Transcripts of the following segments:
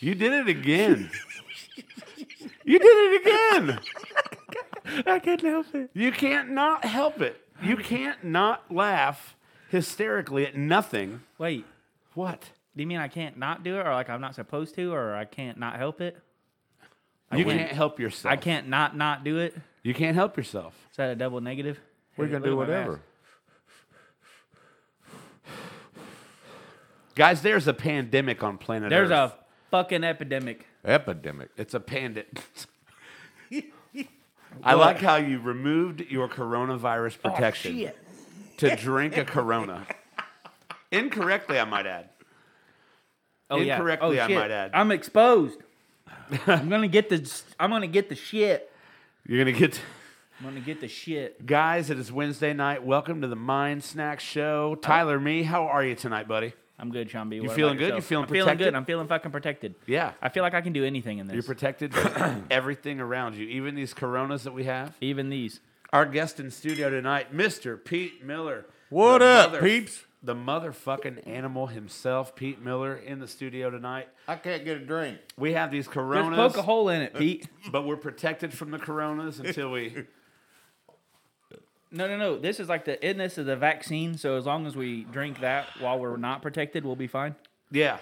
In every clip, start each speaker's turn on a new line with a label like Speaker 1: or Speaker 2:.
Speaker 1: You did it again. you did it again.
Speaker 2: I can't help it.
Speaker 1: You can't not help it. You can't not laugh hysterically at nothing.
Speaker 2: Wait,
Speaker 1: What?
Speaker 2: do you mean I can't not do it, or like I'm not supposed to, or I can't not help it?
Speaker 1: you
Speaker 2: win.
Speaker 1: can't help yourself.
Speaker 2: I can't not not do it. Is
Speaker 1: You can't help yourself.
Speaker 2: that a double negative?
Speaker 1: We're
Speaker 2: Hey,
Speaker 1: gonna
Speaker 2: look
Speaker 1: do
Speaker 2: at my
Speaker 1: whatever.
Speaker 2: mask.
Speaker 1: Guys, there's a pandemic on planet
Speaker 2: There's
Speaker 1: Earth.
Speaker 2: a fucking epidemic.
Speaker 1: epidemic. It's a pandemic. I like how you removed your coronavirus
Speaker 2: Oh,
Speaker 1: protection to drink a Corona. Incorrectly, I might add.
Speaker 2: Oh yeah.
Speaker 1: Incorrectly,
Speaker 2: oh,
Speaker 1: I
Speaker 2: shit.
Speaker 1: might add.
Speaker 2: I'm exposed. I'm gonna get the. I'm gonna get the shit.
Speaker 1: You're gonna get.
Speaker 2: I'm gonna get the shit.
Speaker 1: Guys, it is Wednesday night. Welcome to the Mind Snack Show. Tyler, me, how are you tonight, buddy?
Speaker 2: I'm good, Sean B. You
Speaker 1: feeling good? You feeling
Speaker 2: I'm feeling
Speaker 1: protected?
Speaker 2: good. I'm feeling fucking protected.
Speaker 1: Yeah.
Speaker 2: I feel like I can do anything in this.
Speaker 1: You're protected from everything around you, even these coronas that we have.
Speaker 2: Even these.
Speaker 1: Our guest in studio tonight, Mr. Pete Miller.
Speaker 3: What
Speaker 1: The
Speaker 3: up,
Speaker 1: mother-
Speaker 3: peeps?
Speaker 1: The motherfucking animal himself, Pete Miller, in the studio tonight.
Speaker 3: I can't get a drink.
Speaker 1: We have these
Speaker 2: Just poke a
Speaker 1: coronas,
Speaker 2: hole in it, Pete.
Speaker 1: but we're protected from the coronas until we.
Speaker 2: No, no, no. This is like the illness of the vaccine. So as long as we drink that while we're not protected, we'll be fine.
Speaker 1: Yeah.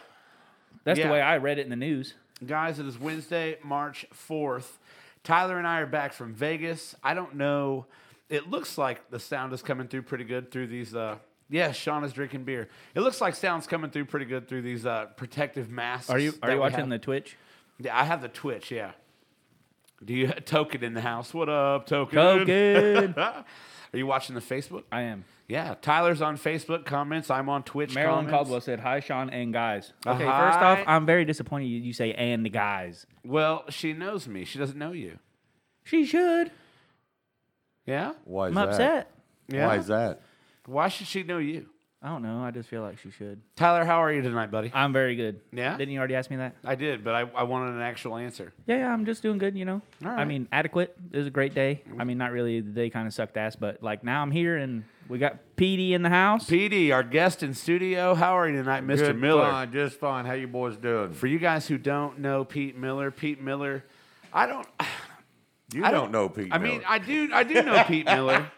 Speaker 2: That's
Speaker 1: Yeah.
Speaker 2: the way I read it in the news.
Speaker 1: Guys, it is Wednesday, March 4th. Tyler and I are back from Vegas. I don't know. It looks like the sound is coming through pretty good through these. Uh, yeah, Sean is drinking beer. It looks like sound's coming through pretty good through these uh, protective masks.
Speaker 2: Are you
Speaker 1: that
Speaker 2: are you
Speaker 1: we
Speaker 2: watching
Speaker 1: have.
Speaker 2: the Twitch?
Speaker 1: Yeah, I have the Twitch. Yeah. Do you token in the house? What up, token?
Speaker 2: Token.
Speaker 1: Are you watching the Facebook?
Speaker 2: I am.
Speaker 1: Yeah, Tyler's on Facebook comments. I'm on Twitch.
Speaker 2: Marilyn
Speaker 1: comments.
Speaker 2: Caldwell said, "Hi, Sean and guys." Okay,
Speaker 1: hi.
Speaker 2: first off, I'm very disappointed you, you say "and guys."
Speaker 1: Well, she knows me. She doesn't know you.
Speaker 2: She should.
Speaker 1: Yeah.
Speaker 3: Why is
Speaker 2: I'm
Speaker 3: that?
Speaker 2: upset.
Speaker 1: Yeah.
Speaker 3: Why is that?
Speaker 1: Why should she know you?
Speaker 2: I don't know. I just feel like she should.
Speaker 1: Tyler, how are you tonight, buddy?
Speaker 2: I'm very good.
Speaker 1: Yeah?
Speaker 2: Didn't you already ask me that?
Speaker 1: I did, but I, I wanted an actual answer.
Speaker 2: Yeah, yeah. I'm just doing good. You know.
Speaker 1: All
Speaker 2: I
Speaker 1: right.
Speaker 2: mean, adequate. It was a great day. I mean, not really. The day kind of sucked ass, but like now I'm here and we got PD in the house.
Speaker 1: PD, our guest in studio, how are you tonight, Mr.
Speaker 3: Good,
Speaker 1: Miller?
Speaker 3: Fine, just fine. How you boys doing?
Speaker 1: For you guys who don't know Pete Miller, Pete Miller, I don't.
Speaker 3: You
Speaker 1: I
Speaker 3: don't, know Pete
Speaker 1: I
Speaker 3: Miller.
Speaker 1: mean, I do. I do know Pete Miller.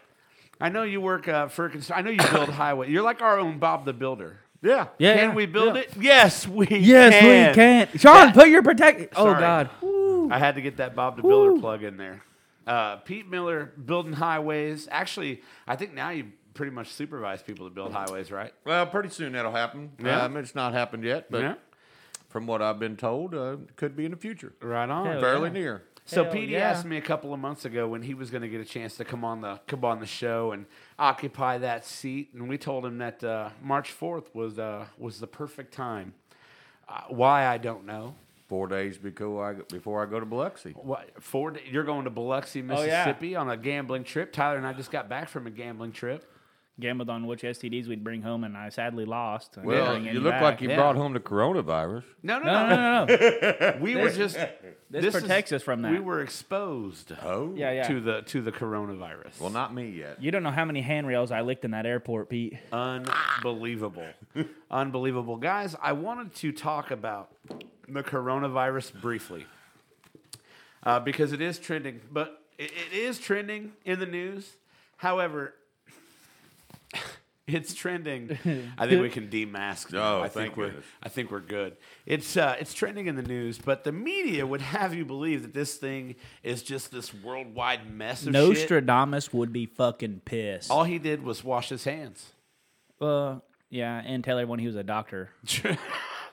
Speaker 1: I know you work uh, for. a constr- I know you build highway. You're like our own Bob the Builder.
Speaker 3: yeah.
Speaker 2: Yeah,
Speaker 1: can
Speaker 2: yeah,
Speaker 1: we build it? Yes, we.
Speaker 2: Yes,
Speaker 1: can.
Speaker 2: we can. Sean, put your protect. Oh
Speaker 1: Sorry.
Speaker 2: God.
Speaker 1: I had to get that Bob the Builder
Speaker 2: Woo.
Speaker 1: plug in there. Uh, Pete Miller building highways. Actually, I think now you pretty much supervise people to build highways, right?
Speaker 3: Well, pretty soon that'll happen.
Speaker 1: Yeah.
Speaker 3: Um, it's not happened yet, but
Speaker 1: yeah.
Speaker 3: from what I've been told, uh, could be in the future.
Speaker 1: Right on.
Speaker 2: Hell
Speaker 3: Fairly
Speaker 2: Oh, yeah.
Speaker 3: near.
Speaker 1: So
Speaker 2: Hell
Speaker 1: PD
Speaker 2: yeah.
Speaker 1: asked me a couple of months ago when he was going to get a chance to come on the come on the show and occupy that seat, and we told him that uh, March fourth was uh, was the perfect time. Uh, why I don't know.
Speaker 3: Four days before I go, before I go to Biloxi.
Speaker 1: What four? da- You're going to Biloxi,
Speaker 2: Oh, yeah.
Speaker 1: Mississippi, on a gambling trip. Tyler and I just got back from a gambling trip.
Speaker 2: Gambled on which STDs we'd bring home, and I sadly lost. I didn't
Speaker 3: Well,
Speaker 2: bring any
Speaker 3: you look
Speaker 2: back.
Speaker 3: like you
Speaker 1: yeah.
Speaker 3: brought home the coronavirus.
Speaker 1: No, no,
Speaker 2: No,
Speaker 1: no.
Speaker 2: no, no, no.
Speaker 1: We were just.
Speaker 2: This,
Speaker 1: is-
Speaker 2: protects us from that.
Speaker 1: We were exposed
Speaker 3: Oh.
Speaker 2: yeah, yeah.
Speaker 1: to the to the coronavirus.
Speaker 3: Well, not me yet.
Speaker 2: you don't know how many handrails I licked in that airport, Pete.
Speaker 1: Unbelievable. Unbelievable. Guys, I wanted to talk about the coronavirus briefly uh, because it is trending, but it, it is trending in the news. However, it's trending. I think we can demask. now.
Speaker 3: Oh,
Speaker 1: I
Speaker 3: thank
Speaker 1: think we're
Speaker 3: goodness.
Speaker 1: I think we're good. It's uh, it's trending in the news, but the media would have you believe that this thing is just this worldwide mess of shit.
Speaker 2: Nostradamus would be fucking pissed.
Speaker 1: All he did was wash his hands.
Speaker 2: Uh, yeah, and tell everyone he was a doctor.
Speaker 1: True,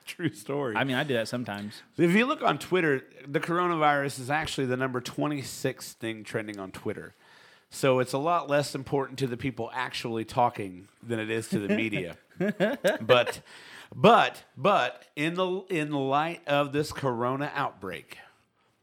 Speaker 1: true story.
Speaker 2: I mean, I do that sometimes.
Speaker 1: if you look on Twitter, the coronavirus is actually the number 26 thing trending on Twitter. So it's a lot less important to the people actually talking than it is to the media. but but but in the in the light of this corona outbreak,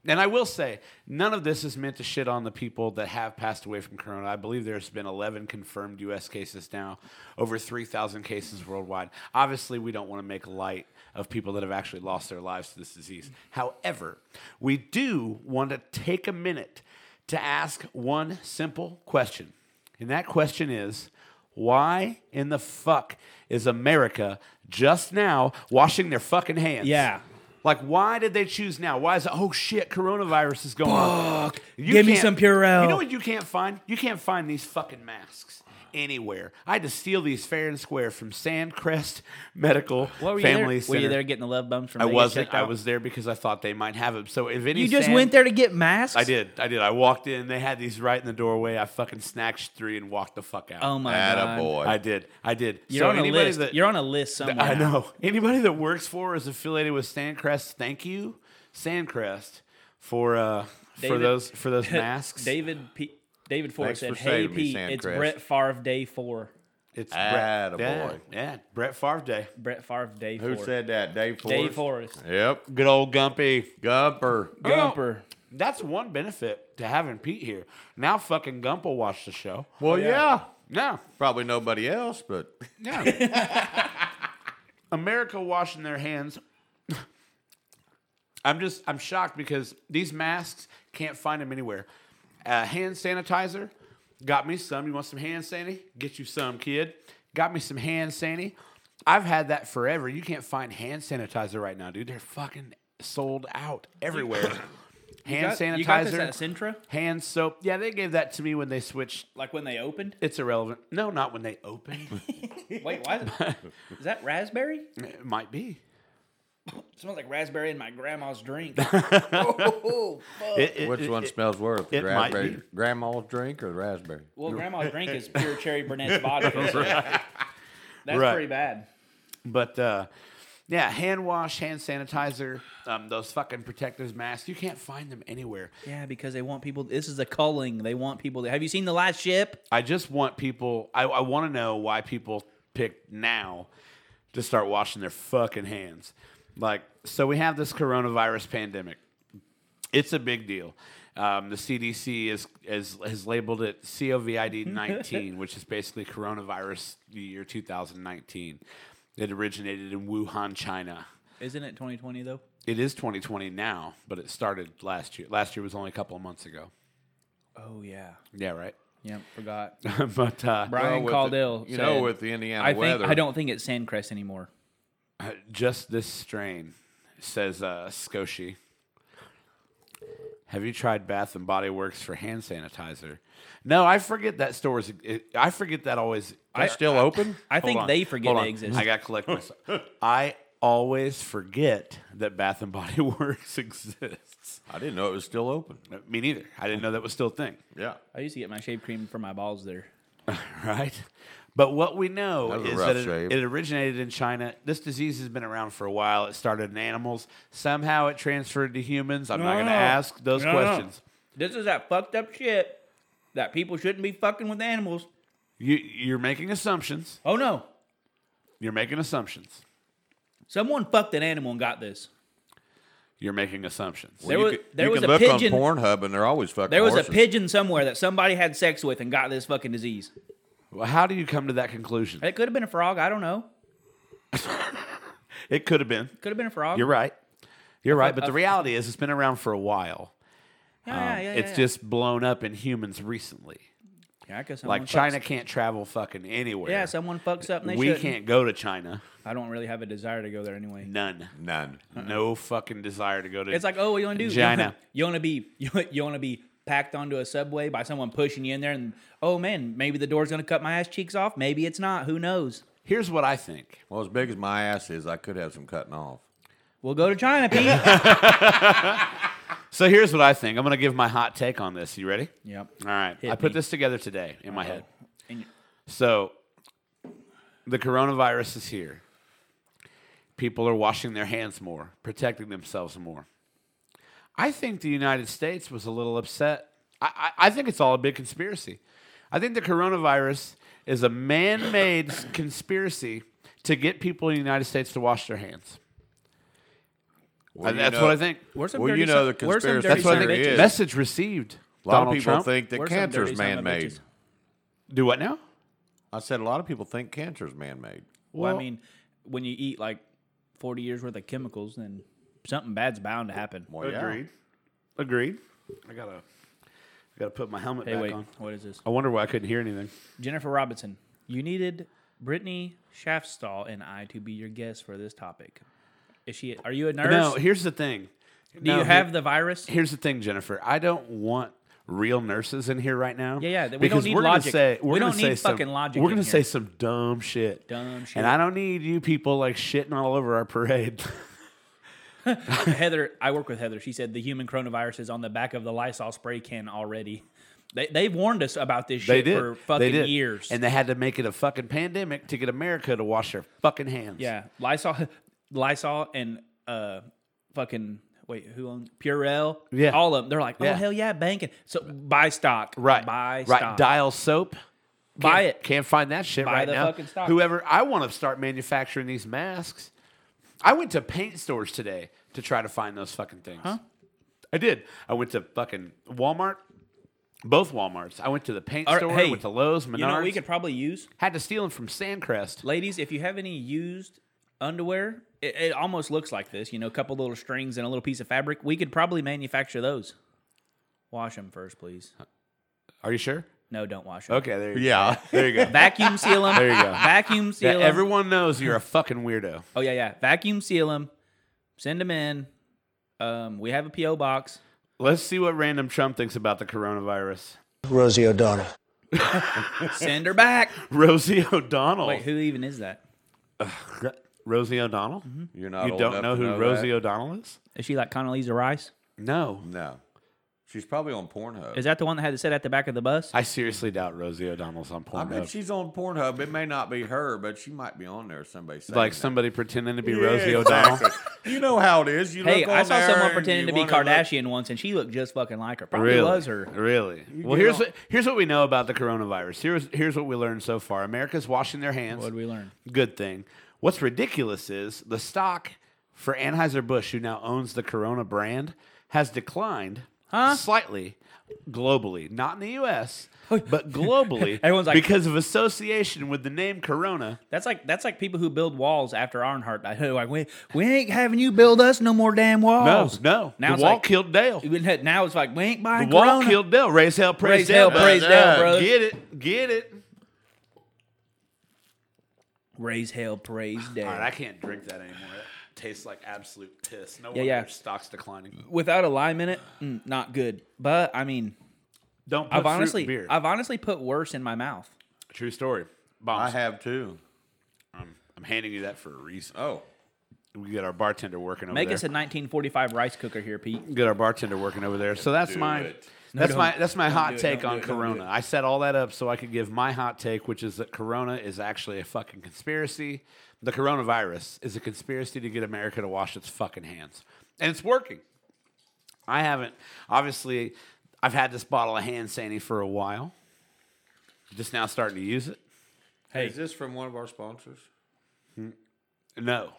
Speaker 1: and I will say, none of this is meant to shit on the people that have passed away from corona. I believe there's been 11 confirmed U.S. cases now, over 3,000 cases worldwide. Obviously, we don't want to make light of people that have actually lost their lives to this disease. However, we do want to take a minute to ask one simple question. And that question is why in the fuck is America just now washing their fucking hands?
Speaker 2: Yeah.
Speaker 1: Like, why did they choose now? Why is it, oh shit, coronavirus is going on? You
Speaker 4: Give me
Speaker 1: can't-
Speaker 4: some Purell.
Speaker 1: You know what you can't find? You can't find these fucking masks anywhere. I had to steal these fair and square from Sandcrest Medical
Speaker 2: What were you
Speaker 1: Family
Speaker 2: there?
Speaker 1: Center.
Speaker 2: Were you there getting the love bumps from?
Speaker 1: I
Speaker 2: they get
Speaker 1: wasn't.
Speaker 2: checked
Speaker 1: I
Speaker 2: out?
Speaker 1: was there because I thought they might have it. So if any,
Speaker 4: You just
Speaker 1: Sand-
Speaker 4: went there to get masks.
Speaker 1: I did. I did. I walked in. They had these right in the doorway. I fucking snatched three and walked the fuck out.
Speaker 2: Oh my god.
Speaker 3: Attaboy.
Speaker 1: I did. I did.
Speaker 2: You're
Speaker 1: so
Speaker 2: on a
Speaker 1: anybody
Speaker 2: list.
Speaker 1: that
Speaker 2: You're on a list somewhere.
Speaker 1: I
Speaker 2: now.
Speaker 1: know anybody that works for or is affiliated with Sandcrest, thank you, Sandcrest, for uh for
Speaker 2: David-
Speaker 1: those for those masks.
Speaker 2: David P- David Ford
Speaker 3: Thanks
Speaker 2: said,
Speaker 3: for
Speaker 2: "Hey
Speaker 3: saving me,
Speaker 2: Pete,
Speaker 3: Sam
Speaker 2: it's
Speaker 3: Crest."
Speaker 2: Brett Favre day four.
Speaker 1: It's
Speaker 3: Attaboy.
Speaker 1: Yeah, yeah, Brett Favre Day.
Speaker 2: Brett Favre day
Speaker 3: Who
Speaker 2: four.
Speaker 3: said that? Dave Forrest. Oh,
Speaker 2: Dave Forrest.
Speaker 3: Yep.
Speaker 1: Good old Gumpy.
Speaker 3: Gumper.
Speaker 2: Gumper.
Speaker 1: That's one benefit to having Pete here. Now fucking Gump will watch the show.
Speaker 2: Oh,
Speaker 3: Well, yeah.
Speaker 1: No,
Speaker 3: Probably nobody else, but
Speaker 1: no. America washing their hands. I'm just I'm shocked because these masks can't find them anywhere. Uh, hand sanitizer, got me some. You want some hand sanitizer? Get you some, kid. Got me some hand sanitizer. I've had that forever. You can't find hand sanitizer right now, dude. They're fucking sold out everywhere. hand
Speaker 2: Got-
Speaker 1: sanitizer,
Speaker 2: You got this at Sintra,
Speaker 1: hand soap. Yeah, they gave that to me when they switched.
Speaker 2: like when they opened.
Speaker 1: It's irrelevant. No, not when they opened.
Speaker 2: Wait, why? Is, it, is that raspberry?
Speaker 1: it might be.
Speaker 2: It smells like raspberry in my grandma's drink.
Speaker 1: It- it-
Speaker 3: which
Speaker 1: it-
Speaker 3: one
Speaker 1: it-
Speaker 3: smells worse? the
Speaker 1: it might be.
Speaker 3: raspberry- Grandma's drink or the raspberry?
Speaker 2: Well, grandma's drink is pure cherry Burnett's vodka. so That's
Speaker 1: Right.
Speaker 2: pretty bad.
Speaker 1: But uh, yeah, hand wash, hand sanitizer, um, those fucking protectors, masks. You can't find them anywhere.
Speaker 2: Yeah, because they want people. This is a culling. They want people. To, have you seen the last ship?
Speaker 1: I just want people. I, I want to know why people pick now to start washing their fucking hands. Like, so we have this coronavirus pandemic. It's a big deal. Um, the CDC is, is has labeled it COVID nineteen, which is basically coronavirus the year two thousand nineteen. It originated in Wuhan, China.
Speaker 2: Isn't it 2020 though?
Speaker 1: It is 2020 now, but it started last year. Last year was only a couple of months ago.
Speaker 2: Oh yeah.
Speaker 1: Yeah, right.
Speaker 2: Yeah, forgot.
Speaker 1: but uh,
Speaker 2: Brian
Speaker 3: with
Speaker 2: Caldell.
Speaker 3: The, you
Speaker 2: said,
Speaker 3: know, with the Indiana
Speaker 2: I think
Speaker 3: weather.
Speaker 2: I don't think it's Sandcrest anymore.
Speaker 1: just this strain says uh, Scoshi. Have you tried Bath and Body Works for hand sanitizer? No, I forget that stores. It, I forget that always.
Speaker 3: They're still open?
Speaker 2: I
Speaker 1: Hold
Speaker 2: think
Speaker 1: on,
Speaker 2: they forget
Speaker 1: hold
Speaker 2: they
Speaker 1: on.
Speaker 2: exist.
Speaker 1: I got to collect myself. I always forget that Bath and Body Works exists.
Speaker 3: I didn't know it was still open.
Speaker 1: Me neither. I didn't know that was still a thing.
Speaker 3: Yeah.
Speaker 2: I used to get my shave cream for my balls there.
Speaker 1: right? But what we know
Speaker 3: That was a
Speaker 1: is
Speaker 3: rough
Speaker 1: that it,
Speaker 3: shave.
Speaker 1: it originated in China. This disease has been around for a while. It started in animals. Somehow it transferred to humans. I'm not
Speaker 2: No,
Speaker 1: going to
Speaker 2: no.
Speaker 1: ask those
Speaker 2: No, no.
Speaker 1: questions.
Speaker 2: This is that fucked up shit that people shouldn't be fucking with animals.
Speaker 1: You, you're making assumptions.
Speaker 2: Oh no,
Speaker 1: You're making assumptions.
Speaker 2: someone fucked an animal and got this.
Speaker 1: You're making assumptions.
Speaker 2: There
Speaker 3: you
Speaker 2: was-
Speaker 3: could-
Speaker 2: there
Speaker 3: you
Speaker 2: was
Speaker 3: can
Speaker 2: a
Speaker 3: look
Speaker 2: pigeon-
Speaker 3: on Pornhub and they're always fucking
Speaker 2: There was a
Speaker 3: horses.
Speaker 2: pigeon somewhere that somebody had sex with and got this fucking disease.
Speaker 1: Well, how do you come to that conclusion?
Speaker 2: It could have been a frog. I don't know.
Speaker 1: It could have been.
Speaker 2: Could have been a frog.
Speaker 1: You're right. You're right. But
Speaker 2: I-
Speaker 1: the reality is, it's been around for a while.
Speaker 2: Yeah, yeah,
Speaker 1: Um,
Speaker 2: uh, yeah,
Speaker 1: it's
Speaker 2: yeah.
Speaker 1: just blown up in humans recently.
Speaker 2: Yeah, 'cause someone
Speaker 1: Like
Speaker 2: fucks-
Speaker 1: China can't travel fucking anywhere.
Speaker 2: Yeah, someone fucks up and they
Speaker 1: we
Speaker 2: shouldn't.
Speaker 1: can't go to China.
Speaker 2: I don't really have a desire to go there anyway.
Speaker 1: None.
Speaker 3: None.
Speaker 1: Uh-uh. No fucking desire to go to.
Speaker 2: It's like, oh, what you want to do?
Speaker 1: Vagina.
Speaker 2: You want to be you, want to be packed onto a subway by someone pushing you in there, and oh man, maybe the door's gonna cut my ass cheeks off. Maybe it's not. Who knows?
Speaker 1: here's what I think.
Speaker 3: Well, as big as my ass is, I could have some cutting off.
Speaker 2: We'll go to China, Pete.
Speaker 1: So here's what I think. I'm gonna give my hot take on this. You ready?
Speaker 2: yep.
Speaker 1: All right.
Speaker 2: Hit
Speaker 1: I put
Speaker 2: me. Uh-huh.
Speaker 1: this together today in my head.
Speaker 2: And you-
Speaker 1: So the coronavirus is here. People are washing their hands more, protecting themselves more. I think the United States was a little upset. I, I, I think it's all a big conspiracy. I think the coronavirus is a man made conspiracy to get people in the United States to wash their hands.
Speaker 3: Well,
Speaker 1: And
Speaker 3: you
Speaker 1: that's
Speaker 3: know-
Speaker 1: what I think.
Speaker 2: Where's some
Speaker 3: Well,
Speaker 2: dirty
Speaker 3: you know
Speaker 2: son-
Speaker 3: the
Speaker 2: where's some dirty
Speaker 3: conspiracy
Speaker 1: That's what I
Speaker 2: son of
Speaker 3: theory
Speaker 1: think.
Speaker 2: bitches?
Speaker 3: is.
Speaker 1: Message received.
Speaker 3: A lot
Speaker 1: Donald
Speaker 3: of people
Speaker 1: Trump.
Speaker 3: think that
Speaker 2: We're some
Speaker 3: cancer
Speaker 2: dirty
Speaker 3: is
Speaker 2: son of
Speaker 3: man made.
Speaker 2: bitches.
Speaker 1: Do what now?
Speaker 3: I said a lot of people think cancer is man made.
Speaker 2: Well, I mean, when you eat like forty years worth of chemicals, then something bad's bound to happen.
Speaker 3: Well, yeah.
Speaker 1: Agreed. I gotta, I gotta put my helmet
Speaker 2: Hey,
Speaker 1: back
Speaker 2: wait,
Speaker 1: on.
Speaker 2: what is this?
Speaker 1: I wonder why I couldn't hear anything.
Speaker 2: Jennifer Robinson, you needed Brittany Shaftstall and I to be your guests for this topic. Is she? Are you a nurse?
Speaker 1: No, here's the thing.
Speaker 2: Do you have the virus?
Speaker 1: Here's the thing, Jennifer. I don't want real nurses in here right now.
Speaker 2: Yeah, yeah, we don't
Speaker 1: because
Speaker 2: need
Speaker 1: we're gonna
Speaker 2: logic.
Speaker 1: Say,
Speaker 2: We
Speaker 1: we're gonna
Speaker 2: don't
Speaker 1: say
Speaker 2: need
Speaker 1: some-
Speaker 2: fucking logic
Speaker 1: We're
Speaker 2: in
Speaker 1: gonna
Speaker 2: here.
Speaker 1: say some dumb shit.
Speaker 2: Dumb shit.
Speaker 1: And I don't need you people like shitting all over our parade.
Speaker 2: Heather, I work with Heather. She said the human coronavirus is on the back of the Lysol spray can already. They, they've warned us about this
Speaker 1: they
Speaker 2: shit
Speaker 1: did.
Speaker 2: for fucking
Speaker 1: they did.
Speaker 2: years.
Speaker 1: And they had to make it a fucking pandemic to get America to wash their fucking hands.
Speaker 2: yeah, Lysol, Lysol, and uh, fucking wait, who owned Purell?
Speaker 1: Yeah.
Speaker 2: all of them. They're like, oh
Speaker 1: Yeah.
Speaker 2: hell yeah, banking. So buy stock,
Speaker 1: Right.
Speaker 2: Buy
Speaker 1: right.
Speaker 2: stock,
Speaker 1: Dial soap.
Speaker 2: buy
Speaker 1: Can't-
Speaker 2: it.
Speaker 1: Can't find that shit
Speaker 2: Buy
Speaker 1: right
Speaker 2: the
Speaker 1: now.
Speaker 2: fucking stock.
Speaker 1: Whoever I want to start manufacturing these masks. I went to paint stores today to try to find those fucking things. I did. I went to fucking Walmart, both Walmarts. I went to the paint
Speaker 2: All right,
Speaker 1: store.
Speaker 2: hey,
Speaker 1: went to Lowe's, Menards.
Speaker 2: You know, what we could probably use
Speaker 1: Had to steal them from Sandcrest.
Speaker 2: ladies, if you have any used underwear, it, it almost looks like this. You know, a couple little strings and a little piece of fabric. We could probably manufacture those. Wash them first, please.
Speaker 1: Are you sure?
Speaker 2: No, don't wash them.
Speaker 1: Okay, there you
Speaker 3: Yeah.
Speaker 1: go. There you go.
Speaker 2: Vacuum seal them.
Speaker 1: There you go.
Speaker 2: Vacuum seal
Speaker 1: Yeah,
Speaker 2: 'em.
Speaker 1: everyone knows you're a fucking weirdo.
Speaker 2: oh yeah, yeah. Vacuum seal them. Send them in. Um, we have a PO box.
Speaker 1: Let's see what random Trump thinks about the coronavirus.
Speaker 4: Rosie O'Donnell.
Speaker 2: Send her back.
Speaker 1: Rosie O'Donnell.
Speaker 2: Wait, who even is that?
Speaker 1: Rosie O'Donnell?
Speaker 2: Mm-hmm.
Speaker 3: You're not.
Speaker 1: You
Speaker 3: old
Speaker 1: don't
Speaker 3: enough
Speaker 1: know
Speaker 3: to
Speaker 1: who
Speaker 3: know
Speaker 1: Rosie
Speaker 3: that.
Speaker 1: O'Donnell is?
Speaker 2: Is she like Condoleezza Rice?
Speaker 1: No.
Speaker 3: No, she's probably on Pornhub.
Speaker 2: Is that the one that had to sit at the back of the bus?
Speaker 1: I seriously doubt Rosie O'Donnell's on
Speaker 3: I
Speaker 1: Pornhub.
Speaker 3: bet she's on Pornhub. It may not be her, but she might be on there. Somebody saying
Speaker 1: like
Speaker 3: that.
Speaker 1: somebody pretending to be
Speaker 3: Yeah,
Speaker 1: Rosie O'Donnell.
Speaker 3: exactly. you know how it is. You
Speaker 2: hey,
Speaker 3: look
Speaker 2: I
Speaker 3: on
Speaker 2: saw
Speaker 3: there
Speaker 2: someone
Speaker 3: and
Speaker 2: pretending
Speaker 3: you
Speaker 2: to be
Speaker 3: wanna look-
Speaker 2: Kardashian once, and she looked just fucking like her. Probably
Speaker 1: Really
Speaker 2: was her.
Speaker 1: Really? well,
Speaker 3: get
Speaker 1: here's
Speaker 3: on-
Speaker 1: what, here's what we know about the coronavirus. Here's here's what we learned so far. America's washing their hands.
Speaker 2: What did we learn?
Speaker 1: Good thing. What's ridiculous is the stock for Anheuser Busch, who now owns the Corona brand, has declined slightly globally, not in the U.S. But globally,
Speaker 2: Everyone's like-
Speaker 1: because of association with the name Corona,
Speaker 2: That's like that's like people who build walls after Ironheart. died. Like we we ain't having you build us no more damn
Speaker 1: no,
Speaker 2: walls.
Speaker 1: no,
Speaker 2: Now
Speaker 1: the
Speaker 2: it's
Speaker 1: wall
Speaker 2: like,
Speaker 1: killed Dale.
Speaker 2: now it's like we ain't
Speaker 1: The
Speaker 2: buying
Speaker 1: wall
Speaker 2: Corona.
Speaker 1: killed Dale. Raise hell, praise,
Speaker 2: Raise hell,
Speaker 1: brother.
Speaker 2: praise hell, brother.
Speaker 1: Get it, get it.
Speaker 2: Raise hell, praise Dale.
Speaker 1: All right, I can't drink that anymore. It tastes like absolute piss. No wonder
Speaker 2: yeah.
Speaker 1: your stock's declining.
Speaker 2: Without a lime in it, mm, not good. But I mean,
Speaker 1: Don't. Put
Speaker 2: I've
Speaker 1: fruit in
Speaker 2: honestly
Speaker 1: beer.
Speaker 2: I've honestly put worse in my mouth.
Speaker 1: True story.
Speaker 3: I
Speaker 1: Bombs.
Speaker 3: have too.
Speaker 1: I'm, I'm handing you that for a reason.
Speaker 3: Oh,
Speaker 1: We got our bartender working over
Speaker 2: Make
Speaker 1: there.
Speaker 2: us a 1945 rice cooker here, Pete.
Speaker 1: Get our bartender working over there. So that's
Speaker 3: do
Speaker 1: my
Speaker 3: it.
Speaker 1: that's
Speaker 2: don't.
Speaker 1: my that's my hot
Speaker 2: do it,
Speaker 1: take
Speaker 2: don't
Speaker 1: on
Speaker 2: do it, don't do
Speaker 1: Corona. I set all that up so I could give my hot take, which is that Corona is actually a fucking conspiracy. The coronavirus is a conspiracy to get America to wash its fucking hands, and it's working. I haven't obviously. I've had this bottle of hand sanitizer for a while. Just now starting to use it.
Speaker 2: Hey.
Speaker 3: is this from one of our sponsors?
Speaker 1: No.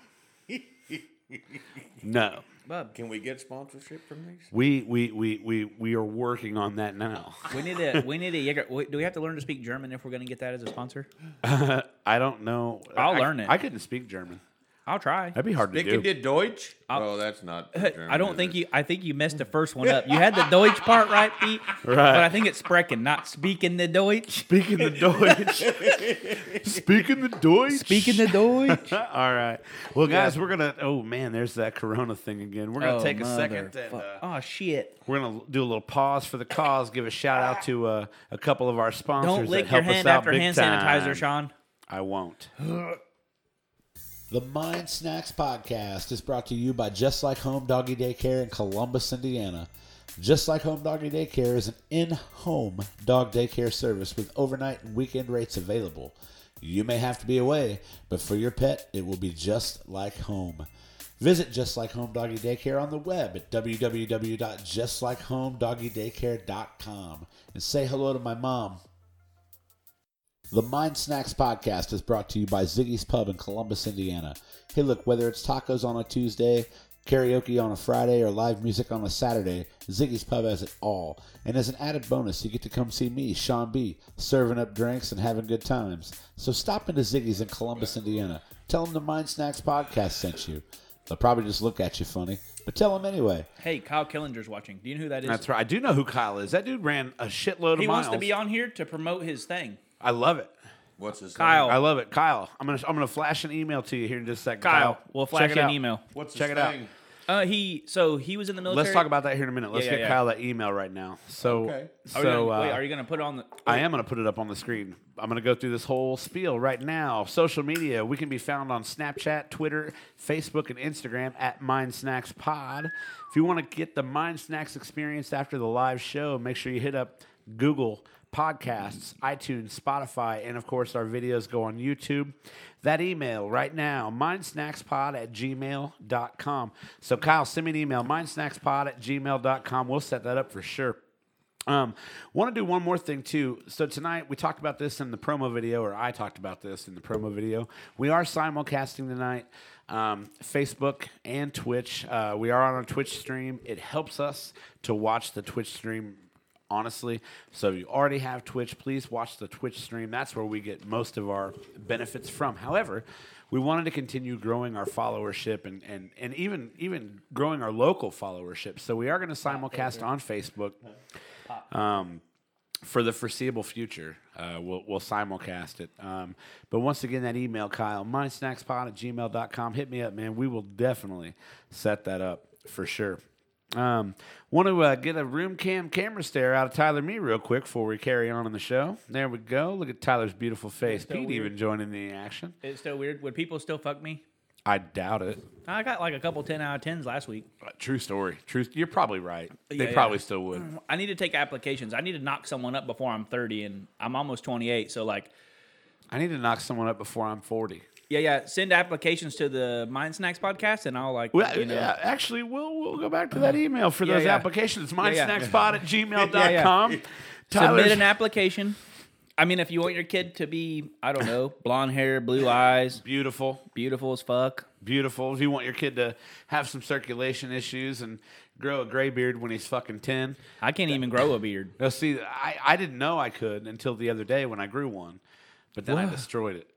Speaker 1: no.
Speaker 2: Bub,
Speaker 3: Can we get sponsorship from these?
Speaker 1: We we we we we are working on that now.
Speaker 2: we need a we need a Jaeger. wait, Do we have to learn to speak German if we're going to get that as a sponsor?
Speaker 1: I don't know.
Speaker 2: I'll
Speaker 1: I-
Speaker 2: learn it.
Speaker 1: I couldn't speak German.
Speaker 2: I'll try.
Speaker 1: That'd be hard to do.
Speaker 3: Speaking did Deutsch. oh, that's not. German,
Speaker 2: I don't
Speaker 3: is
Speaker 2: think
Speaker 3: it?
Speaker 2: you. I think you missed the first one up. You had the Deutsch part right, Pete. Right. But I think it's sprechen, not speaking the Deutsch.
Speaker 1: Speaking the Deutsch. Speaking the Deutsch.
Speaker 2: Speaking the Deutsch.
Speaker 1: All right. Well, guys, we're gonna. Oh man, there's that Corona thing again. We're gonna
Speaker 2: Oh,
Speaker 1: take a second. And,
Speaker 2: motherfuck-
Speaker 1: uh,
Speaker 2: oh shit!
Speaker 1: we're gonna do a little pause for the cause. Give a shout out to uh, a couple of our sponsors.
Speaker 2: Don't lick
Speaker 1: that
Speaker 2: your
Speaker 1: help us
Speaker 2: hand
Speaker 1: out
Speaker 2: after
Speaker 1: big
Speaker 2: hand
Speaker 1: time.
Speaker 2: sanitizer, Sean.
Speaker 1: I won't.
Speaker 5: The Mind Snacks podcast is brought to you by Just Like Home Doggy Daycare in Columbus, Indiana. Just Like Home Doggy Daycare is an in home dog daycare service with overnight and weekend rates available. You may have to be away, but for your pet, it will be just like home. Visit Just Like Home Doggy Daycare on the web at www.justlikehomedoggydaycare.com and say hello to my mom, the Mind Snacks podcast is brought to you by Ziggy's Pub in Columbus, Indiana. Hey, look, whether it's tacos on a Tuesday, karaoke on a Friday, or live music on a Saturday, Ziggy's Pub has it all. And as an added bonus, you get to come see me, Sean B., serving up drinks and having good times. So stop into Ziggy's in Columbus, Indiana. Tell them the Mind Snacks podcast sent you. They'll probably just look at you funny, but tell them anyway.
Speaker 2: Hey, Kyle Killinger's watching. Do you know who that is?
Speaker 1: That's right. I do know who Kyle is. That dude ran a shitload of
Speaker 2: He
Speaker 1: miles.
Speaker 2: wants to be on here to promote his thing.
Speaker 1: I love it.
Speaker 3: What's his
Speaker 2: Kyle.
Speaker 3: Name?
Speaker 1: I love it, Kyle. I'm gonna I'm gonna flash an email to you here in just a second.
Speaker 2: Kyle, we'll flash
Speaker 1: check
Speaker 2: you
Speaker 1: it
Speaker 2: an
Speaker 1: out.
Speaker 2: email.
Speaker 3: What's
Speaker 1: Check it
Speaker 3: his
Speaker 1: out.
Speaker 3: thing?
Speaker 2: Uh, he so he was in the military.
Speaker 1: Let's talk about that here in a minute. Let's
Speaker 2: Yeah,
Speaker 1: get
Speaker 2: yeah,
Speaker 1: Kyle that email right now. So,
Speaker 3: Okay.
Speaker 2: Are we
Speaker 1: so
Speaker 2: gonna, wait,
Speaker 1: uh,
Speaker 2: are you going to put on the?
Speaker 1: I am going to put it up on the screen. I'm going to go through this whole spiel right now. Social media. We can be found on Snapchat, Twitter, Facebook, and Instagram at Mind Snacks Pod. If you want to get the Mind Snacks experience after the live show, make sure you hit up Google Podcasts, iTunes, Spotify, and of course, our videos go on YouTube. That email right now, mindsnackspod at gmail.com. So, Kyle, send me an email, mindsnackspod at gmail.com. We'll set that up for sure. Um, want to do one more thing too. So tonight we talked about this in the promo video, or I talked about this in the promo video. We are simulcasting tonight, um, Facebook and Twitch. Uh, we are on our Twitch stream. It helps us to watch the Twitch stream. Honestly, so if you already have Twitch, please watch the Twitch stream. That's where we get most of our benefits from. However, we wanted to continue growing our followership and, and, and even even growing our local followership. So we are going to simulcast on Facebook for the foreseeable future. Uh, we'll, we'll simulcast it. Um, but once again, that email, Kyle, mindsnackspod at gmail.com. Hit me up, man. We will definitely set that up for sure. Um, want to uh, get a room cam camera stare out of Tyler me real quick before we carry on in the show. There we go. Look at Tyler's beautiful face. Pete even joining the action.
Speaker 2: It's still weird. Would people still fuck me?
Speaker 1: I doubt it.
Speaker 2: I got like a couple ten out of tens last week.
Speaker 1: Uh, True story. True. You're probably right.
Speaker 2: Yeah,
Speaker 1: They
Speaker 2: yeah.
Speaker 1: probably still would.
Speaker 2: I need to take applications. I need to knock someone up before I'm 30, and I'm almost 28. So like,
Speaker 1: I need to knock someone up before I'm 40.
Speaker 2: yeah, yeah. Send applications to the Mind Snacks podcast, and I'll like,
Speaker 1: Well,
Speaker 2: you know, Uh-huh.
Speaker 1: yeah, actually, we'll we'll go back to that email for
Speaker 2: Yeah,
Speaker 1: those
Speaker 2: yeah.
Speaker 1: applications. It's
Speaker 2: yeah.
Speaker 1: mindsnackspot at gmail.com.
Speaker 2: Yeah, yeah. submit an
Speaker 1: Tyler's
Speaker 2: application. I mean, if you want your kid to be, I don't know, blonde hair, blue eyes,
Speaker 1: beautiful,
Speaker 2: beautiful as fuck.
Speaker 1: beautiful. If you want your kid to have some circulation issues and grow a gray beard when he's fucking 10.
Speaker 2: I can't even grow a beard.
Speaker 1: Now, see, I, I didn't know I could until the other day when I grew one, but then I destroyed it.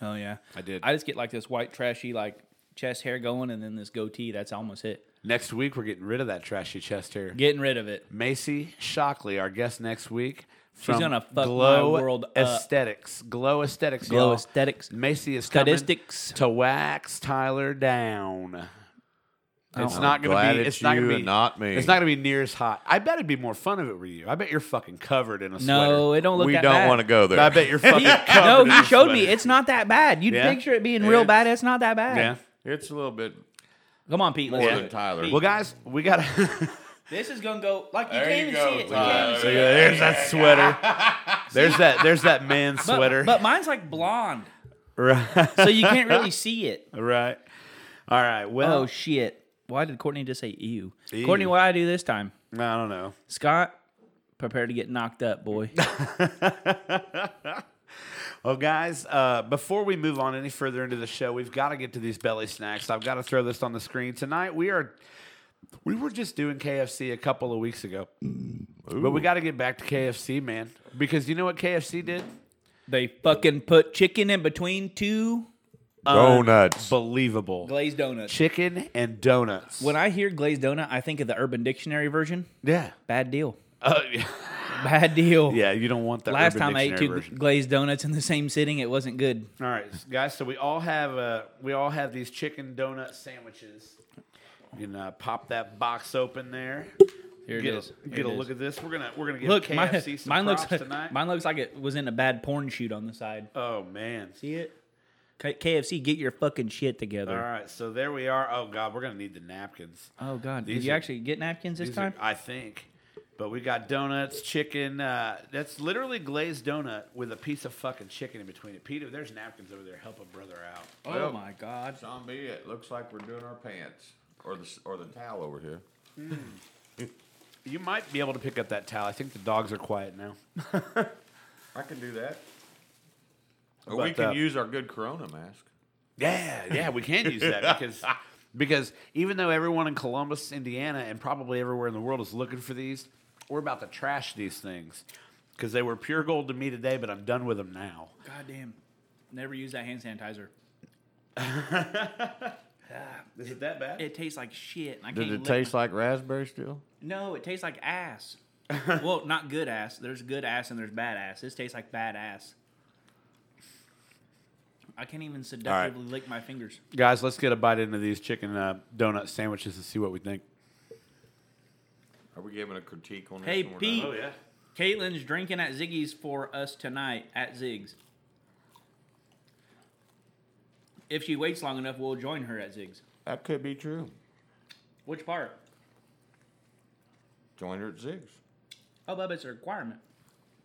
Speaker 2: Oh yeah,
Speaker 1: I did.
Speaker 2: I just get like this white trashy like chest hair going, and then this goatee. That's almost it.
Speaker 1: Next week, we're getting rid of that trashy chest hair.
Speaker 2: Getting rid of it.
Speaker 1: Macy Shockley, our guest next week. She's
Speaker 2: gonna fuck my
Speaker 1: Glow
Speaker 2: world up.
Speaker 1: Aesthetics. Glow Aesthetics.
Speaker 2: Glow
Speaker 1: y'all.
Speaker 2: Aesthetics.
Speaker 1: Macy is
Speaker 2: Statistics.
Speaker 1: coming to wax Tyler down. It's
Speaker 2: Oh, I'm
Speaker 1: not gonna
Speaker 3: glad
Speaker 1: be.
Speaker 3: it's
Speaker 1: It's, not
Speaker 3: you
Speaker 1: gonna be.
Speaker 3: and not me.
Speaker 1: It's not gonna be near as hot. I bet it'd be more fun if it were you. I bet you're fucking covered in a sweater.
Speaker 2: No, it don't look.
Speaker 3: we
Speaker 2: that
Speaker 3: don't
Speaker 2: bad.
Speaker 3: want to go there.
Speaker 1: I bet you're fucking.
Speaker 2: He-
Speaker 1: covered
Speaker 2: no,
Speaker 1: in
Speaker 2: he
Speaker 1: a
Speaker 2: showed
Speaker 1: sweater.
Speaker 2: me. It's not that bad. You'd
Speaker 1: Yeah.
Speaker 2: picture it being real
Speaker 3: It's-
Speaker 2: bad. It's not that bad.
Speaker 1: Yeah.
Speaker 3: It's a little bit.
Speaker 2: Come on, Pete. Let's
Speaker 3: More
Speaker 2: do
Speaker 3: than
Speaker 2: it.
Speaker 3: Tyler.
Speaker 2: Pete,
Speaker 1: Well, guys, we got.
Speaker 2: this is gonna go like you
Speaker 3: There
Speaker 2: can't
Speaker 3: you
Speaker 2: even
Speaker 3: go,
Speaker 2: see it. You can't
Speaker 3: Tyler.
Speaker 2: even see
Speaker 1: so,
Speaker 2: it.
Speaker 1: yeah, there's that sweater. There's that. There's that man
Speaker 2: But-
Speaker 1: sweater.
Speaker 2: But mine's like blonde,
Speaker 1: right.
Speaker 2: so you can't really see it.
Speaker 1: Right. All right. Well,
Speaker 2: Oh shit! Why did Courtney just say ew?
Speaker 1: Ew.
Speaker 2: Courtney, what I do this time?
Speaker 1: I don't know.
Speaker 2: Scott, prepare to get knocked up, boy.
Speaker 1: Well, guys, uh, before we move on any further into the show, we've got to get to these belly snacks. I've got to throw this on the screen tonight. We are, we were just doing KFC a couple of weeks ago, but we got to get back to KFC, man, because you know what KFC did?
Speaker 2: they fucking put chicken in between two
Speaker 3: Donuts.
Speaker 1: Believable
Speaker 2: glazed donuts.
Speaker 1: chicken and donuts.
Speaker 2: When I hear glazed donut, I think of the Urban Dictionary version.
Speaker 1: yeah,
Speaker 2: Bad deal.
Speaker 1: Uh, yeah.
Speaker 2: Bad deal.
Speaker 1: yeah, you don't want that.
Speaker 2: Last
Speaker 1: Urban
Speaker 2: time I ate
Speaker 1: Dictionary
Speaker 2: two
Speaker 1: version.
Speaker 2: glazed donuts in the same sitting, it wasn't good.
Speaker 1: All right, s- guys. So we all have uh, we all have these chicken donut sandwiches. You can uh, pop that box open there.
Speaker 2: Here
Speaker 1: Get,
Speaker 2: it is.
Speaker 1: a,
Speaker 2: Here
Speaker 1: get
Speaker 2: it
Speaker 1: a
Speaker 2: is.
Speaker 1: look at this. We're gonna we're gonna give
Speaker 2: Look, my-
Speaker 1: KFC some
Speaker 2: mine looks
Speaker 1: props tonight.
Speaker 2: mine looks like it was in a bad porn shoot on the side.
Speaker 1: oh man!
Speaker 2: See it? K- KFC, get your fucking shit together.
Speaker 1: All right, so there we are. Oh god, we're gonna need the napkins.
Speaker 2: Oh god, did
Speaker 1: These
Speaker 2: you
Speaker 1: are-
Speaker 2: actually get napkins this
Speaker 1: These are-
Speaker 2: time?
Speaker 1: I think. But we got donuts, chicken. Uh, that's literally glazed donut with a piece of fucking chicken in between it. Peter, there's napkins over there. Help a brother out.
Speaker 2: oh my god.
Speaker 3: Zombie, it looks like we're doing our pants or the or the towel over here.
Speaker 1: You might be able to pick up that towel. I think the dogs are quiet now.
Speaker 3: I can do that.
Speaker 1: about
Speaker 3: Or we can
Speaker 1: that?
Speaker 3: use our good Corona mask.
Speaker 1: Yeah, yeah, we can use that because because even though everyone in Columbus, Indiana, and probably everywhere in the world is looking for these, we're about to trash these things because they were pure gold to me today, but I'm done with them now.
Speaker 2: God damn. Never use that hand sanitizer.
Speaker 1: Is it that bad?
Speaker 2: It tastes like shit. And I
Speaker 3: Did
Speaker 2: can't
Speaker 3: it taste like raspberry still?
Speaker 2: No, it tastes like ass. well, not good ass. There's good ass and there's bad ass. This tastes like bad ass. I can't even seductively lick my fingers.
Speaker 1: Guys, let's get a bite into these chicken uh, donut sandwiches and see what we think.
Speaker 3: Are we giving a critique on this?
Speaker 2: Hey,
Speaker 3: when we're
Speaker 2: Pete.
Speaker 3: done?
Speaker 1: Oh, yeah.
Speaker 2: Caitlin's drinking at Ziggy's for us tonight at Zig's. If she waits long enough, we'll join her at Zig's.
Speaker 3: That could be true.
Speaker 2: Which part?
Speaker 3: Join her at six.
Speaker 2: Oh, bub, it's a requirement.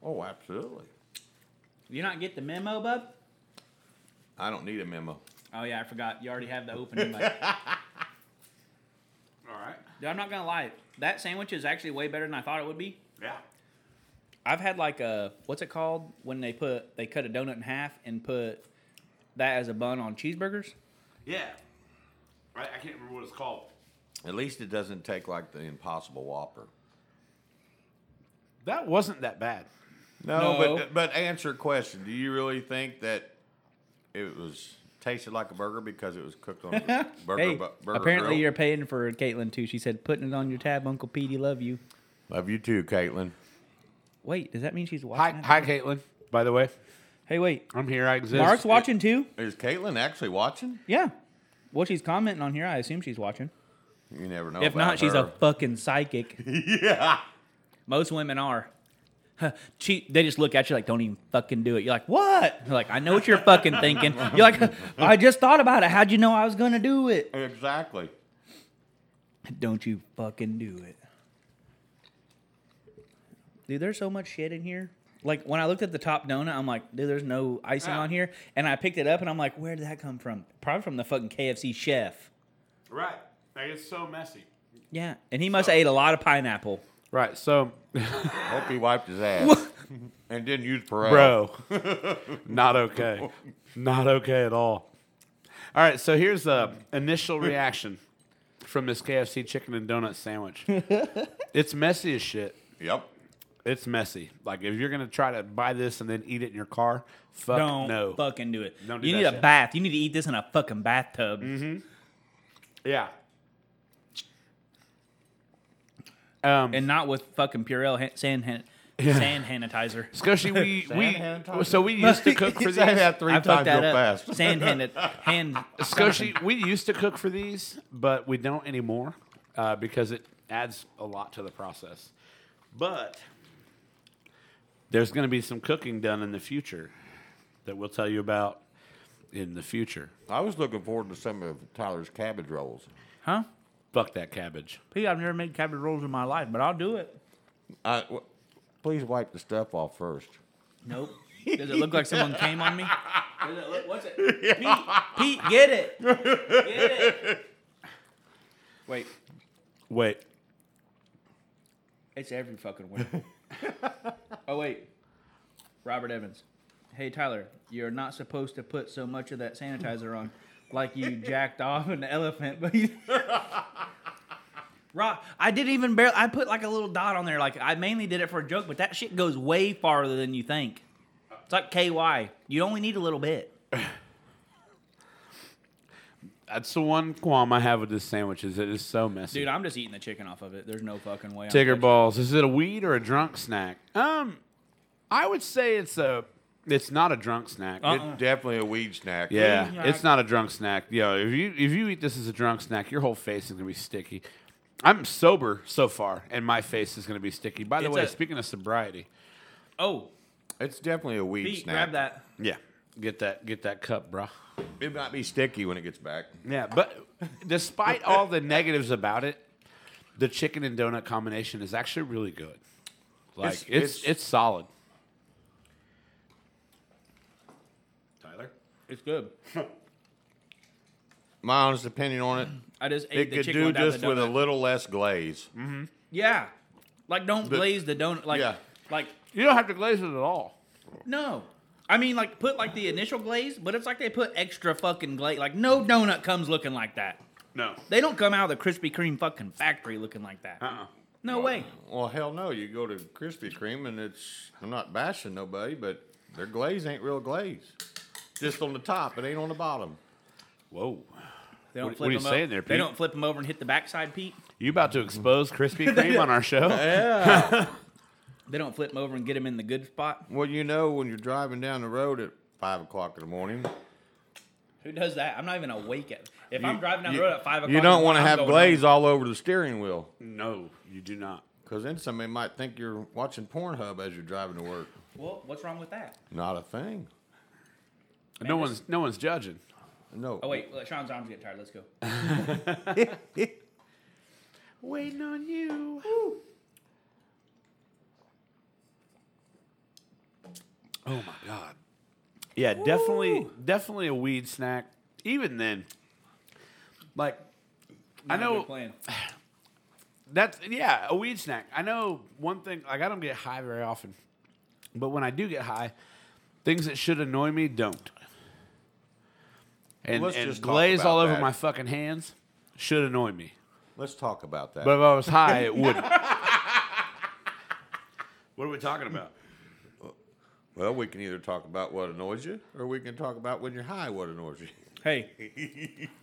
Speaker 3: Oh, absolutely.
Speaker 2: You not get the memo, bub?
Speaker 3: I don't need a memo.
Speaker 2: Oh yeah, I forgot. You already have the open invite.
Speaker 1: All right.
Speaker 2: Dude, I'm not gonna lie. That sandwich is actually way better than I thought it would be.
Speaker 1: Yeah.
Speaker 2: I've had like a what's it called when they put they cut a donut in half and put that as a bun on cheeseburgers.
Speaker 1: Yeah. I, I can't remember what it's called.
Speaker 3: At least it doesn't take like the Impossible Whopper.
Speaker 1: That wasn't that bad.
Speaker 3: No,
Speaker 2: No.
Speaker 3: but but answer a question. Do you really think that it was tasted like a burger because it was cooked on a burger?
Speaker 2: hey,
Speaker 3: bu- burger
Speaker 2: apparently
Speaker 3: grill?
Speaker 2: you're paying for Caitlin too. She said putting it on your tab, Uncle Petey, love you.
Speaker 3: love you too, Caitlin.
Speaker 2: Wait, does that mean she's
Speaker 1: Hi,
Speaker 2: watching? it?
Speaker 1: hi, Caitlin. By the way,
Speaker 2: Hey, wait,
Speaker 1: I'm here. I exist.
Speaker 2: Mark's watching too.
Speaker 3: Is Caitlin actually watching?
Speaker 2: Yeah. Well, she's commenting on here. I assume she's watching.
Speaker 3: You never know.
Speaker 2: If
Speaker 3: about
Speaker 2: not, she's a
Speaker 3: her.
Speaker 2: fucking psychic. yeah. Most women are. She, they just look at you like, don't even fucking do it. You're like, what? They're like, I know what you're fucking thinking. You're like, I just thought about it. How'd you know I was going to do it?
Speaker 3: exactly.
Speaker 2: Don't you fucking do it. Dude, there's so much shit in here. Like, when I looked at the top donut, I'm like, dude, there's no icing
Speaker 1: Yeah.
Speaker 2: on here. And I picked it up and I'm like, where did that come from? Probably from the fucking KFC chef.
Speaker 1: Right. Like it's so messy.
Speaker 2: Yeah. And he must have ate a lot of pineapple.
Speaker 1: Right. So,
Speaker 3: Hope he wiped his ass and didn't use Perel.
Speaker 1: bro, not okay. Not okay at all. All right. So here's the initial reaction from this KFC chicken and donut sandwich. it's messy as shit.
Speaker 3: Yep.
Speaker 1: It's messy. Like if you're gonna try to buy this and then eat it in your car, fuck
Speaker 2: Don't
Speaker 1: Uh, no.
Speaker 2: fucking do it.
Speaker 1: Don't do
Speaker 2: you
Speaker 1: that
Speaker 2: need a
Speaker 1: shit.
Speaker 2: bath. You need to eat this in a fucking bathtub.
Speaker 1: Yeah. Um,
Speaker 2: And not with fucking Purell ha- sand, han- sand sanitizer.
Speaker 1: Scotia, we
Speaker 3: hand
Speaker 1: we
Speaker 3: tiger.
Speaker 1: so we used to cook for
Speaker 3: Say
Speaker 1: these.
Speaker 3: that three
Speaker 2: I
Speaker 3: times
Speaker 2: fucked that
Speaker 3: real
Speaker 2: up.
Speaker 3: fast.
Speaker 2: Sand hand, hand
Speaker 1: Scotia, we used to cook for these, but we don't anymore uh, because it adds a lot to the process. But there's going to be some cooking done in the future that we'll tell you about in the future.
Speaker 3: I was looking forward to some of Tyler's cabbage rolls.
Speaker 2: Huh?
Speaker 1: Fuck that cabbage.
Speaker 2: Pete, I've never made cabbage rolls in my life, but I'll do it.
Speaker 3: I, w- please wipe the stuff off first.
Speaker 2: Nope. Does it look like someone came on me? Does it look, what's it? Pete, Pete, get it. Get it. Wait,
Speaker 1: Wait,
Speaker 2: it's every fucking winter. oh, wait. Robert Evans. Hey, Tyler, you're not supposed to put so much of that sanitizer on like you jacked off an elephant. But you... Rob, I didn't even barely, I put like a little dot on there. Like, I mainly did it for a joke, but that shit goes way farther than you think. It's like KY. You only need a little bit.
Speaker 1: that's the one qualm I have with this sandwich is it is so messy.
Speaker 2: Dude, I'm just eating the chicken off of it. There's no fucking way. I'm
Speaker 1: Tigger
Speaker 2: touching-
Speaker 1: balls. Is it a weed or a drunk snack? Um, I would say it's a. It's not a drunk snack. It-
Speaker 2: Uh-uh.
Speaker 3: Definitely a weed snack.
Speaker 1: yeah,
Speaker 2: Snack.
Speaker 1: it's not a drunk snack. Yo, if you if you eat this as a drunk snack, your whole face is gonna be sticky. I'm sober so far, and my face is gonna be sticky. By the
Speaker 2: It's
Speaker 1: way,
Speaker 2: a-
Speaker 1: speaking of sobriety,
Speaker 2: Oh,
Speaker 3: It's definitely a weed
Speaker 2: Pete,
Speaker 3: snack.
Speaker 2: grab that.
Speaker 1: yeah, get that get that cup, bruh.
Speaker 3: It might be sticky when it gets back.
Speaker 1: Yeah, but despite all the negatives about it, the chicken and donut combination is actually really good. Like
Speaker 3: It's-
Speaker 1: it's it's,
Speaker 3: it's-
Speaker 1: solid. Tyler,
Speaker 2: It's good.
Speaker 3: My honest opinion on it,
Speaker 2: I just ate
Speaker 3: it
Speaker 2: the
Speaker 3: could
Speaker 2: chicken
Speaker 3: do
Speaker 2: without
Speaker 3: just
Speaker 2: the
Speaker 3: with a
Speaker 2: donut.
Speaker 3: little less glaze.
Speaker 2: Yeah. Like don't glaze the donut like
Speaker 3: Yeah.
Speaker 2: like
Speaker 1: you don't have to glaze it at all.
Speaker 2: no. I mean like put like the initial glaze, but it's like they put extra fucking glaze. Like no donut comes looking like that.
Speaker 1: No.
Speaker 2: They don't come out of the Krispy Kreme fucking factory looking like that.
Speaker 1: Uh-uh.
Speaker 2: No way.
Speaker 3: Well, hell no. You go to Krispy Kreme and it's, I'm not bashing nobody, but their glaze ain't real glaze. Just on the top, it ain't on the bottom.
Speaker 1: Whoa.
Speaker 2: They don't
Speaker 1: What-
Speaker 2: flip
Speaker 1: what are you
Speaker 2: them
Speaker 1: saying
Speaker 2: over.
Speaker 1: there,
Speaker 2: They
Speaker 1: Pete?
Speaker 2: don't flip them over and hit the backside, Pete.
Speaker 1: You about to expose Krispy Kreme on our show?
Speaker 2: They don't flip them over and get them in the good spot.
Speaker 3: Well, you know, when you're driving down the road at five o'clock in the morning,
Speaker 2: Who does that? I'm not even awake at. If I'm driving down the road at five o'clock,
Speaker 3: You don't
Speaker 2: want to
Speaker 3: have glaze all over the steering wheel
Speaker 1: No, you do not.
Speaker 3: because then somebody might think you're watching Pornhub as you're driving to work.
Speaker 2: Well, what's wrong with that?
Speaker 3: Not a thing.
Speaker 1: no
Speaker 2: this-
Speaker 1: one's no one's judging.
Speaker 3: No.
Speaker 2: Oh wait, well, Sean's arms get tired. Let's go.
Speaker 1: Waiting on you. Oh my god. Yeah, definitely, definitely a weed snack. Even then, like I
Speaker 2: Not a good
Speaker 1: know
Speaker 2: plan.
Speaker 1: That's yeah, a weed snack. I know one thing. Like I don't get high very often, but when I do get high, things that should annoy me don't. And,
Speaker 3: Let's
Speaker 1: and
Speaker 3: just talk
Speaker 1: glaze
Speaker 3: about
Speaker 1: all over
Speaker 3: that.
Speaker 1: my fucking hands should annoy me.
Speaker 3: Let's talk about that.
Speaker 1: But if I was high, it wouldn't. what are we talking about?
Speaker 3: well, we can either talk about what annoys you, or we can talk about when you're high what annoys you.
Speaker 2: Hey,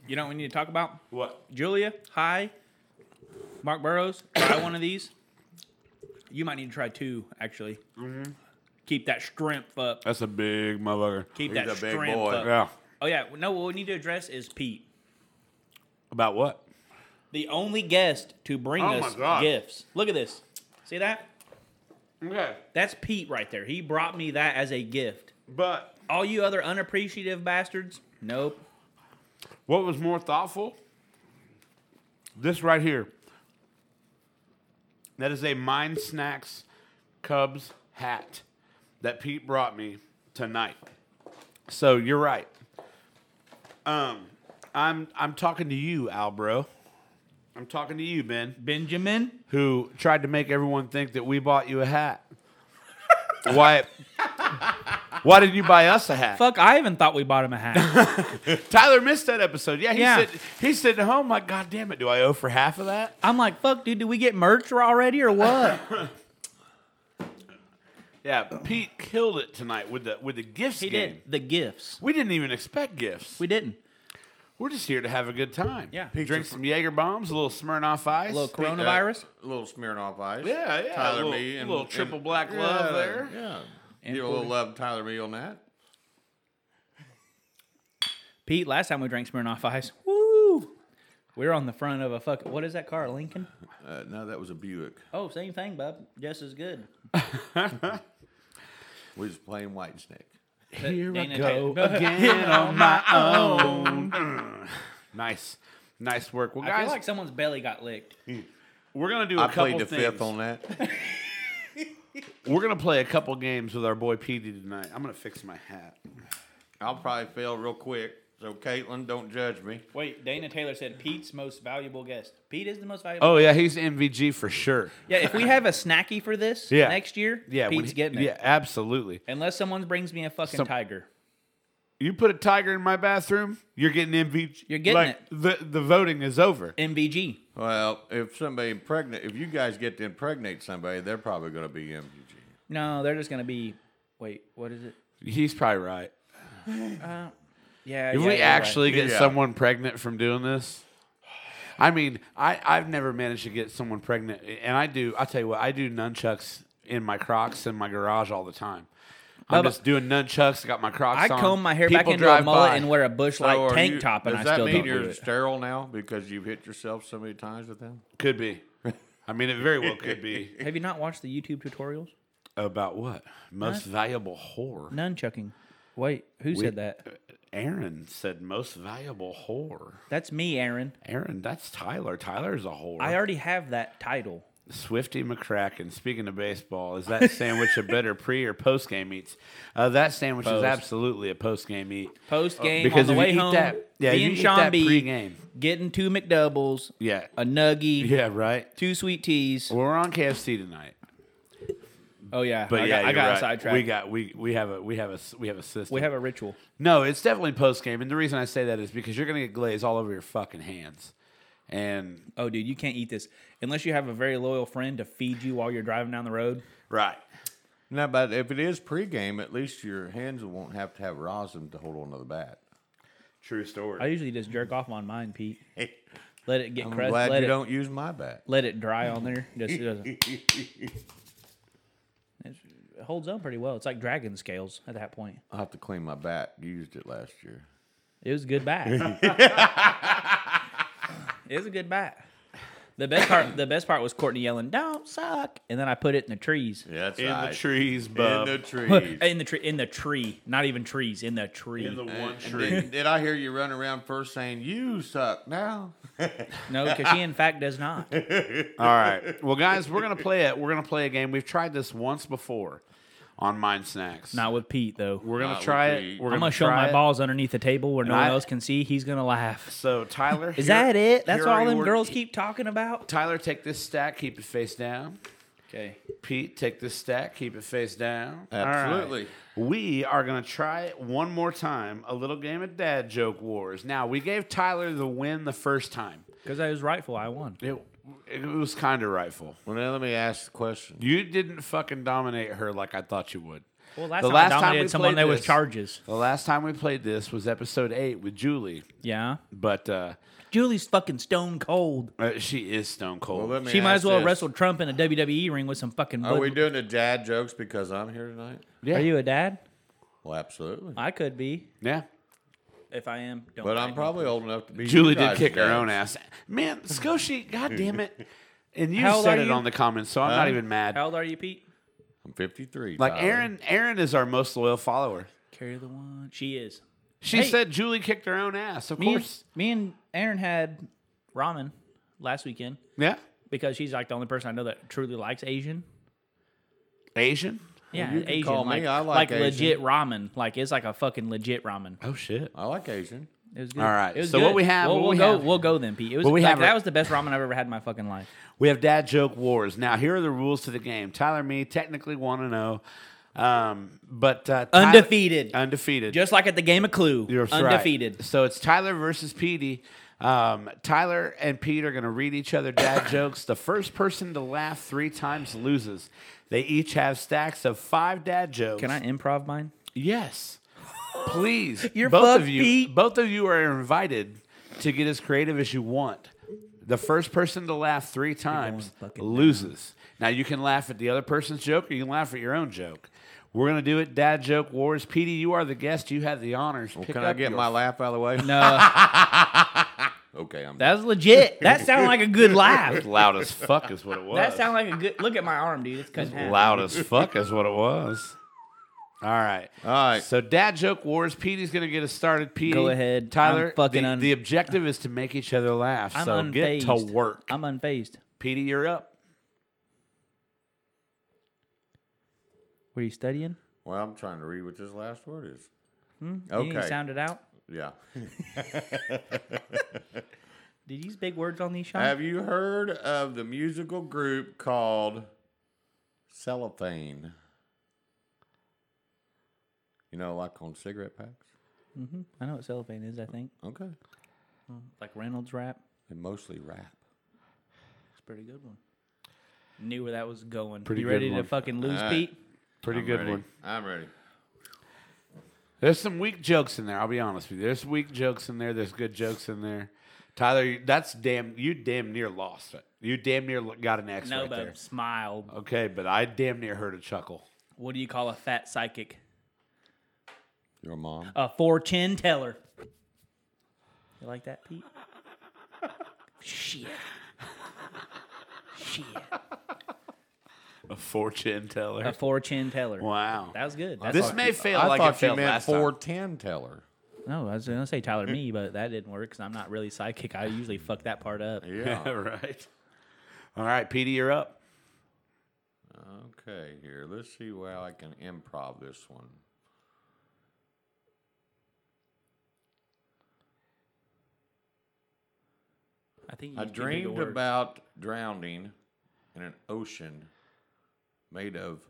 Speaker 2: you know what we need to talk about?
Speaker 1: What?
Speaker 2: Julia, hi. Mark Burrows, try one of these. You might need to try two, actually.
Speaker 1: Mm-hmm.
Speaker 2: Keep that strength up.
Speaker 1: That's a big motherfucker.
Speaker 2: Keep
Speaker 3: He's
Speaker 2: that
Speaker 3: a big
Speaker 2: strength
Speaker 3: boy.
Speaker 2: up.
Speaker 1: Yeah.
Speaker 2: Oh yeah. No, what we need to address is Pete,
Speaker 1: About what?
Speaker 2: the only guest to bring
Speaker 1: Oh my
Speaker 2: us
Speaker 1: God.
Speaker 2: gifts. Look at this. See that?
Speaker 1: Okay,
Speaker 2: That's Pete right there. He brought me that as a gift.
Speaker 1: but
Speaker 2: All you other unappreciative bastards, nope.
Speaker 1: What was more thoughtful? This right here. That is a Mind Snacks Cubs hat that Pete brought me tonight. So you're right. Um, I'm I'm talking to you, Al, bro. I'm talking to you, Ben
Speaker 2: Benjamin,
Speaker 1: who tried to make everyone think that we bought you a hat. Why? Why did you buy us a hat?
Speaker 2: fuck! I even thought we bought him a hat.
Speaker 1: Tyler missed that episode. Yeah, he's,
Speaker 2: Yeah.
Speaker 1: Sitting, he's sitting at home like, God damn it, "Oh do I owe for half of that?
Speaker 2: I'm like, fuck, dude, did we get merch already or what?
Speaker 1: Yeah, Pete killed it tonight with the with the gifts
Speaker 2: He
Speaker 1: game.
Speaker 2: did the gifts.
Speaker 1: We didn't even expect gifts.
Speaker 2: We didn't.
Speaker 1: We're just here to have a good time.
Speaker 2: Yeah.
Speaker 1: Pete drink some Jaeger bombs, a little Smirnoff Ice.
Speaker 2: A little coronavirus.
Speaker 3: A little Smirnoff Ice.
Speaker 1: Yeah, yeah,
Speaker 3: Tyler
Speaker 1: a little-
Speaker 3: Me. And,
Speaker 1: little
Speaker 3: and-
Speaker 1: triple black
Speaker 3: yeah,
Speaker 1: love there.
Speaker 3: Yeah.
Speaker 2: And
Speaker 3: Give a little love to Tyler Me on that.
Speaker 2: Pete, last time we drank Smirnoff Ice, woo, we were on the front of a fuck. What is that car? a Lincoln?
Speaker 3: Uh, no, that was a Buick.
Speaker 2: Oh, same thing, bub. Just as good.
Speaker 3: We was playing White Snake.
Speaker 1: Here
Speaker 2: Dana
Speaker 1: I go
Speaker 2: Taylor.
Speaker 1: again on my own. Mm. nice, nice work. Well,
Speaker 2: I
Speaker 1: guys,
Speaker 2: feel like someone's belly got licked.
Speaker 1: we're gonna do a
Speaker 3: I
Speaker 1: couple
Speaker 3: played the
Speaker 1: things.
Speaker 3: fifth on that.
Speaker 1: We're gonna play a couple games with our boy Petey tonight. I'm gonna fix my hat.
Speaker 3: I'll probably fail real quick. So Caitlin, don't judge me.
Speaker 2: Wait, Dana Taylor said Pete's most valuable guest. Pete is the most valuable.
Speaker 1: Oh yeah, he's MVG for sure.
Speaker 2: Yeah, if we have a snacky for this
Speaker 1: Yeah.
Speaker 2: next year,
Speaker 1: Yeah, when
Speaker 2: Pete's
Speaker 1: he-
Speaker 2: getting it.
Speaker 1: Yeah, absolutely.
Speaker 2: Unless someone brings me a fucking
Speaker 1: Some-
Speaker 2: tiger.
Speaker 1: You put a tiger in my bathroom, you're getting MVG.
Speaker 2: You're getting
Speaker 1: like,
Speaker 2: it.
Speaker 1: The the voting is over.
Speaker 2: MVG.
Speaker 3: Well, if somebody impregnate, if you guys get to impregnate somebody, they're probably going to be MVG.
Speaker 2: No, they're just gonna be. Wait, what is it?
Speaker 1: He's probably right.
Speaker 2: Yeah.
Speaker 1: If
Speaker 2: yeah,
Speaker 1: we
Speaker 2: you're right.
Speaker 1: actually get
Speaker 3: Yeah.
Speaker 1: someone pregnant from doing this, I mean, I, I've never managed to get someone pregnant. And I do, I'll tell you what, I do nunchucks in my Crocs in my garage all the time. I'm
Speaker 2: Bubba,
Speaker 1: just doing nunchucks, got my Crocs
Speaker 2: I
Speaker 1: on.
Speaker 2: comb my hair back
Speaker 1: People
Speaker 2: into a
Speaker 1: drive
Speaker 2: mullet
Speaker 1: by. "Oh,
Speaker 2: and wear a bush like
Speaker 3: So are
Speaker 2: tank
Speaker 3: you-
Speaker 2: top, and I
Speaker 3: does that
Speaker 2: still
Speaker 3: mean
Speaker 2: don't
Speaker 3: you're
Speaker 2: do it.
Speaker 3: sterile now because you've hit yourself so many times with them?
Speaker 1: Could be. I mean, it very well could be.
Speaker 2: Have you not watched the YouTube tutorials?
Speaker 1: About what? Most valuable whore.
Speaker 2: Nunchucking. Wait, who said that?
Speaker 1: Aaron said most valuable whore.
Speaker 2: That's me, Aaron.
Speaker 1: Aaron, that's Tyler. Tyler's a whore.
Speaker 2: I already have that title.
Speaker 1: Swifty McCracken. Speaking of baseball, is that sandwich a better pre or post game eats? Uh, that sandwich is
Speaker 2: Post.
Speaker 1: absolutely a post game eat.
Speaker 2: Post game
Speaker 1: Uh, because
Speaker 2: on the
Speaker 1: if you
Speaker 2: way
Speaker 1: eat
Speaker 2: home,
Speaker 1: that- yeah, if
Speaker 2: me
Speaker 1: you
Speaker 2: and
Speaker 1: eat
Speaker 2: Sean
Speaker 1: that
Speaker 2: B
Speaker 1: pre-game.
Speaker 2: getting two McDoubles,
Speaker 1: Yeah,
Speaker 2: a nuggie,
Speaker 1: yeah, Oh, right.
Speaker 2: two sweet teas.
Speaker 1: Well, we're on KFC tonight,
Speaker 2: Oh yeah,
Speaker 1: but
Speaker 2: I
Speaker 1: yeah,
Speaker 2: got, I
Speaker 1: you're
Speaker 2: got
Speaker 1: right.
Speaker 2: sidetracked.
Speaker 1: We got we we have a we have a s- we have a system.
Speaker 2: we have a ritual.
Speaker 1: No, it's definitely post game, and the reason I say that is because you're gonna get glaze all over your fucking hands, and
Speaker 2: Oh, dude, you can't eat this unless you have a very loyal friend to feed you while you're driving down the road.
Speaker 1: right.
Speaker 3: No, but if it is pregame, at least your hands won't have to have rosin to hold on to the bat.
Speaker 1: True story.
Speaker 2: I usually just jerk off on mine, Pete. Let it get
Speaker 3: I'm
Speaker 2: crusty.
Speaker 3: glad
Speaker 2: Let
Speaker 3: you
Speaker 2: it
Speaker 3: don't use my bat.
Speaker 2: let it dry on there. Just it doesn't. It's- it holds on pretty well. It's like dragon scales at that point.
Speaker 3: I'll have to clean my bat. Used it last year.
Speaker 2: It was a good bat. it was a good bat. The best part, the best part was Courtney yelling, "Don't suck!" and then I put it in the trees.
Speaker 3: Yeah, that's
Speaker 1: in
Speaker 3: right.
Speaker 1: the trees,
Speaker 3: In
Speaker 1: bub.
Speaker 3: the trees.
Speaker 2: In the tree, in the tree, not even trees, in the tree.
Speaker 1: In the one
Speaker 3: And
Speaker 1: tree.
Speaker 3: Did, did I hear you run around first saying you suck now?
Speaker 2: no, because she in fact does not.
Speaker 1: All right. Well, guys, we're gonna play it. We're gonna play a game. We've tried this once before on Mind Snacks. Uh,
Speaker 2: Not with Pete though.
Speaker 1: we're gonna
Speaker 3: Not
Speaker 1: try
Speaker 3: with
Speaker 1: it.
Speaker 3: the-
Speaker 1: We're
Speaker 2: I'm gonna show
Speaker 1: try
Speaker 2: my
Speaker 1: it.
Speaker 2: balls underneath the table where no
Speaker 1: And
Speaker 2: one
Speaker 1: I-
Speaker 2: else can see. He's gonna laugh.
Speaker 1: So Tyler,
Speaker 2: Is
Speaker 1: here-
Speaker 2: that it? That's
Speaker 1: here
Speaker 2: what
Speaker 1: are
Speaker 2: all them
Speaker 1: your- e
Speaker 2: girls keep talking about.
Speaker 1: Tyler, take this stack, keep it face down.
Speaker 2: Okay.
Speaker 1: Pete, take this stack, keep it face down. All right.
Speaker 3: Absolutely.
Speaker 1: We are going to try it one more time a little game of dad joke wars. Now, we gave Tyler the win the first time.
Speaker 2: Because I was rightful. I won.
Speaker 1: It, it was kind of rightful.
Speaker 3: Well, now let me ask the question.
Speaker 1: You didn't fucking dominate her like I thought you would.
Speaker 2: Well, last
Speaker 1: The
Speaker 2: time
Speaker 1: last
Speaker 2: I
Speaker 1: time
Speaker 2: dominated
Speaker 1: we
Speaker 2: someone,
Speaker 1: played
Speaker 2: there was
Speaker 1: this-
Speaker 2: charges.
Speaker 1: The last time we played this was episode eight with Julie,
Speaker 2: Yeah.
Speaker 1: but uh,
Speaker 2: Julie's fucking stone cold.
Speaker 1: uh, she is stone
Speaker 3: Well,
Speaker 1: cold.
Speaker 3: let me
Speaker 2: She might
Speaker 3: ask
Speaker 2: as well
Speaker 3: this.
Speaker 2: wrestle Trump in a WWE ring with some fucking.
Speaker 3: Are
Speaker 2: blood-
Speaker 3: we doing the dad jokes because I'm here tonight?
Speaker 1: yeah,
Speaker 2: Are you a dad?
Speaker 3: Well, absolutely.
Speaker 2: I could be.
Speaker 1: yeah.
Speaker 2: If I am, don't.
Speaker 3: But
Speaker 2: fight
Speaker 3: I'm
Speaker 2: me.
Speaker 3: probably old enough to be.
Speaker 1: Julie
Speaker 3: you
Speaker 1: did
Speaker 3: guys'
Speaker 1: kick her
Speaker 3: dads.
Speaker 1: own ass. Man, Scoshi, god damn it. And you
Speaker 2: How old
Speaker 1: said
Speaker 2: are
Speaker 1: it
Speaker 2: you?
Speaker 1: on the comments, so I'm not even mad.
Speaker 2: How old are you, Pete?
Speaker 3: I'm 53.
Speaker 1: Like
Speaker 3: Tyler.
Speaker 1: Aaron, Aaron is our most loyal follower.
Speaker 2: Carry the one. She is.
Speaker 1: She
Speaker 2: Hey.
Speaker 1: said Julie kicked her own ass. Of
Speaker 2: Me,
Speaker 1: course.
Speaker 2: me and Aaron had ramen last weekend
Speaker 1: Yeah.
Speaker 2: because she's like the only person I know that truly likes Asian.
Speaker 1: Asian.
Speaker 2: Yeah,
Speaker 3: you can
Speaker 2: Asian.
Speaker 3: call me.
Speaker 2: like,
Speaker 3: I like Asian.
Speaker 2: legit ramen. Like it's like a fucking legit ramen.
Speaker 1: Oh shit.
Speaker 3: I like Asian.
Speaker 2: It was good.
Speaker 1: All right,
Speaker 2: It was
Speaker 1: so what
Speaker 2: good.
Speaker 1: we have-
Speaker 2: We'll,
Speaker 1: what
Speaker 2: we'll
Speaker 1: we
Speaker 2: go.
Speaker 1: have-
Speaker 2: We'll go then, Pete. It was
Speaker 1: What we
Speaker 2: like,
Speaker 1: have are-
Speaker 2: that was the best ramen I've ever had in my fucking life.
Speaker 1: We have dad joke wars. Now here are the rules to the game. Tyler, me technically want to know, um, but uh, Tyler-
Speaker 2: Undefeated.
Speaker 1: undefeeded.
Speaker 2: Just like at the game of Clue,
Speaker 1: You're right.
Speaker 2: undefeated.
Speaker 1: So it's Tyler versus Petey. Um, Tyler and Pete are going to read each other dad jokes. The first person to laugh three times loses. They each have stacks of five dad jokes.
Speaker 2: Can I improv mine?
Speaker 1: Yes. Please.
Speaker 2: You're
Speaker 1: both
Speaker 2: fucked,
Speaker 1: of you
Speaker 2: Pete.
Speaker 1: both of you are invited to get as creative as you want. The first person to laugh three times
Speaker 2: fucking down.
Speaker 1: loses. Now you can laugh at the other person's joke or you can laugh at your own joke. We're gonna do it, Dad Joke Wars. Petey, you are the guest. You have the honors. Pick
Speaker 3: Can I
Speaker 1: up
Speaker 3: get
Speaker 1: your-
Speaker 3: my laugh out of the way?
Speaker 2: No,
Speaker 3: Okay, I'm.
Speaker 2: that was legit. That sounded like a good laugh.
Speaker 1: loud as fuck is what it was.
Speaker 2: That sounded like a good. Look at my arm, dude. It's cut in half.
Speaker 1: loud as fuck is what it was. All right.
Speaker 3: All right.
Speaker 1: So dad joke wars. Petey's gonna get us started. Petey,
Speaker 2: Go ahead.
Speaker 1: Tyler.
Speaker 2: I'm fucking
Speaker 1: the,
Speaker 2: un-
Speaker 1: the objective is to make each other laugh.
Speaker 2: I'm
Speaker 1: so
Speaker 2: unfazed.
Speaker 1: get to work.
Speaker 2: I'm unfazed.
Speaker 1: Petey, you're up.
Speaker 2: Were you studying?
Speaker 3: Well, I'm trying to read what this last word is.
Speaker 1: Hmm,
Speaker 2: You didn't
Speaker 3: Okay.
Speaker 2: sound it out.
Speaker 3: Yeah.
Speaker 2: Did you use big words on these shots?
Speaker 3: Have you heard of the musical group called Cellophane? You know, like on cigarette packs?
Speaker 2: I know what cellophane is. I think
Speaker 3: Okay.
Speaker 2: like Reynolds wrap.
Speaker 3: They mostly rap.
Speaker 2: It's a pretty good one. Knew where that was going.
Speaker 1: Pretty
Speaker 2: you
Speaker 1: good
Speaker 2: ready
Speaker 1: one.
Speaker 2: to fucking lose,
Speaker 3: All right.
Speaker 2: Pete?
Speaker 1: Pretty
Speaker 3: I'm
Speaker 1: good
Speaker 3: ready.
Speaker 1: one.
Speaker 3: I'm ready.
Speaker 1: There's some weak jokes in there. I'll be honest with you. There's weak jokes in there. There's good jokes in there. Tyler, you- that's damn. You damn near lost it. You damn near got an X
Speaker 2: No,
Speaker 1: right
Speaker 2: but
Speaker 1: there.
Speaker 2: smile.
Speaker 1: Okay, but I damn near heard a chuckle.
Speaker 2: What do you call a fat psychic?
Speaker 3: Your mom.
Speaker 2: A fortune teller. You like that, Pete? Shit. Shit.
Speaker 1: A fortune teller.
Speaker 2: A fortune teller.
Speaker 1: wow.
Speaker 2: That was good. That's
Speaker 1: this
Speaker 2: all-
Speaker 1: may fail
Speaker 3: I
Speaker 1: like
Speaker 3: thought
Speaker 1: it
Speaker 3: you
Speaker 1: failed
Speaker 3: meant
Speaker 1: last time.
Speaker 3: 410 teller.
Speaker 2: no, I was gonna say Tyler me, but that didn't work because I'm not really psychic. I usually fuck that part up.
Speaker 1: Yeah, right. All right, Petey, you're up.
Speaker 3: Okay, here. Let's see where I can improv this one.
Speaker 2: I think you
Speaker 3: I
Speaker 2: can do bigger
Speaker 3: dreamed
Speaker 2: words.
Speaker 3: about drowning in an ocean made of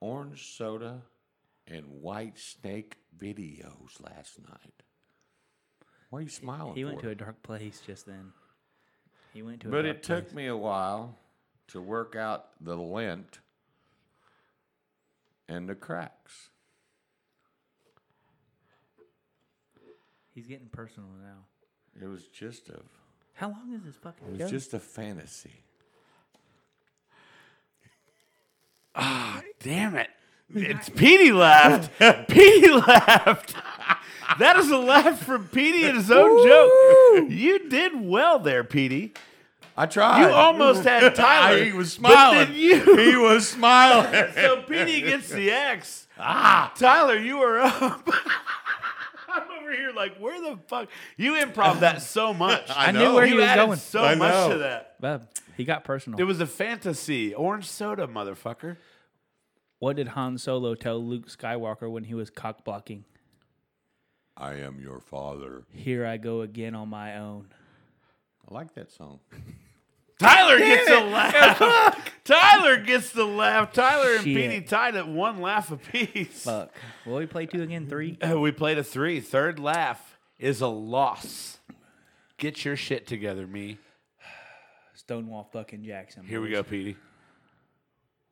Speaker 3: orange soda and white snake videos last night. Why are you smiling?
Speaker 2: He went
Speaker 3: for?
Speaker 2: to a dark place just then. He went to. a
Speaker 3: But
Speaker 2: dark
Speaker 3: it took
Speaker 2: place.
Speaker 3: me a while to work out the lint and the cracks.
Speaker 2: He's getting personal now.
Speaker 3: It was just a
Speaker 2: How long is this fucking?
Speaker 3: it was
Speaker 2: show?
Speaker 3: just a fantasy.
Speaker 1: Damn it. It's Petey left. Petey left. That is a laugh from Petey and his own joke. You did well there, Petey.
Speaker 3: I tried.
Speaker 1: You almost had Tyler.
Speaker 3: he was
Speaker 1: But
Speaker 3: smiling.
Speaker 1: then you.
Speaker 3: He was smiling.
Speaker 1: So Petey gets the X. Ah, Tyler, you are up. I'm over here like, where the fuck? You improv that so much.
Speaker 2: I knew where he
Speaker 1: you
Speaker 2: was
Speaker 1: added
Speaker 2: going.
Speaker 1: so
Speaker 3: I
Speaker 1: much
Speaker 3: know.
Speaker 1: to that.
Speaker 2: Bub, he got personal.
Speaker 1: It was a fantasy. Orange soda, motherfucker.
Speaker 2: what did Han Solo tell Luke Skywalker when he was cock blocking?
Speaker 3: I am your father.
Speaker 2: Here I go again on my own.
Speaker 3: I like that song.
Speaker 1: Tyler gets a laugh. Tyler gets the laugh. Tyler and
Speaker 2: Shit. Uh.
Speaker 1: Petey tied at one laugh apiece.
Speaker 2: Fuck. Will we play two again? Three?
Speaker 1: Uh, We played a three. Third laugh is a loss. Get your shit together, me.
Speaker 2: Stonewall fucking Jackson.
Speaker 1: Here we
Speaker 2: boys.
Speaker 1: go, Petey.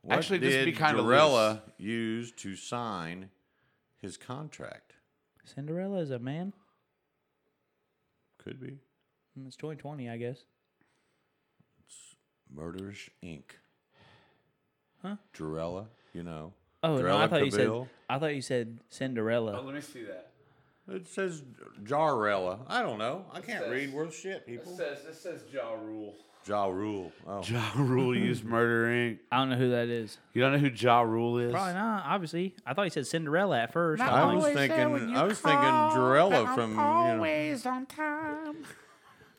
Speaker 3: What
Speaker 1: Actually,
Speaker 3: did
Speaker 1: just be kinda
Speaker 3: Jarella use to sign his contract?
Speaker 2: Cinderella is a man.
Speaker 3: Could be
Speaker 2: Mm, It's 2020, I guess.
Speaker 3: Murders Inc. Huh? Jarella, you know.
Speaker 2: Oh, no, I
Speaker 3: Jarella
Speaker 2: thought you
Speaker 3: Cavill.
Speaker 2: said I thought you said Cinderella.
Speaker 1: Oh, let me see that.
Speaker 3: It says Jarella. I don't know. I can't read worth shit, people.
Speaker 1: says this says Jaw Rule.
Speaker 3: Ja Rule. Oh.
Speaker 1: Ja Rule used Murder Inc.
Speaker 2: I don't know who that is.
Speaker 1: You don't know who Ja Rule is?
Speaker 2: Probably not, obviously. I thought you said Cinderella at first.
Speaker 3: I
Speaker 2: I'm
Speaker 3: was
Speaker 2: like,
Speaker 3: thinking. I was thinking Jarella from. You know,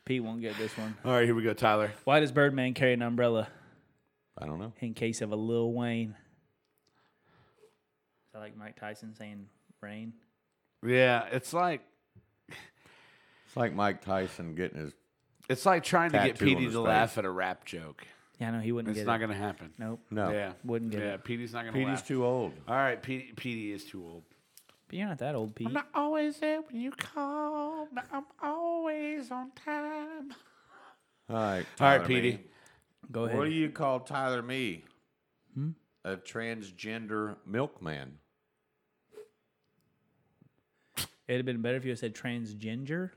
Speaker 2: Pete won't get this one.
Speaker 1: All right, here we go, Tyler.
Speaker 2: Why does Birdman carry an umbrella
Speaker 3: I don't know.
Speaker 2: in case of a Lil Wayne? Is that like Mike Tyson saying rain?
Speaker 1: Yeah, it's like
Speaker 3: It's like Mike Tyson getting his.
Speaker 1: it's like trying to get
Speaker 3: Tattoo on
Speaker 1: Petey
Speaker 3: his
Speaker 1: to
Speaker 3: face.
Speaker 1: laugh at a rap joke.
Speaker 2: Yeah, no, he wouldn't
Speaker 1: It's
Speaker 2: get
Speaker 1: not
Speaker 2: it.
Speaker 1: gonna happen.
Speaker 2: Nope.
Speaker 3: No.
Speaker 1: Yeah,
Speaker 2: Wouldn't get
Speaker 1: yeah,
Speaker 2: it.
Speaker 1: Petey's not gonna
Speaker 3: Petey's
Speaker 1: laugh.
Speaker 3: too old.
Speaker 1: All right, Petey, Petey is too old.
Speaker 2: But you're not that old, Pete.
Speaker 1: not always there when you call. I'm always on time.
Speaker 3: All right.
Speaker 1: All right,
Speaker 3: Tyler
Speaker 1: Petey.
Speaker 3: Meade.
Speaker 2: Go ahead.
Speaker 3: What do you call Tyler Me? A transgender milkman.
Speaker 2: It'd have been better if you had said transgender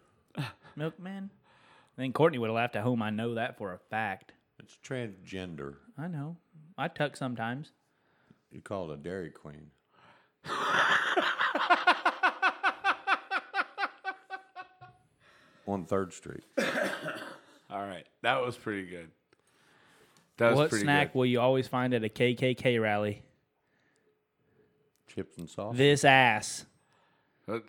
Speaker 2: milkman. I think Courtney would have laughed at home. I know that for a fact.
Speaker 3: It's transgender.
Speaker 2: I know. I tuck sometimes.
Speaker 3: You call it a Dairy Queen. On Third Street.
Speaker 1: All right, that was pretty good. That was
Speaker 2: what
Speaker 1: pretty
Speaker 2: snack
Speaker 1: good.
Speaker 2: will you always find at a KKK rally?
Speaker 3: Chips and sauce.
Speaker 2: This ass.
Speaker 1: Uh, th-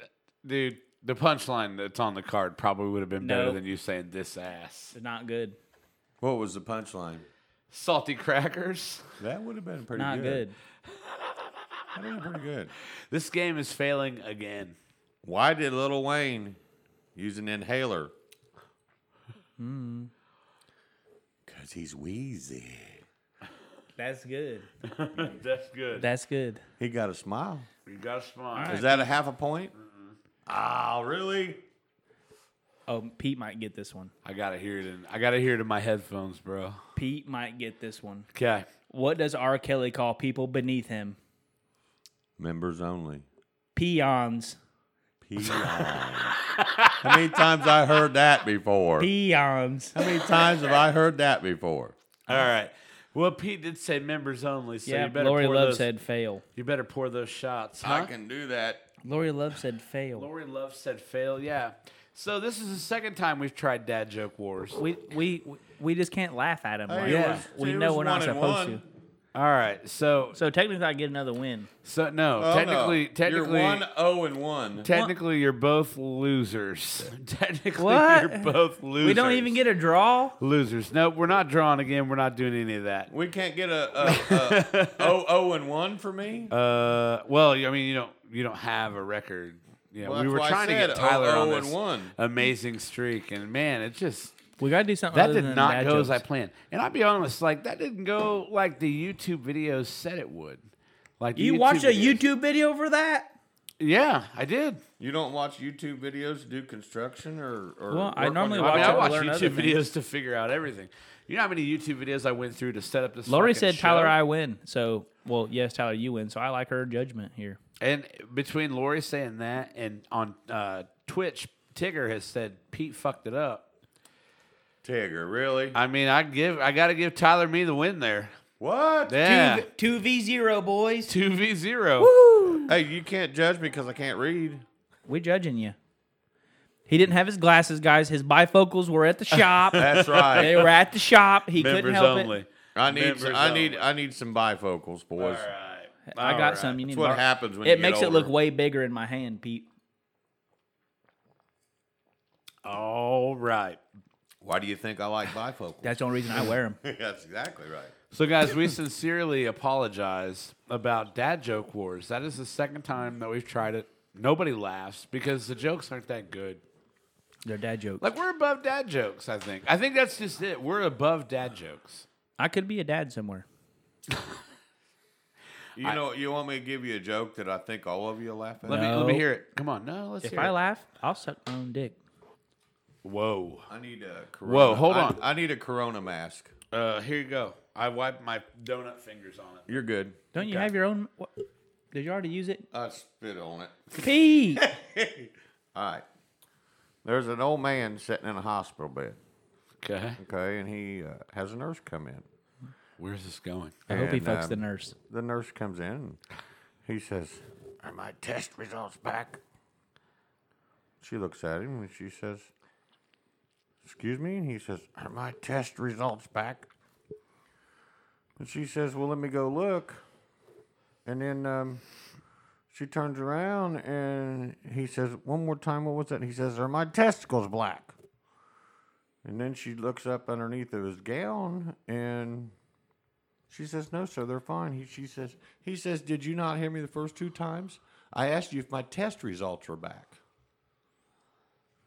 Speaker 1: Dude, the punchline that's on the card probably would have been better
Speaker 2: No.
Speaker 1: than you saying this ass.
Speaker 2: It's not good.
Speaker 3: What was the punchline?
Speaker 1: Salty crackers.
Speaker 3: That would have been pretty
Speaker 2: Not
Speaker 3: good.
Speaker 2: good.
Speaker 3: That would have been pretty good.
Speaker 1: This game is failing again.
Speaker 3: Why did Little Wayne use an inhaler? Hmm. Because he's wheezy.
Speaker 2: That's good.
Speaker 1: That's good.
Speaker 2: That's good.
Speaker 3: He got a smile.
Speaker 1: You got a smile.
Speaker 3: Is that a half a point? Ah, really?
Speaker 2: Oh, Pete might get this one.
Speaker 1: I gotta hear it in I gotta hear it in my headphones, bro.
Speaker 2: Pete might get this one.
Speaker 1: Okay.
Speaker 2: What does R. Kelly call people beneath him?
Speaker 3: Members only.
Speaker 2: Peons.
Speaker 3: Peons. How many times I heard that before?
Speaker 2: Peons.
Speaker 3: How many times have I heard that before?
Speaker 1: All right. Well, Pete did say members only, so
Speaker 2: yeah,
Speaker 1: you better
Speaker 2: Lori
Speaker 1: pour
Speaker 2: Love
Speaker 1: those,
Speaker 2: said fail.
Speaker 1: you better pour those shots.
Speaker 3: I
Speaker 1: huh?
Speaker 3: can do that.
Speaker 2: Lori Love said fail.
Speaker 1: Lori Love said fail. Yeah. So this is the second time we've tried dad joke wars.
Speaker 2: We we we just can't laugh at him. Like,
Speaker 1: Yeah.
Speaker 2: we know we're not supposed to.
Speaker 1: All right. So
Speaker 2: So technically, I get another win.
Speaker 1: so no, technically technically
Speaker 3: Oh, you're one zero and one.
Speaker 1: technically you're both losers. technically
Speaker 2: What?
Speaker 1: you're both losers.
Speaker 2: We don't even get a draw.
Speaker 1: losers. No, we're not drawing again. We're not doing any of that.
Speaker 3: We can't get a, a, a oh oh and one for me.
Speaker 1: Uh, well, I mean, you don't you don't have a record. Yeah,
Speaker 3: Well,
Speaker 1: we
Speaker 3: that's
Speaker 1: were
Speaker 3: why I
Speaker 1: trying to
Speaker 3: said
Speaker 1: get Tyler
Speaker 3: 0-0
Speaker 1: on
Speaker 3: and
Speaker 1: this
Speaker 3: one.
Speaker 1: amazing streak, and man, it just
Speaker 2: We gotta do something.
Speaker 1: that
Speaker 2: other
Speaker 1: did
Speaker 2: than
Speaker 1: not
Speaker 2: bad
Speaker 1: go as I
Speaker 2: jokes.
Speaker 1: planned. And I'll be honest, like that didn't go like the YouTube videos said it would. Like the
Speaker 2: You watch a
Speaker 1: videos-
Speaker 2: YouTube video for that?
Speaker 1: Yeah, I did.
Speaker 3: you don't watch YouTube videos to do construction or or.
Speaker 2: Well, I
Speaker 3: work on
Speaker 2: normally
Speaker 3: your
Speaker 1: I
Speaker 2: watch
Speaker 1: mean,
Speaker 2: it
Speaker 1: I
Speaker 2: to
Speaker 1: watched
Speaker 2: learn other
Speaker 1: YouTube
Speaker 2: things.
Speaker 1: videos to figure out everything. You know how many YouTube videos I went through to set up this.
Speaker 2: Lori
Speaker 1: fucking
Speaker 2: said,
Speaker 1: show?
Speaker 2: "Tyler, I win." So, well, yes, Tyler, you win. So I like her judgment here.
Speaker 1: And between Lori saying that and on uh, Twitch, Tigger has said Pete fucked it up.
Speaker 3: Tigger, really?
Speaker 1: I mean, I give I got to give Tyler me the win there.
Speaker 3: what?
Speaker 1: Yeah,
Speaker 2: two v zero boys.
Speaker 1: two v zero.
Speaker 3: Hey, you can't judge me because I can't read.
Speaker 2: we judging you. He didn't have his glasses, guys. His bifocals were at the shop.
Speaker 3: That's right.
Speaker 2: they were at the shop. He couldn't
Speaker 1: Members
Speaker 2: help
Speaker 1: only.
Speaker 2: it.
Speaker 3: I need
Speaker 1: Members
Speaker 3: some, I need
Speaker 1: only.
Speaker 3: I need some bifocals, boys.
Speaker 1: All right.
Speaker 2: I
Speaker 1: All
Speaker 2: got
Speaker 1: right.
Speaker 2: some. You need
Speaker 3: That's what
Speaker 2: to borrow-
Speaker 3: happens when
Speaker 2: it
Speaker 3: you get
Speaker 2: makes it look
Speaker 3: older.
Speaker 2: way bigger in my hand, Pete.
Speaker 1: All right.
Speaker 3: Why do you think I like bifocals?
Speaker 2: That's the only reason I wear them.
Speaker 3: That's exactly right.
Speaker 1: So, guys, we sincerely apologize about dad joke wars. That is the second time that we've tried it. Nobody laughs because the jokes aren't that good.
Speaker 2: They're dad jokes.
Speaker 1: Like we're above dad jokes. I think. I think that's just it. We're above dad jokes.
Speaker 2: I could be a dad somewhere.
Speaker 3: You know, you want me to give you a joke that I think all of you laugh at?
Speaker 1: Let me let me
Speaker 2: No.
Speaker 1: hear it. Come on. No, let's
Speaker 2: If
Speaker 1: hear
Speaker 2: I
Speaker 1: it.
Speaker 2: laugh, I'll suck my own dick.
Speaker 1: Whoa.
Speaker 3: I need a corona.
Speaker 1: Whoa, hold
Speaker 3: I-
Speaker 1: on.
Speaker 3: I, need a corona mask.
Speaker 1: Uh, here you go. I wipe my donut fingers on it.
Speaker 3: You're good.
Speaker 2: Don't you have your own? What, did you already use it?
Speaker 3: I spit on it.
Speaker 2: Pete.
Speaker 3: All right. There's an old man sitting in a hospital bed,
Speaker 1: Okay.
Speaker 3: okay, and he uh, has a nurse come in.
Speaker 1: Where's this going?
Speaker 2: I hope he
Speaker 3: And,
Speaker 2: fucks the
Speaker 3: um,
Speaker 2: nurse.
Speaker 3: The nurse comes in. And he says, Are my test results back? She looks at him and she says, Excuse me? And he says, Are my test results back? And she says, Well, let me go look. And then um, she turns around and he says, One more time, what was that? And he says, Are my testicles black? And then she looks up underneath of his gown and she says, "No, sir, they're fine." He, she says, "He says, did you not hear me the first two times? I asked you if my test results were back."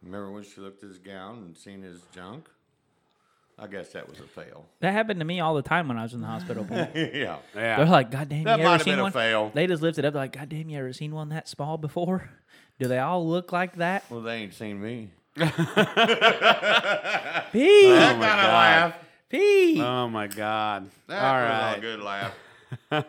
Speaker 3: Remember when she looked at his gown and seen his junk? I guess that was a fail.
Speaker 2: That happened to me all the time when I was in the hospital. Pete.
Speaker 3: yeah.
Speaker 2: They're
Speaker 1: Yeah.
Speaker 2: like, God damn,
Speaker 3: That
Speaker 2: you
Speaker 3: might
Speaker 2: ever
Speaker 3: have
Speaker 2: seen
Speaker 3: been a
Speaker 2: one?
Speaker 3: fail.
Speaker 2: They just lifted up. They're like, God damn, you ever seen one that small before? Do they all look like that?
Speaker 3: Well, they ain't seen me.
Speaker 2: Pete,
Speaker 3: That kind of laugh.
Speaker 2: Pete.
Speaker 1: Oh my god.
Speaker 3: That
Speaker 1: All
Speaker 3: was
Speaker 1: right.
Speaker 3: a good laugh.
Speaker 2: all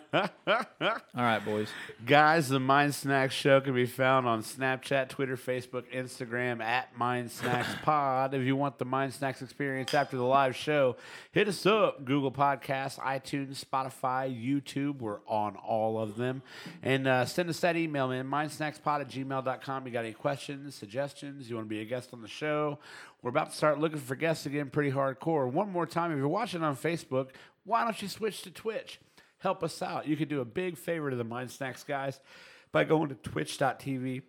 Speaker 2: right, boys.
Speaker 1: Guys, the Mind Snacks Show can be found on Snapchat, Twitter, Facebook, Instagram at Mind Snacks Pod. If you want the Mind Snacks experience after the live show, hit us up. Google Podcasts, iTunes, Spotify, YouTube. We're on all of them. And uh, send us that email, man. MindSnacksPod at gmail.com. You got any questions, suggestions? You want to be a guest on the show? We're about to start looking for guests again pretty hardcore. One more time, if you're watching on Facebook, why don't you switch to Twitch? help us out. You could do a big favor to the Mind Snacks guys by going to twitch.tv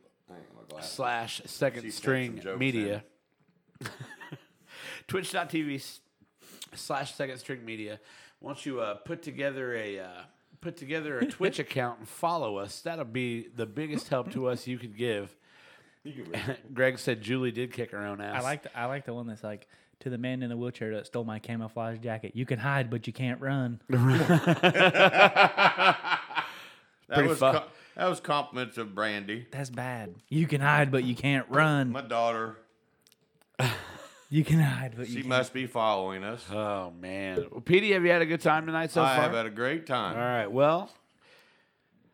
Speaker 1: slash second
Speaker 3: She sent some
Speaker 1: string
Speaker 3: jokes
Speaker 1: media. twitch.tv s- slash second string media. Once you uh, put together a uh, put together a Twitch account and follow us, that'll be the biggest help to us you could give. Greg said Julie did kick her own ass.
Speaker 2: I like the, I like the one that's like to the man in the wheelchair that stole my camouflage jacket. You can hide, but you can't run.
Speaker 3: That
Speaker 1: Pretty
Speaker 3: was
Speaker 1: fu-
Speaker 3: co- that was compliments of Brandy,
Speaker 2: That's bad. You can hide, but you can't run.
Speaker 3: my daughter.
Speaker 2: You can hide, but you
Speaker 3: She
Speaker 2: can't.
Speaker 3: must be following us.
Speaker 1: Oh man, well, Petey, have you had a good time tonight so
Speaker 3: I
Speaker 1: far?
Speaker 3: have had a great time.
Speaker 1: All right, well,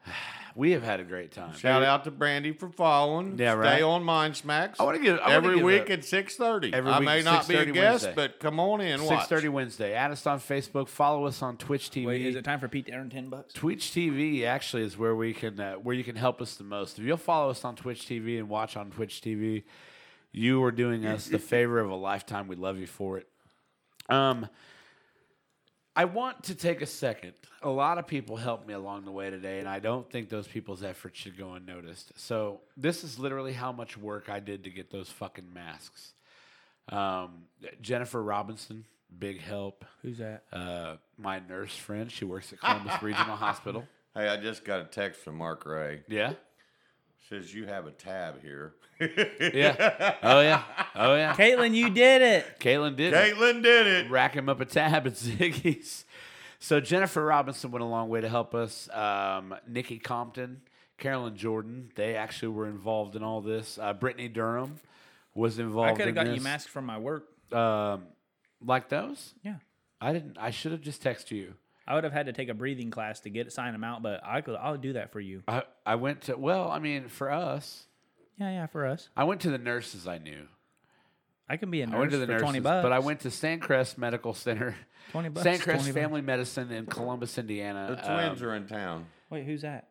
Speaker 1: we have had a great time.
Speaker 3: Shout out to Brandy for following.
Speaker 1: Yeah,
Speaker 3: Stay
Speaker 1: right.
Speaker 3: on Mind Smacks.
Speaker 1: I wanna give- I wanna
Speaker 3: every
Speaker 1: give
Speaker 3: week
Speaker 1: a-
Speaker 3: at six thirty.
Speaker 1: Every
Speaker 3: I
Speaker 1: week
Speaker 3: may
Speaker 1: at
Speaker 3: not be a
Speaker 1: 6:30
Speaker 3: guest,
Speaker 1: Wednesday.
Speaker 3: but come on in.
Speaker 1: Six
Speaker 3: Watch.
Speaker 1: thirty Wednesday. Add us on Facebook. Follow us on Twitch TV.
Speaker 2: Wait, is it time for Pete to earn ten bucks?
Speaker 1: Twitch TV actually is where we can uh, where you can help us the most. If you'll follow us on Twitch TV and watch on Twitch TV, you are doing us the favor of a lifetime. We love you for it. Um, I want to take a second. A lot of people helped me along the way today, and I don't think those people's efforts should go unnoticed. So this is literally how much work I did to get those fucking masks. Um, Jennifer Robinson, big help
Speaker 2: Who's that?
Speaker 1: uh, my nurse friend. She works at Columbus Regional Hospital.
Speaker 3: Hey, I just got a text from Mark Ray.
Speaker 1: Yeah.
Speaker 3: Says you have a tab here.
Speaker 1: Yeah. Oh, yeah. Oh, yeah.
Speaker 2: Caitlin, you did it.
Speaker 1: Caitlin did it.
Speaker 3: Caitlin did it.
Speaker 1: rack him up a tab at Ziggy's. So Jennifer Robinson went a long way to help us. Um, Nikki Compton, Carolyn Jordan, they actually were involved in all this. Uh, Brittany Durham was involved.
Speaker 2: I could
Speaker 1: in
Speaker 2: have got you
Speaker 1: this.
Speaker 2: masks from my work.
Speaker 1: Um, like those?
Speaker 2: Yeah.
Speaker 1: I didn't. I should have just texted you.
Speaker 2: I would have had to take a breathing class to get sign them out, but I could. I'll do that for you.
Speaker 1: I I went to. Well, I mean, for us,
Speaker 2: Yeah, yeah, for us.
Speaker 1: I went to the nurses I knew.
Speaker 2: I can be a nurse
Speaker 1: I went to the
Speaker 2: for
Speaker 1: nurses,
Speaker 2: twenty bucks.
Speaker 1: but I went to Sandcrest Medical Center,
Speaker 2: twenty bucks.
Speaker 1: Sandcrest
Speaker 2: 20 bucks.
Speaker 1: Family Medicine in Columbus,
Speaker 3: The
Speaker 1: Indiana.
Speaker 3: twins
Speaker 1: Um,
Speaker 3: are in town.
Speaker 2: Wait, who's that?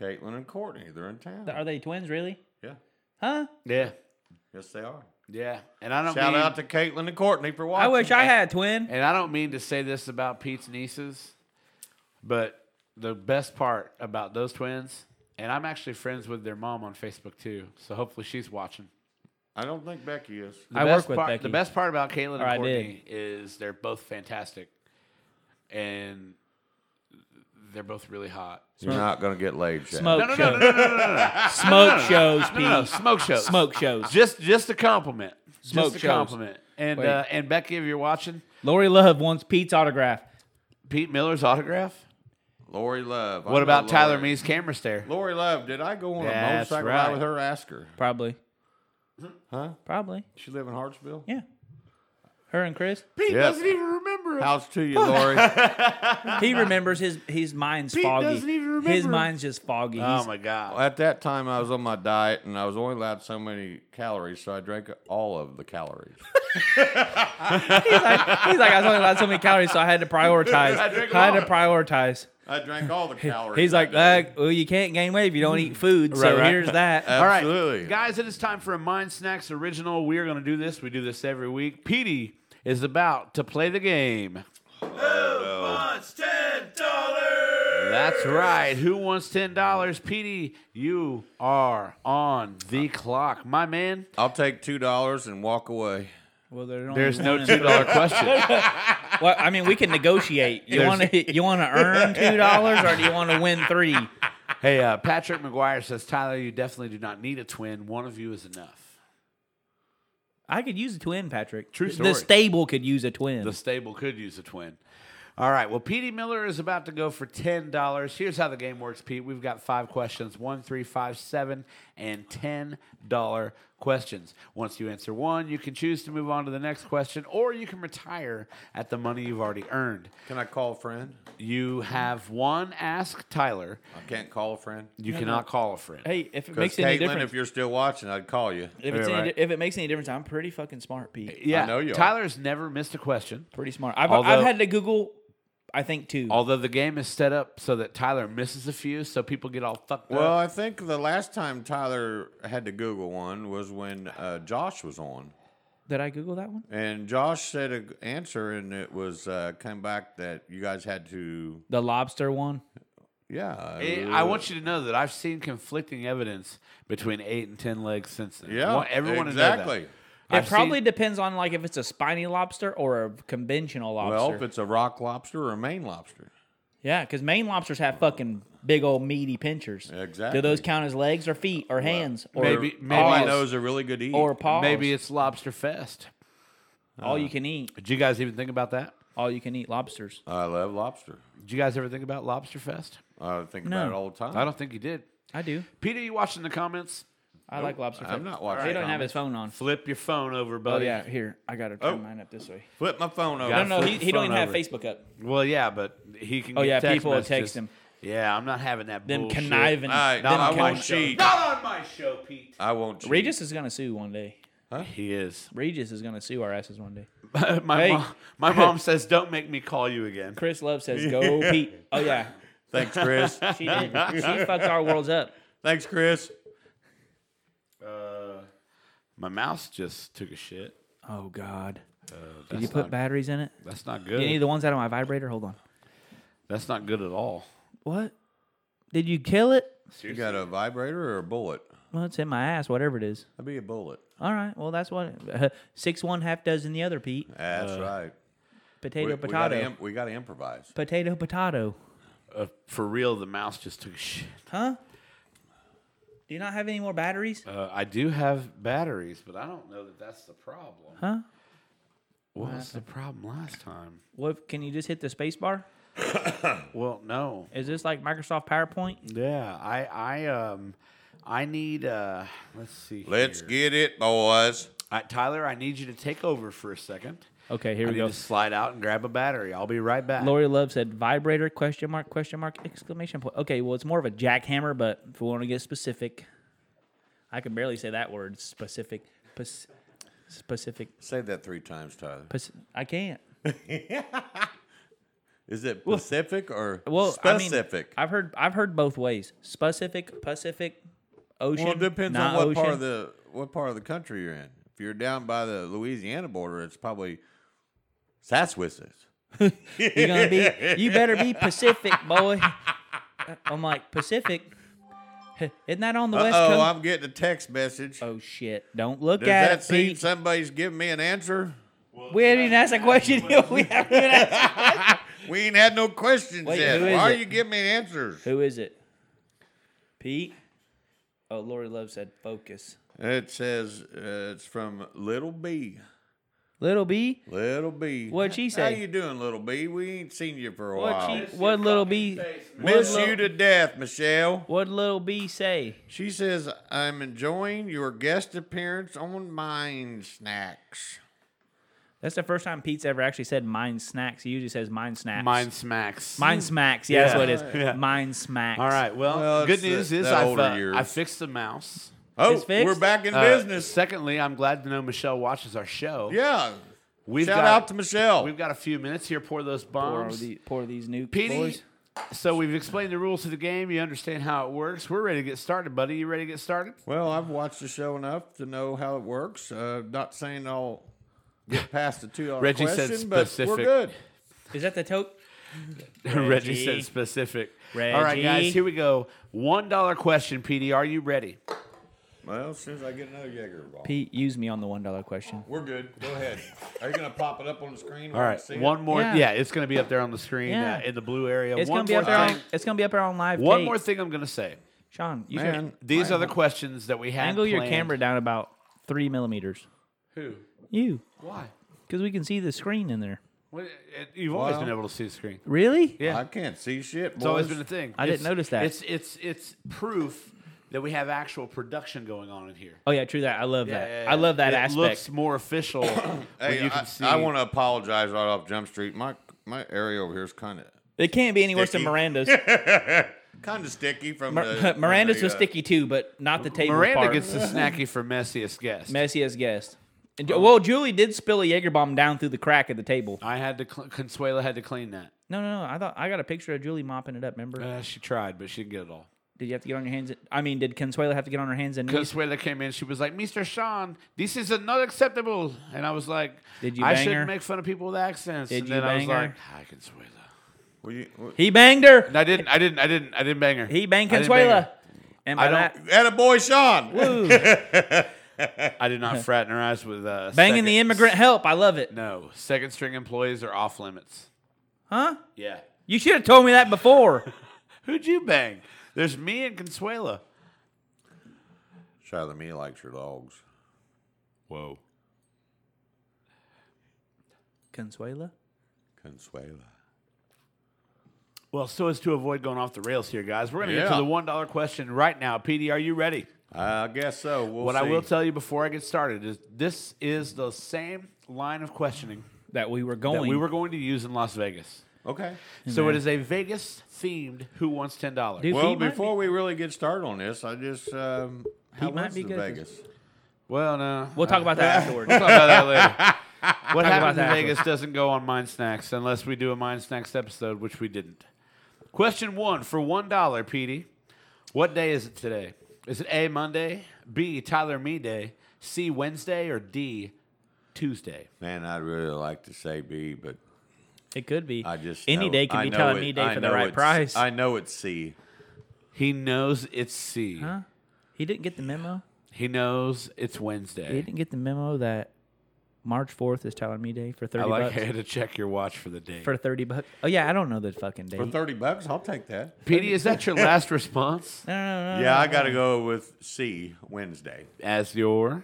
Speaker 3: Caitlin and Courtney, they're in town.
Speaker 2: Th- Are they twins? Really?
Speaker 3: yeah.
Speaker 2: Huh?
Speaker 1: Yeah.
Speaker 3: Yes, they are.
Speaker 1: Yeah. And I don't
Speaker 3: Shout
Speaker 1: mean,
Speaker 3: out to Caitlin and Courtney for watching.
Speaker 2: I wish I had twin.
Speaker 1: and I don't mean to say this about Pete's nieces, but the best part about those twins, and I'm actually friends with their mom on Facebook too, so hopefully she's watching.
Speaker 3: I don't think Becky is.
Speaker 1: The
Speaker 2: I work
Speaker 1: best
Speaker 2: with
Speaker 1: part,
Speaker 2: Becky.
Speaker 1: The best part about Caitlin and
Speaker 2: Or I
Speaker 1: Courtney is they're both fantastic, and they're both really hot.
Speaker 3: You're not gonna get laid, Chad.
Speaker 2: Smoke
Speaker 1: No, no, no,
Speaker 2: shows.
Speaker 1: no, no, no, no, no, no.
Speaker 2: Smoke shows,
Speaker 1: no, no, no.
Speaker 2: Pete.
Speaker 1: Smoke shows.
Speaker 2: Ah, Smoke shows.
Speaker 1: Just, just a compliment.
Speaker 2: Smoke
Speaker 1: just a
Speaker 2: shows.
Speaker 1: compliment. And
Speaker 2: Wait.
Speaker 1: uh, and Becky, if you're watching,
Speaker 2: Lori Love wants Pete's autograph.
Speaker 1: Pete Miller's autograph.
Speaker 3: Lori Love. I
Speaker 1: What
Speaker 3: know
Speaker 1: about Tyler
Speaker 3: Lori.
Speaker 1: Mee's camera stare?
Speaker 3: Lori Love, did I go on a
Speaker 1: That's
Speaker 3: motorcycle
Speaker 1: right.
Speaker 3: ride with her? Ask her.
Speaker 2: Probably.
Speaker 3: Huh?
Speaker 2: Probably.
Speaker 3: She live in Hartsville?
Speaker 2: Yeah. Her and Chris.
Speaker 1: Pete
Speaker 3: Yep. doesn't
Speaker 1: even remember.
Speaker 3: How's to you, Lori? I
Speaker 2: He remembers his his mind's
Speaker 1: Pete
Speaker 2: foggy.
Speaker 1: doesn't even remember.
Speaker 2: His mind's just foggy.
Speaker 1: Oh
Speaker 2: He's-
Speaker 1: my god!
Speaker 3: At that time, I was on my diet and I was only allowed so many calories, so I drank all of the calories.
Speaker 2: he's, like, he's like, I was only allowed so many calories, so I had to prioritize.
Speaker 3: I
Speaker 2: I,
Speaker 3: drink
Speaker 2: had
Speaker 3: them
Speaker 2: to prioritize.
Speaker 3: I drank all the calories.
Speaker 2: He's like,
Speaker 3: that day.
Speaker 2: like, well, you can't gain weight if you don't eat food. so
Speaker 1: right.
Speaker 2: here's that.
Speaker 1: All
Speaker 3: absolutely.
Speaker 1: right, guys, it is time for a Mind Snacks original. We are going to do this. We do this every week. Petey is about to play the game. Who wants ten dollars? That's right. Who wants ten dollars? Petey, you are on the clock, my man.
Speaker 3: I'll take two dollars and walk away.
Speaker 2: well, there's,
Speaker 1: There's no two
Speaker 2: two.
Speaker 1: dollar question.
Speaker 2: Well, I mean, we can negotiate. You
Speaker 1: There's-
Speaker 2: want to you want to earn two dollars, or do you want to win three?
Speaker 1: Hey, uh, Patrick McGuire says, Tyler, you definitely do not need a twin. One of you is enough.
Speaker 2: I could use a twin, Patrick.
Speaker 1: True
Speaker 2: The-
Speaker 1: story.
Speaker 2: The stable could use a twin.
Speaker 1: The stable could use a twin. All right. Well, Petey Miller is about to go for ten dollars. Here's how the game works, Pete. We've got five questions: one, three, five, seven, and ten dollar questions. Once you answer one, you can choose to move on to the next question, or you can retire at the money you've already earned.
Speaker 3: Can I call a friend?
Speaker 1: You have one ask Tyler.
Speaker 3: I can't call a friend.
Speaker 1: You cannot call a friend.
Speaker 2: hey, if it
Speaker 3: Because
Speaker 2: makes any
Speaker 3: Caitlin,
Speaker 2: difference,
Speaker 3: if you're still watching, I'd call you.
Speaker 2: if, it's
Speaker 1: Yeah,
Speaker 2: any,
Speaker 1: right.
Speaker 2: if it makes any difference, I'm pretty fucking smart, Pete.
Speaker 1: yeah,
Speaker 3: know you are.
Speaker 1: Tyler's never missed a question.
Speaker 2: Pretty smart. I've I've
Speaker 1: Although-
Speaker 2: had to Google, I think two.
Speaker 1: Although the game is set up so that Tyler misses a few, so people get all fucked
Speaker 3: Well,
Speaker 1: up.
Speaker 3: I think the last time Tyler had to Google one was when uh, Josh was on,
Speaker 2: Did I Google that one?
Speaker 3: and Josh said an answer, and it was uh, came back that you guys had to,
Speaker 2: The lobster one.
Speaker 3: yeah.
Speaker 1: Eh, I want you to know that I've seen conflicting evidence between eight and ten legs since then. I
Speaker 3: yeah,
Speaker 1: want everyone
Speaker 3: exactly.
Speaker 1: to know
Speaker 2: It
Speaker 1: that. I've
Speaker 2: probably
Speaker 1: seen-
Speaker 2: depends on like if it's a spiny lobster or a conventional
Speaker 3: Well,
Speaker 2: lobster.
Speaker 3: if it's a rock lobster or a Maine lobster,
Speaker 2: yeah, because Maine lobsters have fucking big old meaty pinchers.
Speaker 3: Exactly.
Speaker 2: Do those count as legs or feet or hands or
Speaker 1: maybe-
Speaker 2: paws,
Speaker 1: maybe
Speaker 3: all I know is a really good eat.
Speaker 2: or paws?
Speaker 1: maybe it's Lobster Fest.
Speaker 2: all you can eat.
Speaker 1: Did you guys even think about that?
Speaker 2: All you can eat lobsters.
Speaker 3: I love lobster.
Speaker 1: Did you guys ever think about Lobster Fest?
Speaker 3: I think
Speaker 2: No.
Speaker 3: about it all the time.
Speaker 1: I don't think you did.
Speaker 2: I do.
Speaker 1: Peter, you watching the comments?
Speaker 2: I like lobster.
Speaker 3: I'm
Speaker 2: fries.
Speaker 3: not watching
Speaker 2: They don't have
Speaker 3: comments.
Speaker 2: his phone on.
Speaker 1: Flip your phone over,
Speaker 2: Oh
Speaker 1: buddy.
Speaker 2: yeah, here I gotta turn
Speaker 3: Oh.
Speaker 2: mine up this way.
Speaker 3: Flip my phone over.
Speaker 2: No,
Speaker 1: Gotta
Speaker 2: no,
Speaker 1: flip
Speaker 2: he,
Speaker 1: the
Speaker 2: he don't even
Speaker 1: phone
Speaker 2: have
Speaker 1: over.
Speaker 2: Facebook up.
Speaker 1: Well, yeah, but he can.
Speaker 2: Oh,
Speaker 1: get
Speaker 2: yeah,
Speaker 1: text
Speaker 2: people will
Speaker 1: messages.
Speaker 2: text him.
Speaker 1: Yeah, I'm not having that.
Speaker 2: Them
Speaker 1: bullshit.
Speaker 2: conniving.
Speaker 3: All right,
Speaker 2: them
Speaker 3: I
Speaker 2: con-
Speaker 3: won't cheat.
Speaker 1: Not on my show, Pete.
Speaker 3: I won't cheat.
Speaker 2: Regis is gonna sue one day.
Speaker 1: He is.
Speaker 2: Regis is gonna sue our asses one day.
Speaker 1: my
Speaker 2: Hey.
Speaker 1: mom, my mom says, "Don't make me call you again."
Speaker 2: Chris Love says, "Go Pete." Oh yeah,
Speaker 3: Thanks, Chris.
Speaker 2: she did. She fucked our worlds up.
Speaker 3: Thanks, Chris.
Speaker 1: Uh, my mouse just took a shit.
Speaker 2: Oh God.
Speaker 1: That's
Speaker 2: Did you put
Speaker 1: not,
Speaker 2: batteries in it?
Speaker 1: That's not
Speaker 2: You need
Speaker 1: good.
Speaker 2: the ones out of my vibrator. Hold on.
Speaker 1: That's not good at all.
Speaker 2: What? Did you kill it?
Speaker 3: You got a vibrator or a bullet?
Speaker 2: Well, it's in my ass. Whatever it is.
Speaker 3: That'd be a bullet.
Speaker 2: All right. Well, that's what six one half dozen the other. Pete.
Speaker 3: That's right.
Speaker 2: Uh, Potato,
Speaker 3: we, got
Speaker 2: potato.
Speaker 3: we got to improvise.
Speaker 2: potato, potato.
Speaker 1: Uh, for real, the mouse just took a shit.
Speaker 2: Huh? Do you not have any more batteries?
Speaker 1: Uh, I do have batteries, but I don't know that that's the problem.
Speaker 2: Huh?
Speaker 1: What was the problem last time?
Speaker 2: What? Can you just hit the space bar?
Speaker 1: Well, no.
Speaker 2: Is this like Microsoft PowerPoint?
Speaker 1: Yeah, I, I, um, I need. Uh, let's see.
Speaker 3: Let's
Speaker 1: here.
Speaker 3: get it, boys.
Speaker 1: I, Tyler, I need you to take over for a second.
Speaker 2: Okay, here
Speaker 1: I
Speaker 2: we
Speaker 1: need
Speaker 2: go.
Speaker 1: to slide out and grab a battery. I'll be right back.
Speaker 2: Lori Love said vibrator question mark question mark exclamation point. Okay, well it's more of a jackhammer, but if we want to get specific, I can barely say that word specific. Pes- specific.
Speaker 3: Say that three times, Tyler.
Speaker 2: Pes- I can't.
Speaker 3: Is it Pacific or
Speaker 2: Well, I mean,
Speaker 3: specific?
Speaker 2: I've heard I've heard both ways. Specific, Pacific. ocean?
Speaker 3: Well, it depends
Speaker 2: Not
Speaker 3: on what
Speaker 2: ocean?
Speaker 3: part of the what part of the country you're in. If you're down by the Louisiana border, it's probably Sasswisses.
Speaker 2: You're gonna be. You better be Pacific, boy. I'm like Pacific. Isn't that on the
Speaker 3: Uh
Speaker 2: west
Speaker 3: oh,
Speaker 2: coast?
Speaker 3: I'm getting a text message.
Speaker 2: oh shit! Don't look
Speaker 3: Does
Speaker 2: at
Speaker 3: that
Speaker 2: it,
Speaker 3: seem
Speaker 2: Pete.
Speaker 3: somebody's giving me an answer?
Speaker 2: We didn't even ask a question. we haven't even asked.
Speaker 3: We ain't had no questions
Speaker 2: Wait,
Speaker 3: yet.
Speaker 2: who is
Speaker 3: Why are
Speaker 2: it?
Speaker 3: you giving me answers?
Speaker 2: Who is it? Pete. Oh, Lori Love said focus.
Speaker 3: It says uh, it's from Little B.
Speaker 2: Little B.
Speaker 3: Little B.
Speaker 2: What'd she
Speaker 3: How
Speaker 2: say?
Speaker 3: you doing, Little B? We ain't seen you for a
Speaker 2: What
Speaker 3: while.
Speaker 2: she? What little B?
Speaker 3: Miss
Speaker 2: what
Speaker 3: you
Speaker 2: Lil-
Speaker 3: to death, Michelle.
Speaker 2: What little B say?
Speaker 3: She says, I'm enjoying your guest appearance on Mind Snacks.
Speaker 2: That's the first time Pete's ever actually said "mind snacks." He usually says "mind snacks."
Speaker 1: Mine smacks.
Speaker 2: Mind smacks. Yeah, that's what it is.
Speaker 1: Yeah.
Speaker 2: Mind smacks.
Speaker 1: All right. Well,
Speaker 3: Well,
Speaker 1: good
Speaker 3: it's the-
Speaker 1: news is
Speaker 3: that
Speaker 1: I've,
Speaker 3: older
Speaker 1: uh,
Speaker 3: years.
Speaker 1: I fixed the mouse.
Speaker 3: Oh,
Speaker 2: It's fixed?
Speaker 3: we're back in
Speaker 1: Uh,
Speaker 3: business.
Speaker 1: Secondly, I'm glad to know Michelle watches our show.
Speaker 3: Yeah.
Speaker 1: We've
Speaker 3: Shout
Speaker 1: got,
Speaker 3: out to Michelle.
Speaker 1: We've got a few minutes here. Pour those
Speaker 2: Pour,
Speaker 1: bombs.
Speaker 2: the, pour these new
Speaker 1: Petey,
Speaker 2: boys.
Speaker 1: so we've explained the rules of the game. You understand how it works. We're ready to get started, buddy. You ready to get started?
Speaker 3: Well, I've watched the show enough to know how it works. Uh, not saying I'll get past the two hour
Speaker 1: Reggie said
Speaker 3: question, but we're
Speaker 1: specific.
Speaker 3: good.
Speaker 2: Is that the tote?
Speaker 1: Reggie
Speaker 2: Reggie.
Speaker 1: said specific. All right,
Speaker 2: Reggie.
Speaker 1: guys, here we go. One dollar question, Petey. Are you ready?
Speaker 3: Well, as soon as I get another Jaeger ball.
Speaker 2: Pete, use me on the one dollar question.
Speaker 3: We're good. Go ahead. Are you going to pop it up on the screen?
Speaker 1: All right, one more.
Speaker 2: Yeah.
Speaker 1: Yeah, it's going to be up there on the screen
Speaker 2: Yeah.
Speaker 1: uh, in the blue area.
Speaker 2: It's
Speaker 1: one
Speaker 2: gonna be
Speaker 1: more
Speaker 2: up there. On,
Speaker 1: thing.
Speaker 2: it's gonna be up there on live.
Speaker 1: One
Speaker 2: tape.
Speaker 1: more thing I'm going to say.
Speaker 2: Sean. You
Speaker 3: Man,
Speaker 2: should
Speaker 1: These are the questions that we had.
Speaker 2: angle your
Speaker 1: planned.
Speaker 2: camera down about three millimeters.
Speaker 1: Who?
Speaker 2: You,
Speaker 1: Why?
Speaker 2: because we can see the screen in there.
Speaker 1: What, it, you've always
Speaker 3: Well-
Speaker 1: been able to see the screen.
Speaker 2: Really?
Speaker 1: Yeah.
Speaker 3: I can't see shit.
Speaker 1: It's always
Speaker 3: boys.
Speaker 1: been a thing.
Speaker 2: I didn't
Speaker 1: It's-
Speaker 2: notice that.
Speaker 1: It's it's it's proof that we have actual production going on in here.
Speaker 2: Oh yeah, true that. I love
Speaker 1: Yeah,
Speaker 2: that.
Speaker 1: yeah, yeah.
Speaker 2: I love that
Speaker 1: it
Speaker 2: aspect.
Speaker 1: Looks more official when
Speaker 3: Hey,
Speaker 1: you can
Speaker 3: I,
Speaker 1: see.
Speaker 3: I want to apologize right off Jump Street. My my area over here is kind of
Speaker 2: it can't be any worse than
Speaker 3: Sticky.
Speaker 2: Miranda's.
Speaker 3: kind of sticky from
Speaker 2: Mir-
Speaker 3: the from
Speaker 2: Miranda's
Speaker 3: the,
Speaker 2: was
Speaker 3: uh,
Speaker 2: sticky too, but not the table
Speaker 1: Oh Miranda
Speaker 2: part.
Speaker 1: gets the snacky for messiest guest.
Speaker 2: messiest guest. And Ju- Well, Julie did spill a Jaeger bomb down through the crack of the table.
Speaker 1: I had to cl- Consuela had to clean that.
Speaker 2: No, no, no. I thought I got a picture of Julie mopping it up. Remember?
Speaker 1: Uh, she tried, but she didn't get it all.
Speaker 2: did you have to get on your hands? and- I mean, did Consuela have to get on her hands and knees?
Speaker 1: Consuela came in. She was like, "Mr. Sean, this is not acceptable." And I was like,
Speaker 2: Did you
Speaker 1: I
Speaker 2: bang
Speaker 1: shouldn't
Speaker 2: her?
Speaker 1: make fun of people with accents."
Speaker 2: Did
Speaker 1: and
Speaker 2: you
Speaker 1: then I was
Speaker 2: bang her?
Speaker 1: like, "Hi, Consuela."
Speaker 3: Well, you- well,
Speaker 2: He banged her.
Speaker 1: And I didn't. I didn't. I didn't. I didn't bang her.
Speaker 2: He banged
Speaker 1: I didn't bang
Speaker 2: Consuela.
Speaker 1: her.
Speaker 2: And
Speaker 1: I
Speaker 2: by
Speaker 1: don't-
Speaker 3: Atta boy, Sean.
Speaker 2: that, ooh,
Speaker 1: I did not fraternize with uh,
Speaker 2: banging
Speaker 1: second-
Speaker 2: the immigrant help. I love it.
Speaker 1: No, second string employees are off limits.
Speaker 2: Huh?
Speaker 1: Yeah.
Speaker 2: You should have told me that before.
Speaker 1: Who'd you bang? There's me and Consuela.
Speaker 3: Shout out me likes your dogs.
Speaker 1: Whoa.
Speaker 2: Consuela.
Speaker 3: Consuela.
Speaker 1: Well, so as to avoid going off the rails here, guys, we're going to get to
Speaker 3: Yeah.
Speaker 1: the one dollar question right now. PD, are you ready?
Speaker 3: I guess so. We'll
Speaker 1: What
Speaker 3: see.
Speaker 1: I will tell you before I get started is this is the same line of questioning
Speaker 2: That we were going.
Speaker 1: that we were going to use in Las Vegas.
Speaker 3: okay.
Speaker 1: So it is a Vegas themed Who Wants Ten Dollars.
Speaker 2: Dude. If he
Speaker 3: Well,
Speaker 2: might
Speaker 3: before we really get started on this, I just um, how
Speaker 2: He might
Speaker 3: was
Speaker 2: be
Speaker 3: the
Speaker 2: good.
Speaker 3: Vegas?
Speaker 1: Well, no,
Speaker 2: We'll talk about that afterwards.
Speaker 1: We'll talk about that later. What
Speaker 2: about
Speaker 1: happens in
Speaker 2: that
Speaker 1: Vegas doesn't go on Mind Snacks unless we do a Mind Snacks episode, which we didn't. Question one for one dollar, Petey. What day is it today? Is it A Monday, B Tyler Me Day, C Wednesday, or D Tuesday?
Speaker 3: Man, I'd really like to say B, but
Speaker 2: It could be.
Speaker 3: I just
Speaker 2: any
Speaker 3: know-
Speaker 2: day can
Speaker 3: I
Speaker 2: be
Speaker 3: know
Speaker 2: telling
Speaker 3: it-
Speaker 2: me day
Speaker 3: I
Speaker 2: for the
Speaker 3: know
Speaker 2: right
Speaker 3: it's-
Speaker 2: price.
Speaker 3: I know it's C.
Speaker 1: He knows it's C.
Speaker 2: huh? He didn't get the memo.
Speaker 1: He knows it's
Speaker 2: He
Speaker 1: Wednesday.
Speaker 2: didn't get the memo that March fourth is telling me day for
Speaker 1: I
Speaker 2: thirty
Speaker 1: like
Speaker 2: bucks.
Speaker 1: how you had to check your watch for the date.
Speaker 2: For thirty bucks. Oh yeah, I don't know the fucking date.
Speaker 3: For thirty bucks, I'll take that.
Speaker 1: Petey, is that your last response?
Speaker 2: no, no, no,
Speaker 3: Yeah, I got to go with C Wednesday.
Speaker 1: As your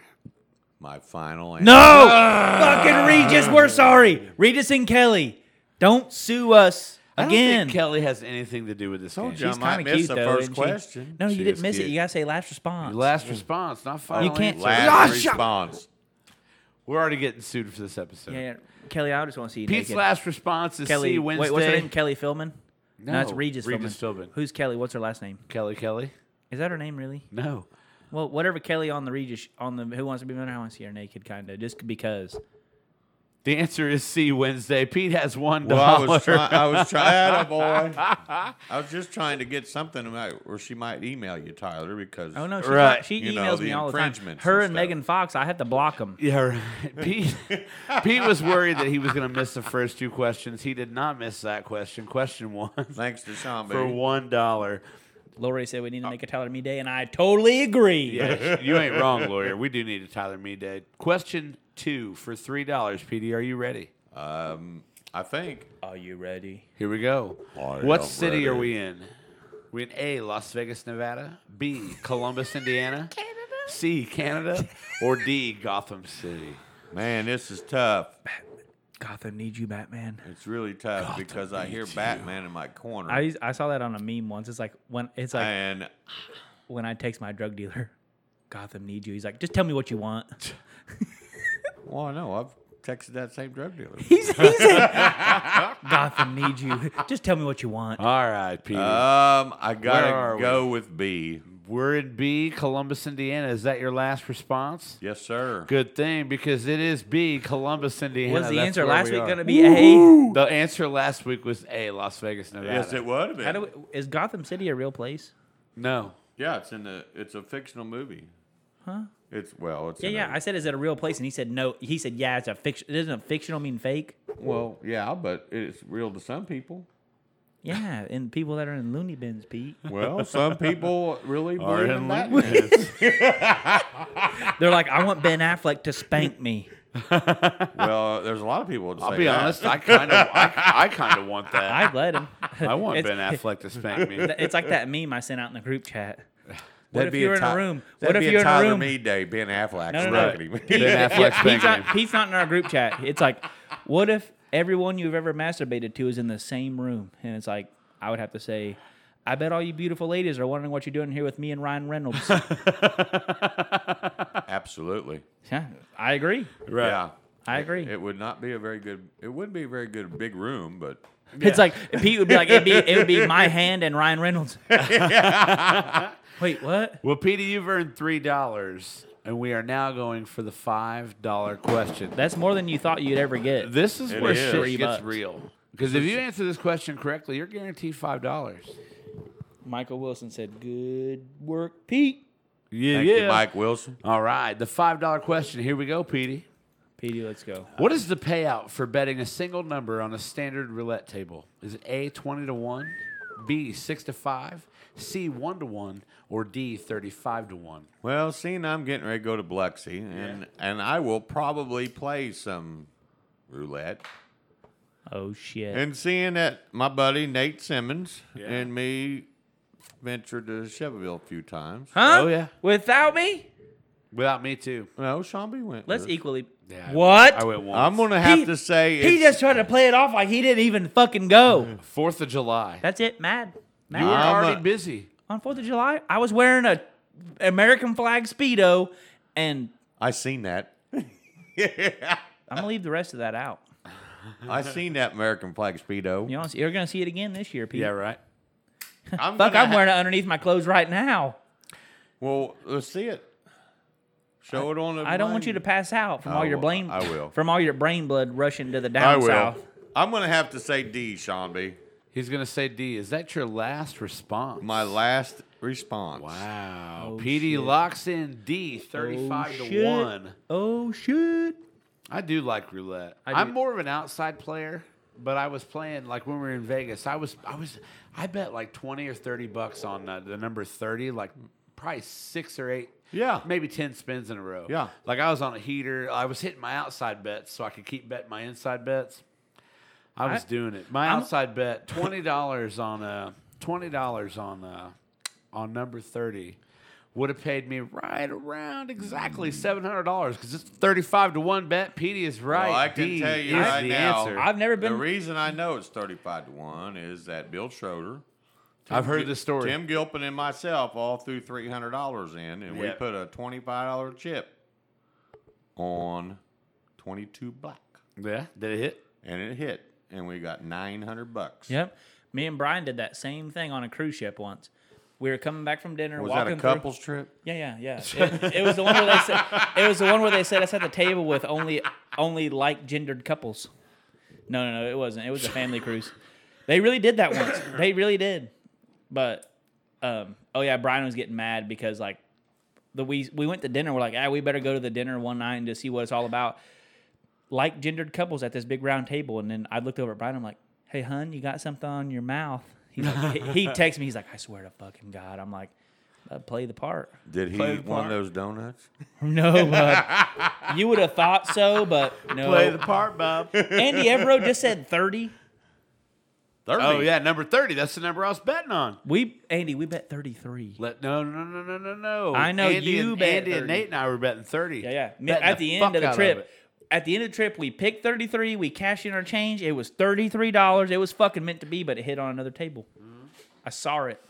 Speaker 3: My final answer.
Speaker 2: No! Ah! fucking Regis, we're sorry. Regis and Kelly, don't sue us
Speaker 1: I don't
Speaker 2: again.
Speaker 1: think Kelly has anything to do with this game.
Speaker 3: Told you I
Speaker 2: She's
Speaker 3: might
Speaker 2: kinda
Speaker 3: miss
Speaker 2: cute,
Speaker 3: the
Speaker 2: though,
Speaker 3: first
Speaker 2: isn't she?
Speaker 3: question.
Speaker 2: no,
Speaker 3: She
Speaker 2: you didn't
Speaker 3: is
Speaker 2: miss it.
Speaker 3: cute.
Speaker 2: You gotta say last response.
Speaker 1: Last response, not final.
Speaker 2: You can't-
Speaker 1: answer.
Speaker 3: Last
Speaker 1: Ah, shut-
Speaker 3: response.
Speaker 1: We're already getting sued for this episode.
Speaker 2: yeah, yeah. Kelly, I just want to see you
Speaker 1: Pete's
Speaker 2: naked.
Speaker 1: last response is
Speaker 2: Kelly,
Speaker 1: C
Speaker 2: wait,
Speaker 1: Wednesday.
Speaker 2: what's her name? Kelly Philman.
Speaker 1: No,
Speaker 2: that's Regis.
Speaker 1: Regis
Speaker 2: Philbin.
Speaker 1: Philbin.
Speaker 2: Who's Kelly? What's her last name?
Speaker 1: Kelly Kelly?
Speaker 2: Is that her name really?
Speaker 1: No.
Speaker 2: Well, whatever Kelly on the Regis on the Who Wants to Be Millionaire, I want to see her naked, kind of just because.
Speaker 1: The answer is C. Wednesday. Pete has one
Speaker 3: Well, I was
Speaker 1: dollar.
Speaker 3: trying. I was trying, boy. I was just trying to get something about, or she might email you, Tyler, because
Speaker 2: Oh no, she,
Speaker 1: Right.
Speaker 2: she
Speaker 3: You
Speaker 2: emails
Speaker 3: know, the
Speaker 2: me all the time.
Speaker 3: infringements
Speaker 2: Her and
Speaker 3: and stuff.
Speaker 2: Megan Fox, I had to block them.
Speaker 1: Yeah, right. Pete, Pete was worried that he was going to miss the first two questions. He did not miss that question. Question one
Speaker 3: Thanks to Sean,
Speaker 1: for
Speaker 3: baby.
Speaker 1: one dollar.
Speaker 2: Lori said we need to make a Tyler Me Day, and I totally agree.
Speaker 1: Yeah, you ain't wrong, lawyer. We do need a Tyler Me Day. Question two for three dollars. PD, are you ready?
Speaker 3: Um, I think
Speaker 2: Are you ready?
Speaker 1: Here we go.
Speaker 3: I
Speaker 1: what
Speaker 3: am
Speaker 1: city are
Speaker 3: ready.
Speaker 1: we in? We in A, Las Vegas, Nevada. B, Columbus, Indiana. Canada. C, Canada. Or D, Gotham City.
Speaker 3: Man, this is tough.
Speaker 2: Gotham needs you, Batman.
Speaker 3: It's really tough because I hear Batman in my corner.
Speaker 2: I I saw that on a meme once. It's like when it's like
Speaker 3: and
Speaker 2: when I text my drug dealer, Gotham needs you. He's like, just tell me what you want.
Speaker 3: well, I know I've texted that same drug dealer.
Speaker 2: He's, he's like, Gotham needs you. Just tell me what you want.
Speaker 1: All right, PD.
Speaker 3: Um, I
Speaker 1: Where are
Speaker 3: gotta
Speaker 1: we?
Speaker 3: go with
Speaker 1: Uh,
Speaker 3: B.
Speaker 1: We're in B, Columbus, Indiana. Is that your last response?
Speaker 3: Yes, sir.
Speaker 1: Good thing because it is B, Columbus, Indiana.
Speaker 2: Was the
Speaker 1: That's
Speaker 2: answer
Speaker 1: where
Speaker 2: last
Speaker 1: we
Speaker 2: week
Speaker 1: are.
Speaker 2: going to be A?
Speaker 1: The answer last week was A, Las Vegas, Nevada.
Speaker 3: Yes, it would have
Speaker 2: How
Speaker 3: been.
Speaker 2: do we, is Gotham City a real place?
Speaker 1: No.
Speaker 3: yeah, it's in the. It's a fictional movie. Huh? It's well. It's
Speaker 2: Yeah,
Speaker 3: in
Speaker 2: yeah.
Speaker 3: a-
Speaker 2: I said, is it a real place? And he said, no. He said, yeah, it's a fiction. Doesn't a fictional mean fake?
Speaker 3: well, yeah, but it's real to some people.
Speaker 2: Yeah, and people that are in loony bins, Pete.
Speaker 3: Well, some people really
Speaker 1: Are
Speaker 3: believe
Speaker 1: in
Speaker 3: in that.
Speaker 2: They're like, I want Ben Affleck to spank me.
Speaker 3: Well, there's a lot of people. That
Speaker 1: I'll
Speaker 3: say
Speaker 1: be
Speaker 3: that.
Speaker 1: honest. I kind of, I, I kind of want that.
Speaker 2: I'd let him.
Speaker 1: I want
Speaker 2: It's-
Speaker 1: Ben Affleck to spank me.
Speaker 2: It's like that meme I sent out in the group chat. What
Speaker 3: That'd
Speaker 2: if
Speaker 3: be
Speaker 2: you're in a
Speaker 3: Ty-
Speaker 2: room?
Speaker 3: that'd
Speaker 2: What if
Speaker 3: be
Speaker 2: you're
Speaker 3: a
Speaker 2: in a
Speaker 3: Tyler
Speaker 2: room?
Speaker 3: Meade day? Ben Affleck
Speaker 2: No, no, no.
Speaker 3: rocking him.
Speaker 1: Ben Affleck
Speaker 2: Pete's
Speaker 1: spanking
Speaker 2: not,
Speaker 1: him.
Speaker 2: Pete's not in our group chat. It's like, what if everyone you've ever masturbated to is in the same room? And it's like, I would have to say, I bet all you beautiful ladies are wondering what you're doing here with me and Ryan Reynolds.
Speaker 3: Absolutely.
Speaker 2: yeah, I agree.
Speaker 1: Right.
Speaker 3: Yeah.
Speaker 2: I agree.
Speaker 3: It would not be a very good. It wouldn't be a very good big room, but
Speaker 2: It's like Pete would be like, it'd be, it would be my hand and Ryan Reynolds. Wait, what?
Speaker 1: Well, Peter, you've earned three dollars, and we are now going for the five dollar question.
Speaker 2: That's more than you thought you'd ever get.
Speaker 1: this is
Speaker 3: It
Speaker 1: where
Speaker 3: is.
Speaker 1: shit
Speaker 3: Three
Speaker 1: gets
Speaker 2: bucks.
Speaker 1: real. Because if you answer this question correctly, you're guaranteed five dollars.
Speaker 2: Michael Wilson said, "Good work, Pete."
Speaker 1: Yeah,
Speaker 3: thank you, Mike Wilson.
Speaker 1: All right, the five dollar question. Here we go, Petey.
Speaker 2: Petey, let's go.
Speaker 1: What is the payout for betting a single number on a standard roulette table? Is it A twenty to one, B six to five, C one to one, or D thirty five to one?
Speaker 3: Well, seeing I'm getting ready to go to Biloxi, and and I will probably play some roulette.
Speaker 2: Oh shit!
Speaker 3: And seeing that my buddy Nate Simmons and me ventured to Cheville a few times.
Speaker 2: huh?
Speaker 1: Oh, yeah.
Speaker 2: Without me,
Speaker 1: Without me too.
Speaker 3: No, Sean B went.
Speaker 2: let's
Speaker 3: with us.
Speaker 2: equally.
Speaker 1: Yeah, I
Speaker 2: what?
Speaker 1: went- I went once.
Speaker 3: I'm gonna have
Speaker 2: He-
Speaker 3: to say
Speaker 2: He
Speaker 3: it's-
Speaker 2: just tried to play it off like he didn't even fucking go.
Speaker 1: Fourth of July.
Speaker 2: That's it, mad. Mad.
Speaker 1: You were
Speaker 3: I'm
Speaker 1: already
Speaker 3: a-
Speaker 1: busy.
Speaker 2: On Fourth of July, I was wearing a American flag speedo, and
Speaker 3: I seen that.
Speaker 2: I'm gonna leave the rest of that out.
Speaker 3: I seen that American flag speedo.
Speaker 2: You know, you're gonna see it again this year, Pete.
Speaker 1: Yeah, right.
Speaker 3: I'm
Speaker 2: Fuck,
Speaker 3: gonna
Speaker 2: I'm
Speaker 3: ha-
Speaker 2: wearing it underneath my clothes right now.
Speaker 3: Well, let's see it. Show it on. the
Speaker 2: I don't want you to
Speaker 3: line.
Speaker 2: pass out from
Speaker 3: I
Speaker 2: all your
Speaker 3: will-
Speaker 2: brain.
Speaker 3: I will.
Speaker 2: From all your brain blood rushing to the down
Speaker 3: I will.
Speaker 2: south.
Speaker 3: I'm gonna have to say D, Sean B.
Speaker 1: He's gonna say D. Is that your last response?
Speaker 3: My last response.
Speaker 1: Wow.
Speaker 2: Oh,
Speaker 1: PD
Speaker 2: shit.
Speaker 1: locks in D thirty-five
Speaker 2: Oh,
Speaker 1: to
Speaker 2: shit.
Speaker 1: one.
Speaker 2: Oh shit!
Speaker 1: I do like roulette.
Speaker 2: I
Speaker 1: I'm
Speaker 2: do.
Speaker 1: more of an outside player, but I was playing like when we were in Vegas. I was I was I bet like twenty or thirty bucks on uh, the number thirty, like probably six or eight.
Speaker 3: Yeah.
Speaker 1: maybe ten spins in a row.
Speaker 3: Yeah.
Speaker 1: like I was on a heater. I was hitting my outside bets so I could keep betting my inside bets. I was doing it. My outside bet twenty dollars on uh twenty dollars on uh on number thirty would have paid me right around exactly seven hundred dollars because it's thirty five to one bet. Petey is right.
Speaker 3: Hmm. Well, I can
Speaker 1: D
Speaker 3: tell you
Speaker 1: is
Speaker 3: right
Speaker 1: the
Speaker 3: now,
Speaker 1: answer.
Speaker 2: I've never
Speaker 3: The
Speaker 2: been.
Speaker 3: reason I know it's 35 to 1 is that Bill Schroeder,
Speaker 1: I've heard the story.
Speaker 3: Tim Gilpin, and myself all threw $300 in, and we
Speaker 1: Yep.
Speaker 3: put a $25 chip on 22 black.
Speaker 1: yeah, did it hit?
Speaker 3: And it hit, and we got 900 bucks.
Speaker 2: yep. Me and Brian did that same thing on a cruise ship once. We were coming back from dinner.
Speaker 3: Was
Speaker 2: walking
Speaker 3: that a
Speaker 2: through-
Speaker 3: couples trip?
Speaker 2: Yeah, yeah, yeah. It, it was the one where they said it was the one where they said us at the table with only only like gendered couples. No, no, no, it wasn't. It was a family cruise. They really did that once. They really did. But um, oh yeah, Brian was getting mad because like the we we went to dinner. We're like, ah, we better go to the dinner one night and just see what it's all about. Like gendered couples at this big round table, and then I looked over at Brian. I'm like, hey, hun, you got something on your mouth? He's like, he, he texts me. He's like, I swear to fucking god. I'm like, "Uh, play the part.
Speaker 3: Did he
Speaker 1: Played
Speaker 3: eat one
Speaker 1: part.
Speaker 3: of those donuts?
Speaker 2: No, bud. you would have thought so, but no.
Speaker 1: Play the part, Bob.
Speaker 2: Andy Evro just said thirty.
Speaker 1: Oh yeah, number thirty. That's the number I was betting on.
Speaker 2: We Andy, we bet thirty-three.
Speaker 1: Let no no no no no no.
Speaker 2: I know
Speaker 1: Andy
Speaker 2: you
Speaker 1: and,
Speaker 2: bet
Speaker 1: Andy and
Speaker 2: 30.
Speaker 1: Nate and I were betting thirty.
Speaker 2: Yeah, yeah.
Speaker 1: Betting
Speaker 2: at the, end
Speaker 1: fuck
Speaker 2: of the
Speaker 1: out
Speaker 2: trip,
Speaker 1: it.
Speaker 2: at the end of the trip, we picked thirty-three. We cashed in our change. It was thirty-three dollars. It was fucking meant to be, but it hit on another table.
Speaker 1: Mm-hmm.
Speaker 2: I saw it.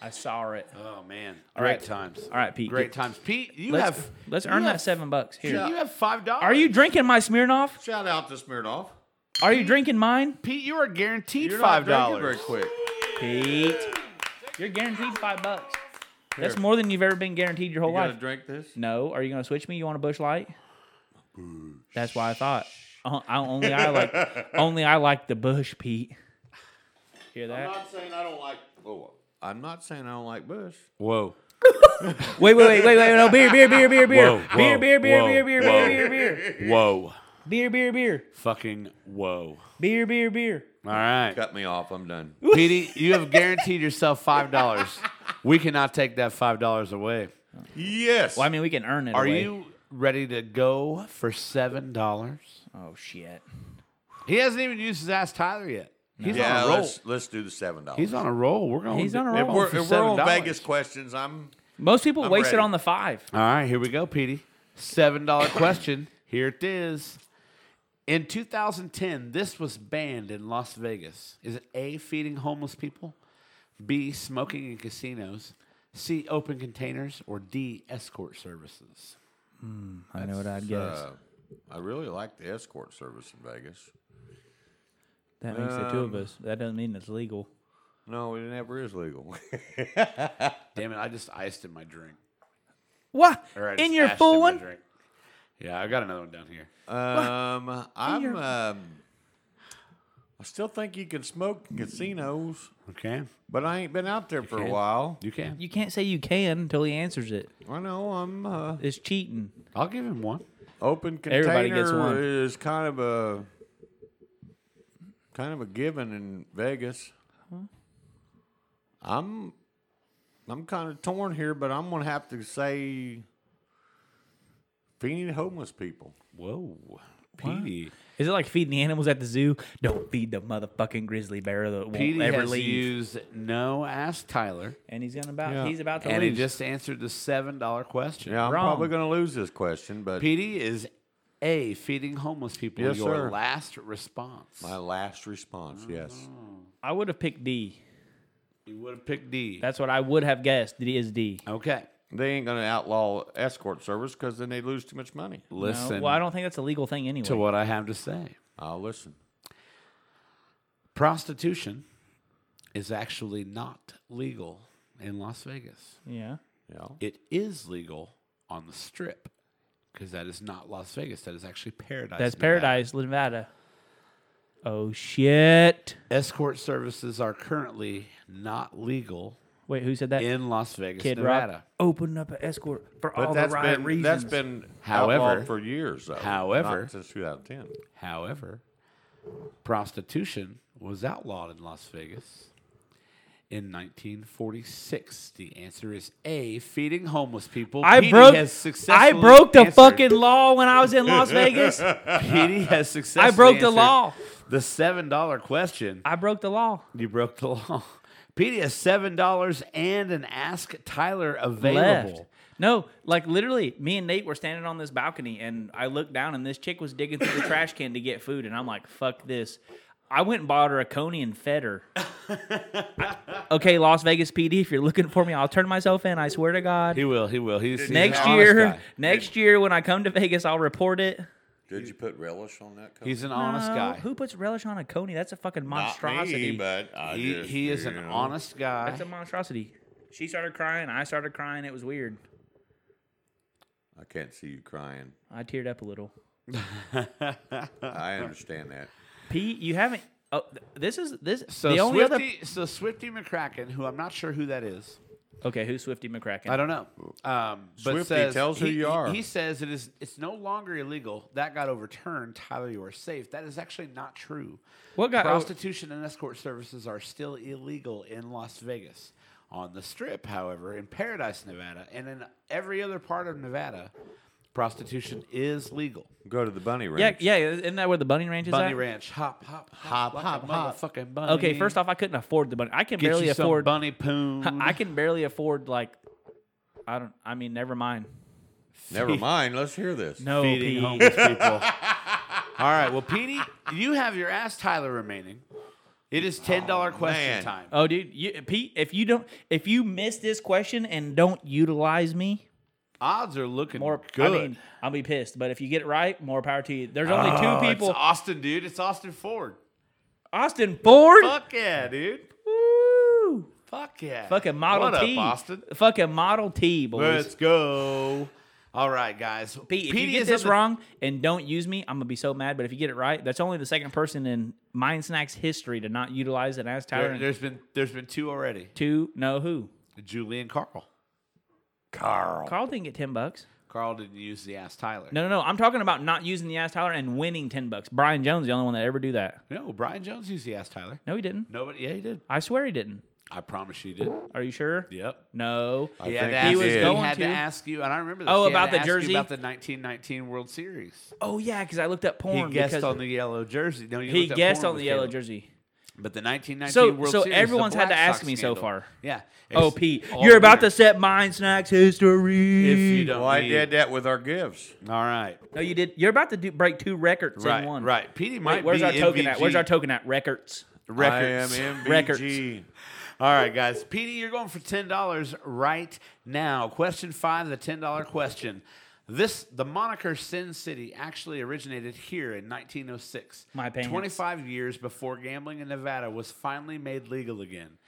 Speaker 2: I saw it.
Speaker 1: Oh man,
Speaker 2: All
Speaker 1: great
Speaker 2: right.
Speaker 1: times.
Speaker 2: All right, Pete.
Speaker 1: Great
Speaker 2: get-
Speaker 1: times, Pete. You
Speaker 2: Let's,
Speaker 1: have
Speaker 2: let's
Speaker 1: you
Speaker 2: earn that
Speaker 1: have-
Speaker 2: seven bucks here.
Speaker 1: You have five dollars.
Speaker 2: Are you drinking my Smirnoff?
Speaker 3: Shout out to Smirnoff.
Speaker 2: Are you drinking mine,
Speaker 1: Pete? You are guaranteed
Speaker 3: You're
Speaker 1: five
Speaker 3: not drinking
Speaker 1: dollars.
Speaker 3: Very quick.
Speaker 2: Pete? You're guaranteed five bucks. That's more than you've ever been guaranteed your whole
Speaker 3: You
Speaker 2: life.
Speaker 3: gonna drink this?
Speaker 2: No. Are you going to switch me? You want a bush light? That's why I thought. Uh, I, only I like only I like the bush, Pete. Hear that?
Speaker 3: not saying I don't like. Oh, I'm not saying I don't like Bush.
Speaker 1: Whoa.
Speaker 2: Wait, wait, wait, wait, wait! No beer, beer, beer, beer, beer,
Speaker 1: Whoa, whoa,
Speaker 2: beer, beer, beer,
Speaker 1: whoa,
Speaker 2: beer, beer,
Speaker 1: whoa.
Speaker 2: beer, beer, beer,
Speaker 1: Whoa.
Speaker 2: beer, beer, beer,
Speaker 1: Fucking whoa.
Speaker 2: beer, beer, beer.
Speaker 1: All right.
Speaker 3: Cut me off. I'm done.
Speaker 1: Petey, you have guaranteed yourself five dollars. We cannot take that five dollars away.
Speaker 3: Yes.
Speaker 2: Well, I mean, we can earn it.
Speaker 1: Are
Speaker 2: away.
Speaker 1: you ready to go for seven dollars?
Speaker 2: Oh shit!
Speaker 1: He hasn't even used his ass Tyler yet. He's
Speaker 3: yeah.
Speaker 1: on a roll.
Speaker 3: Let's let's do the seven dollars.
Speaker 1: He's on a roll. We're going.
Speaker 2: He's on a
Speaker 1: we're
Speaker 2: roll.
Speaker 1: going
Speaker 3: We're,
Speaker 1: for
Speaker 3: if we're on
Speaker 1: $7.
Speaker 3: Vegas questions. I'm.
Speaker 2: Most people
Speaker 3: I'm
Speaker 2: waste it
Speaker 3: ready.
Speaker 2: on the five.
Speaker 1: All right, here we go, Petey. Seven dollar question. Here it is. In 2010, this was banned in Las Vegas. Is it A, feeding homeless people, B, smoking in casinos, C, open containers, or D, escort services?
Speaker 2: I know what I'd
Speaker 3: Uh, I really like the escort service in Vegas.
Speaker 2: that makes the two
Speaker 1: Um.
Speaker 2: of us. That doesn't mean it's legal.
Speaker 3: No, it never is legal.
Speaker 1: Damn it, I just iced in my drink.
Speaker 2: What?
Speaker 1: Or I just
Speaker 2: In your
Speaker 1: ashed
Speaker 2: full
Speaker 1: my
Speaker 2: one?
Speaker 1: drink. Yeah, I got another one down here.
Speaker 3: um, I'm. Um, I still think you can smoke in casinos,
Speaker 1: Okay,
Speaker 3: but I ain't been out there for a
Speaker 1: can.
Speaker 3: while.
Speaker 1: you can.
Speaker 2: You can't say you can until he answers it.
Speaker 3: I know I'm. Uh,
Speaker 2: It's cheating.
Speaker 1: I'll give him one.
Speaker 3: open container
Speaker 2: Everybody gets one.
Speaker 3: is kind of a kind of a given in Vegas. I'm I'm kind of torn here, but I'm gonna have to say feeding homeless people.
Speaker 1: Whoa, Petey.
Speaker 2: Is it like feeding the animals at the zoo? Don't feed the motherfucking grizzly bear that won't
Speaker 1: Petey
Speaker 2: ever
Speaker 1: has
Speaker 2: leave.
Speaker 1: used no ass Tyler.
Speaker 2: And he's gonna about
Speaker 3: Yeah.
Speaker 2: he's about to
Speaker 1: And he
Speaker 2: lose.
Speaker 1: just answered the seven dollar question.
Speaker 3: Yeah, I'm
Speaker 2: Wrong.
Speaker 3: probably gonna lose this question, but
Speaker 1: Petey is a feeding homeless people.
Speaker 3: Yes,
Speaker 1: your
Speaker 3: sir.
Speaker 1: last response.
Speaker 3: my last response, yes.
Speaker 2: I would have picked D.
Speaker 1: You would have picked D.
Speaker 2: That's what I would have guessed. D is D.
Speaker 1: okay.
Speaker 3: They ain't gonna outlaw escort service because then they lose too much money.
Speaker 2: No,
Speaker 1: Listen
Speaker 2: well, I don't think that's a legal thing anyway.
Speaker 1: to what I have to say.
Speaker 3: I'll Ah, listen.
Speaker 1: Prostitution is actually not legal in Las Vegas.
Speaker 2: Yeah.
Speaker 3: Yeah.
Speaker 1: It is legal on the Strip because that is not Las Vegas. That is actually Paradise.
Speaker 2: That's
Speaker 1: Nevada.
Speaker 2: paradise, Nevada. Oh shit.
Speaker 1: Escort services are currently not legal
Speaker 2: Wait, who said that?
Speaker 1: in Las Vegas,
Speaker 2: Kid
Speaker 1: Nevada.
Speaker 2: Rock. Open up an escort for all
Speaker 3: But
Speaker 2: the
Speaker 3: that's
Speaker 2: right
Speaker 3: been
Speaker 2: reasons.
Speaker 3: that's been
Speaker 1: However-
Speaker 3: outlawed for years. Though,
Speaker 1: however-
Speaker 3: not since 2010.
Speaker 1: However, prostitution was outlawed in Las Vegas in 1946. The answer is A, feeding homeless people.
Speaker 2: I
Speaker 1: Petey
Speaker 2: broke.
Speaker 1: has
Speaker 2: I
Speaker 1: successfully
Speaker 2: broke the
Speaker 1: answered-
Speaker 2: fucking law when I was in Las Vegas.
Speaker 1: Petey has successfully
Speaker 2: I broke the
Speaker 1: answered
Speaker 2: law.
Speaker 1: The $7 question.
Speaker 2: I broke the law.
Speaker 1: You broke the law. Petey has $7 and an Ask Tyler available.
Speaker 2: Left. No, like literally, me and Nate were standing on this balcony, and I looked down, and this chick was digging through the trash can to get food, and I'm like, "Fuck this." I went and bought her a coney and fed her. okay, Las Vegas PD, if you're looking for me, I'll turn myself in. I swear to God.
Speaker 1: He will. He will. He's, he's an
Speaker 2: next
Speaker 1: honest
Speaker 2: year,
Speaker 1: guy.
Speaker 2: next year when I come to Vegas, I'll report it.
Speaker 3: Did you put relish on that? Coke?
Speaker 1: He's an honest
Speaker 2: No,
Speaker 1: guy.
Speaker 2: Who puts relish on a coney? That's a fucking monstrosity.
Speaker 3: Not me, but I
Speaker 1: He,
Speaker 3: just,
Speaker 1: he is
Speaker 3: you
Speaker 1: an
Speaker 3: know.
Speaker 1: honest guy.
Speaker 2: That's a monstrosity. She started crying. I started crying. It was weird.
Speaker 3: I can't see you crying.
Speaker 2: I teared up a little.
Speaker 3: I understand that.
Speaker 2: Pete, you haven't. Oh, th- this is this.
Speaker 1: so
Speaker 2: the only other.
Speaker 1: Swifty, so Swifty McCracken, who I'm not sure who that is.
Speaker 2: Okay, who's Swifty McCracken?
Speaker 1: I don't know. Um, but
Speaker 3: Swifty
Speaker 1: says,
Speaker 3: tells who
Speaker 1: he,
Speaker 3: you
Speaker 1: he-
Speaker 3: are.
Speaker 1: He says it is. It's no longer illegal. That got overturned. Tyler, you are safe. That is actually not true.
Speaker 2: What got- oh,
Speaker 1: Prostitution and escort services are still illegal in Las Vegas. On the Strip, however, in Paradise, Nevada, and in every other part of Nevada, prostitution is legal.
Speaker 3: Go to the bunny
Speaker 2: yeah,
Speaker 3: ranch.
Speaker 2: yeah. Isn't that where the bunny ranch is?
Speaker 1: Bunny
Speaker 2: at?
Speaker 1: Ranch, hop, hop, hop,
Speaker 3: Hop,
Speaker 1: like
Speaker 3: hop,
Speaker 1: a
Speaker 3: hop.
Speaker 1: motherfucking bunny.
Speaker 2: Okay, first off, I couldn't afford the bunny. I can
Speaker 1: get
Speaker 2: barely
Speaker 1: you
Speaker 2: afford.
Speaker 1: some bunny poon.
Speaker 2: I can barely afford like. I don't. I mean, never mind.
Speaker 3: Never mind. Let's hear this.
Speaker 2: No,
Speaker 1: feeding
Speaker 2: Pete.
Speaker 1: homeless people. All right, well, Petey, you have your ass Tyler remaining. It is ten dollar question
Speaker 3: man.
Speaker 1: time.
Speaker 2: Oh, dude, you, Pete. If you don't, if you miss this question and don't utilize me,
Speaker 1: Odds are looking
Speaker 2: more.
Speaker 1: good.
Speaker 2: I mean, I'll be pissed. But if you get it right, more power to you. There's only two
Speaker 1: Oh, it's
Speaker 2: people.
Speaker 1: Austin, dude. It's Austin Ford.
Speaker 2: Austin Ford.
Speaker 1: Fuck yeah, dude.
Speaker 2: Woo!
Speaker 1: Fuck yeah.
Speaker 2: Fucking Model
Speaker 1: what
Speaker 2: T.
Speaker 1: Up, Austin.
Speaker 2: Fucking Model T, boys.
Speaker 1: Let's go. All right, guys.
Speaker 2: Pete, if
Speaker 1: Petey
Speaker 2: you get
Speaker 1: is
Speaker 2: this
Speaker 1: up-
Speaker 2: wrong and don't use me, I'm gonna be so mad. But if you get it right, that's only the second person in Mind Snacks history to not utilize an ass tower.
Speaker 1: there,
Speaker 2: and
Speaker 1: there's been there's been two already.
Speaker 2: two, no who?
Speaker 1: Julie and Carl. Carl.
Speaker 2: Carl didn't get ten bucks.
Speaker 1: Carl didn't use the ass Tyler.
Speaker 2: No, no, no. I'm talking about not using the ass tower and winning ten bucks. Brian Jones, the only one that ever do that.
Speaker 1: No, Brian Jones used the ass Tyler.
Speaker 2: No, he didn't.
Speaker 1: Nobody. Yeah, he did.
Speaker 2: I swear he didn't.
Speaker 1: I promise you, he did.
Speaker 2: Are you sure?
Speaker 1: Yep.
Speaker 2: No.
Speaker 3: I
Speaker 1: Yeah,
Speaker 3: think
Speaker 1: that
Speaker 2: he
Speaker 1: he
Speaker 2: was
Speaker 1: was
Speaker 3: did.
Speaker 2: going-
Speaker 1: had
Speaker 2: to.
Speaker 1: to ask you, and I remember. This.
Speaker 2: Oh,
Speaker 1: He had
Speaker 2: about
Speaker 1: to
Speaker 2: the
Speaker 1: ask you
Speaker 2: jersey?
Speaker 1: about the 1919 World Series.
Speaker 2: Oh yeah, because I looked up
Speaker 1: He
Speaker 2: porn.
Speaker 1: guessed
Speaker 2: because
Speaker 1: on the yellow jersey. No, you
Speaker 2: he
Speaker 1: looked up
Speaker 2: guessed
Speaker 1: porn
Speaker 2: on the
Speaker 1: with
Speaker 2: yellow
Speaker 1: Caleb.
Speaker 2: jersey.
Speaker 1: But the 1919
Speaker 2: So-
Speaker 1: World
Speaker 2: so
Speaker 1: Series. the
Speaker 2: everyone's had to
Speaker 1: Black
Speaker 2: ask
Speaker 1: Sox
Speaker 2: me so
Speaker 1: scandal.
Speaker 2: far.
Speaker 1: Yeah.
Speaker 2: Oh,
Speaker 1: It's
Speaker 2: Pete,
Speaker 1: all
Speaker 2: you're about to
Speaker 1: weird.
Speaker 2: set Mind Snacks history.
Speaker 1: If you don't,
Speaker 3: Well, I
Speaker 1: need-
Speaker 3: did that with our gifts.
Speaker 1: All right.
Speaker 2: No, you did. You're about to do, break two records
Speaker 1: Right.
Speaker 2: in one.
Speaker 1: Right. Petey
Speaker 2: Wait,
Speaker 1: might
Speaker 2: where's
Speaker 1: be
Speaker 2: our token at?
Speaker 1: MVG.
Speaker 2: Where's our token at? Records.
Speaker 1: records?
Speaker 3: I am MVG.
Speaker 2: Records.
Speaker 1: All right, guys. Petey, you're going for ten dollars right now. Question five, the ten dollar question. This the moniker Sin City actually originated here in 1906.
Speaker 2: My pants.
Speaker 1: 25 years before gambling in Nevada was finally made legal again.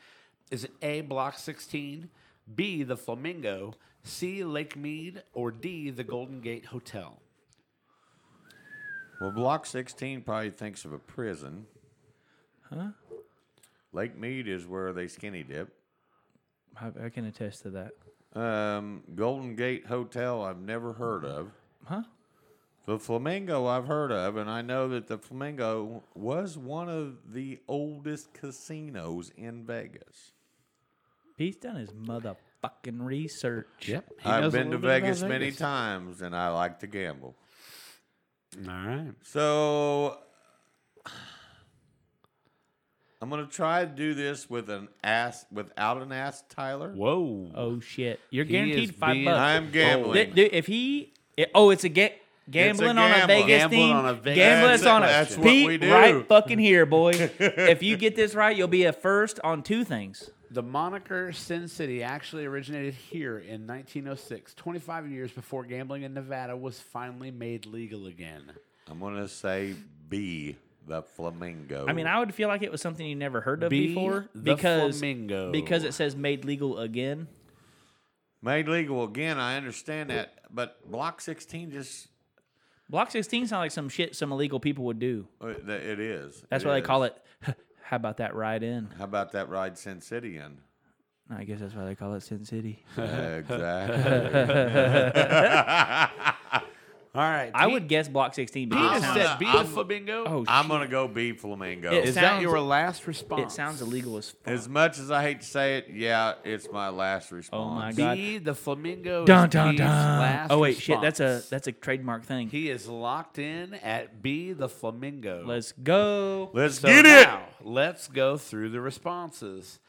Speaker 1: Is it A Block 16, B the Flamingo, C Lake Mead, or D the Golden Gate Hotel?
Speaker 3: Well, Block 16 probably thinks of a prison. Huh? Lake Mead is where they skinny dip.
Speaker 2: I, I can attest to that.
Speaker 3: Um, Golden Gate Hotel, I've never heard of.
Speaker 2: Huh?
Speaker 3: The Flamingo, I've heard of, and I know that the Flamingo was one of the oldest casinos in Vegas.
Speaker 2: Pete's done his motherfucking research.
Speaker 1: Yep.
Speaker 3: I've been to Vegas many times, and I like to gamble.
Speaker 1: All right.
Speaker 3: So I'm gonna try to do this with an ass without an ass, Tyler.
Speaker 1: Whoa.
Speaker 2: Oh shit! You're
Speaker 1: He is
Speaker 2: guaranteed five
Speaker 1: being-
Speaker 2: bucks.
Speaker 3: I'm gambling.
Speaker 2: Th- dude, if he, it- oh, it's a get. Gambling on a
Speaker 3: gamble.
Speaker 2: Vegas
Speaker 1: Gambling
Speaker 2: theme.
Speaker 1: on a Vegas
Speaker 2: Gambling
Speaker 1: That's-
Speaker 2: on a
Speaker 1: that's
Speaker 3: what
Speaker 2: Pete
Speaker 3: we do.
Speaker 2: right fucking here, boy. if you get this right, you'll be a first on two things.
Speaker 1: The moniker Sin City actually originated here in 1906, 25 years before gambling in Nevada was finally made legal again.
Speaker 3: I'm gonna say B, the flamingo.
Speaker 2: I mean, I would feel like it was something you never heard of
Speaker 1: Be
Speaker 2: before
Speaker 1: the
Speaker 2: because
Speaker 1: flamingo.
Speaker 2: because it says made legal again.
Speaker 3: made legal again. I understand that, but Block 16 just
Speaker 2: Block 16 sounds like some shit some illegal people would do.
Speaker 3: uh, th- it is.
Speaker 2: That's why they call it. How about that ride in?
Speaker 3: How about that ride, Sin City? In
Speaker 2: I guess that's why they call it Sin City.
Speaker 3: exactly.
Speaker 1: All right.
Speaker 2: I would guess Block 16
Speaker 1: Pete has
Speaker 2: because it sounds,
Speaker 1: said be the flamingo.
Speaker 2: oh,
Speaker 3: I'm
Speaker 2: shit.
Speaker 3: gonna go B, flamingo.
Speaker 2: It
Speaker 1: is that
Speaker 2: sounds-
Speaker 1: your last response?
Speaker 2: it sounds illegal as fuck.
Speaker 3: as much as I hate to say it, yeah, it's my last response.
Speaker 2: Oh, my God.
Speaker 1: Be the flamingo.
Speaker 2: Dun
Speaker 1: is
Speaker 2: dun
Speaker 1: Pete's
Speaker 2: dun.
Speaker 1: last
Speaker 2: Oh wait, shit.
Speaker 1: response.
Speaker 2: That's a that's a trademark thing.
Speaker 1: He is locked in at be the flamingo.
Speaker 2: Let's go.
Speaker 3: Let's
Speaker 1: So
Speaker 3: get it.
Speaker 1: now, Let's go through the responses.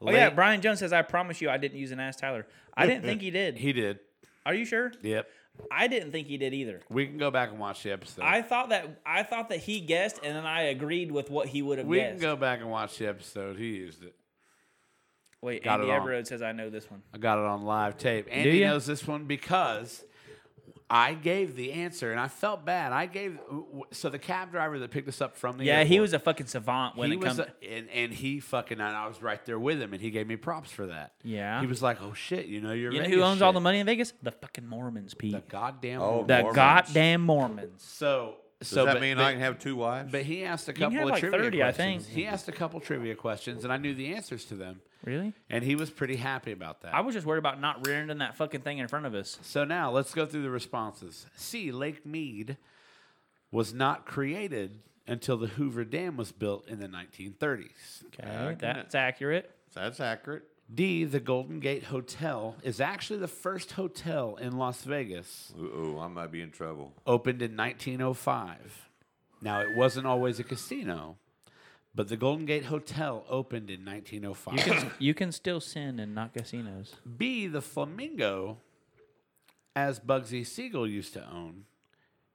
Speaker 2: Oh yeah, Brian Jones says I promise you I didn't use an ass Tyler. I didn't think he did.
Speaker 1: He did.
Speaker 2: Are you sure?
Speaker 1: Yep.
Speaker 2: I didn't think he did either.
Speaker 1: We can go back and watch the episode.
Speaker 2: I thought that I thought that he guessed and then I agreed with what he would have
Speaker 1: we
Speaker 2: guessed.
Speaker 1: can go back and watch the episode. He used it.
Speaker 2: Wait,
Speaker 1: Got it
Speaker 2: Andy
Speaker 1: wrong.
Speaker 2: Everode says I know this one.
Speaker 1: I got it on live tape. Andy
Speaker 2: ya?
Speaker 1: knows this one because I gave the answer, and I felt bad. I gave so the cab driver that picked us up from the
Speaker 2: Yeah, he
Speaker 1: airport,
Speaker 2: was a fucking savant when
Speaker 1: he
Speaker 2: it
Speaker 1: was
Speaker 2: comes.
Speaker 1: a- and and he fucking and I was right there with him, and he gave me props for that.
Speaker 2: Yeah.
Speaker 1: he was like, "Oh shit, you know you're
Speaker 2: you know
Speaker 1: Vegas
Speaker 2: who owns all
Speaker 1: shit."
Speaker 2: the money in Vegas? The fucking Mormons, Pete.
Speaker 1: The goddamn
Speaker 3: Oh,
Speaker 1: Mormons.
Speaker 2: The
Speaker 3: Mormons.
Speaker 2: goddamn Mormons.
Speaker 1: so
Speaker 3: Does
Speaker 1: so
Speaker 3: that
Speaker 1: but-
Speaker 3: mean
Speaker 1: but-
Speaker 3: I can have two wives?
Speaker 1: But he asked a
Speaker 2: can
Speaker 1: couple
Speaker 2: have,
Speaker 1: of
Speaker 2: like,
Speaker 1: trivia
Speaker 2: 30, I
Speaker 1: questions.
Speaker 2: think.
Speaker 1: He asked a couple trivia questions, and I knew the answers to them,
Speaker 2: Really?
Speaker 1: and he was pretty happy about that.
Speaker 2: I was just worried about not rear ending that fucking thing in front of us.
Speaker 1: So now let's go through the responses. C. Lake Mead was not created until the Hoover Dam was built in the 1930s.
Speaker 2: Okay,
Speaker 3: can-
Speaker 2: that's accurate.
Speaker 3: That's accurate.
Speaker 1: D. The Golden Gate Hotel is actually the first hotel in Las Vegas,
Speaker 3: Ooh, I might be in trouble.
Speaker 1: opened in 1905. Now, it wasn't always a casino, but the Golden Gate Hotel opened in 1905.
Speaker 2: You can you can still sin in not casinos.
Speaker 1: B, the flamingo, as Bugsy Siegel used to own,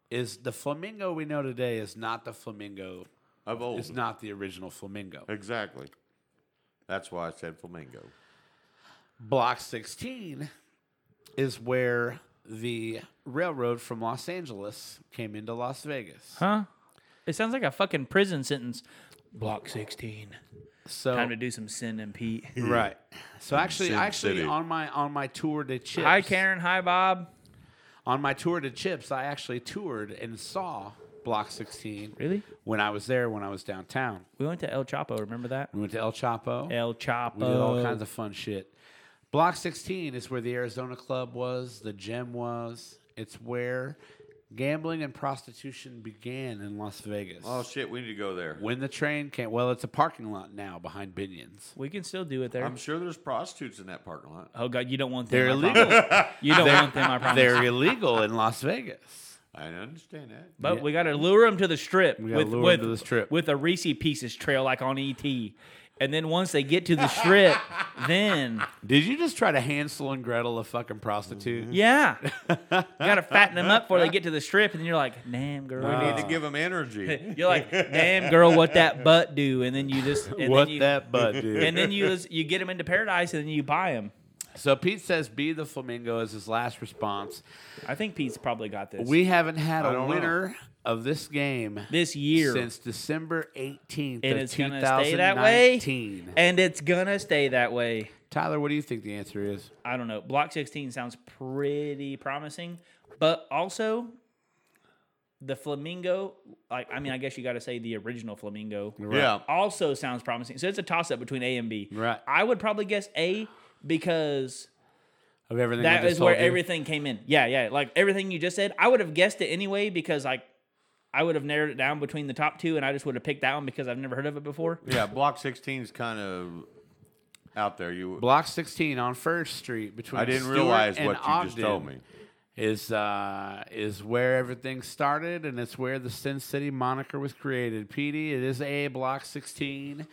Speaker 1: is the flamingo we know today is not the flamingo.
Speaker 3: Of old.
Speaker 1: It's not the original flamingo.
Speaker 3: Exactly. That's why I said flamingo.
Speaker 1: Block 16 is where the railroad from Los Angeles came into Las Vegas.
Speaker 2: Huh? It sounds like a fucking prison sentence. Block sixteen.
Speaker 1: So
Speaker 2: Time to do some sin and Pete.
Speaker 1: right. So actually
Speaker 3: Sin
Speaker 1: actually
Speaker 3: City.
Speaker 1: on my on my tour to Chips.
Speaker 2: Hi Karen. Hi Bob.
Speaker 1: on my tour to Chips, I actually toured and saw Block 16
Speaker 2: Really?
Speaker 1: when I was there when I was downtown.
Speaker 2: We went to El Chapo. Remember that?
Speaker 1: We went to El Chapo.
Speaker 2: El Chapo.
Speaker 1: We did all kinds of fun shit. Block 16 is where the Arizona Club was, the gym was. It's where gambling and prostitution began in Las Vegas.
Speaker 3: Oh shit, we need to go there.
Speaker 1: When the train came, well, it's a parking lot now behind Binion's.
Speaker 2: we can still do it there.
Speaker 3: I'm sure there's prostitutes in that parking lot.
Speaker 2: oh God, you don't want them.
Speaker 1: They're
Speaker 2: I
Speaker 1: illegal.
Speaker 2: promise. You don't want them. I promise.
Speaker 1: They're illegal in Las Vegas.
Speaker 3: I understand that.
Speaker 2: But we got to lure them to the strip
Speaker 1: gotta
Speaker 2: with
Speaker 1: lure 'em
Speaker 2: with,
Speaker 1: to the strip.
Speaker 2: with a Reese Pieces trail like on ET, and then once they get to the strip, then
Speaker 1: Did you just try to Hansel and Gretel a fucking prostitute?
Speaker 2: Mm-hmm. yeah, got to fatten them up before they get to the strip, and then you're like, damn girl,
Speaker 3: We
Speaker 1: Uh.
Speaker 3: need to give them energy.
Speaker 2: you're like, damn girl, what that butt do? And then you just and
Speaker 1: What
Speaker 2: then you,
Speaker 1: that butt, dude.
Speaker 2: and then you just, you get them into paradise, and then you buy them.
Speaker 1: so Pete says, "Be the flamingo" is his last response.
Speaker 2: I think Pete's probably got this
Speaker 1: We haven't had
Speaker 3: I
Speaker 1: a
Speaker 3: don't know.
Speaker 1: winner of this game
Speaker 2: this year,
Speaker 1: since December 18th
Speaker 2: and
Speaker 1: of
Speaker 2: it's gonna stay that way,
Speaker 1: 2019.
Speaker 2: and it's gonna stay that way.
Speaker 1: Tyler, what do you think the answer is?
Speaker 2: I don't know. Block 16 sounds pretty promising, but also the flamingo, like I mean, I guess you got to say the original flamingo.
Speaker 3: yeah.
Speaker 2: Also sounds promising. So it's a toss up between A and B.
Speaker 1: Right.
Speaker 2: I would probably guess A because
Speaker 1: Of everything
Speaker 2: that
Speaker 1: we just
Speaker 2: is where
Speaker 1: told you?
Speaker 2: everything came in. Yeah, yeah. Like everything you just said, I would have guessed it anyway because like I would have narrowed it down between the top two and I just would have picked that one because I've never heard of it before.
Speaker 3: Yeah, block 16 is kind of out there. You
Speaker 1: Block 16 on First Street between
Speaker 3: I didn't
Speaker 1: Stewart
Speaker 3: realize
Speaker 1: and
Speaker 3: what you just
Speaker 1: Ogden
Speaker 3: told me.
Speaker 1: Is uh is where everything started, and it's where the Sin City moniker was created. PD, it is a Block 16.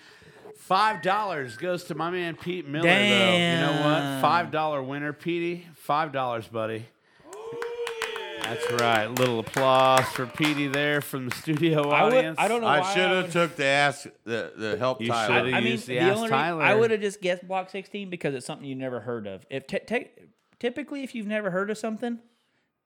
Speaker 1: Five dollars goes to my man Pete Miller. Though you know what?
Speaker 2: Damn.
Speaker 1: Five dollar winner, Petey. Five dollars, buddy. That's right. Little applause for Petey there from the studio
Speaker 2: I, would,
Speaker 1: audience.
Speaker 2: I don't know.
Speaker 3: I
Speaker 2: why
Speaker 3: should
Speaker 2: would-
Speaker 3: have took the ask the the help
Speaker 1: You
Speaker 3: Tyler.
Speaker 1: shoulda
Speaker 2: I mean,
Speaker 1: used the
Speaker 2: the
Speaker 1: ass
Speaker 2: only re-
Speaker 1: Tyler.
Speaker 2: I would have just guessed block 16 because it's something you never heard of. If t- typically, if you've never heard of something,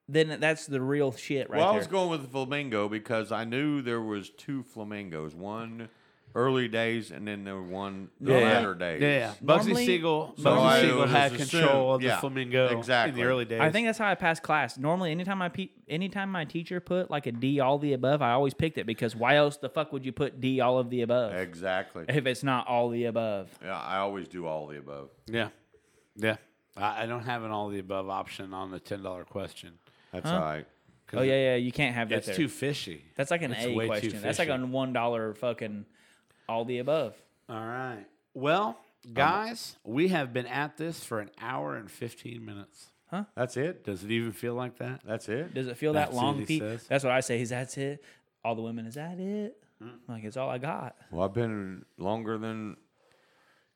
Speaker 2: then that's the real shit right
Speaker 3: well, I
Speaker 2: there.
Speaker 3: was going with the flamingo because I knew there was two flamingos. One early days, and then there were one the latter days.
Speaker 1: Yeah, Bugsy
Speaker 2: Normally-
Speaker 1: Siegel.
Speaker 3: So
Speaker 1: Bugsy
Speaker 3: I
Speaker 1: Siegel
Speaker 3: would
Speaker 1: had
Speaker 3: just
Speaker 1: control
Speaker 3: assume-
Speaker 1: of the
Speaker 3: yeah,
Speaker 1: flamingo in
Speaker 3: exactly.
Speaker 1: the early days.
Speaker 2: I think that's how I passed class. Normally, anytime I pe- anytime my teacher put like a D all the above, I always picked it because why else the fuck would you put D all of the above
Speaker 3: Exactly.
Speaker 2: if it's not all the above?
Speaker 3: Yeah, I always do all the above.
Speaker 1: yeah, yeah. I, I don't have an all the above option on the ten dollar question.
Speaker 3: That's all right.
Speaker 2: Oh yeah, yeah, you can't have that.
Speaker 1: It's
Speaker 2: there.
Speaker 1: too fishy.
Speaker 2: That's like an
Speaker 1: it's way too
Speaker 2: A question. That's like a
Speaker 1: fishy.
Speaker 2: one dollar fucking all the above.
Speaker 1: All right. Well, guys, we have been at this for an hour and fifteen minutes.
Speaker 3: That's it.
Speaker 1: Does it even feel like that?
Speaker 3: That's it.
Speaker 2: Does it feel
Speaker 1: That's
Speaker 2: that
Speaker 1: what
Speaker 2: long,
Speaker 1: he
Speaker 2: Pete?
Speaker 1: says.
Speaker 2: That's what I say. Is that's it? All the women, is that it?
Speaker 1: Mm.
Speaker 2: Like it's all I got.
Speaker 3: Well, I've been longer than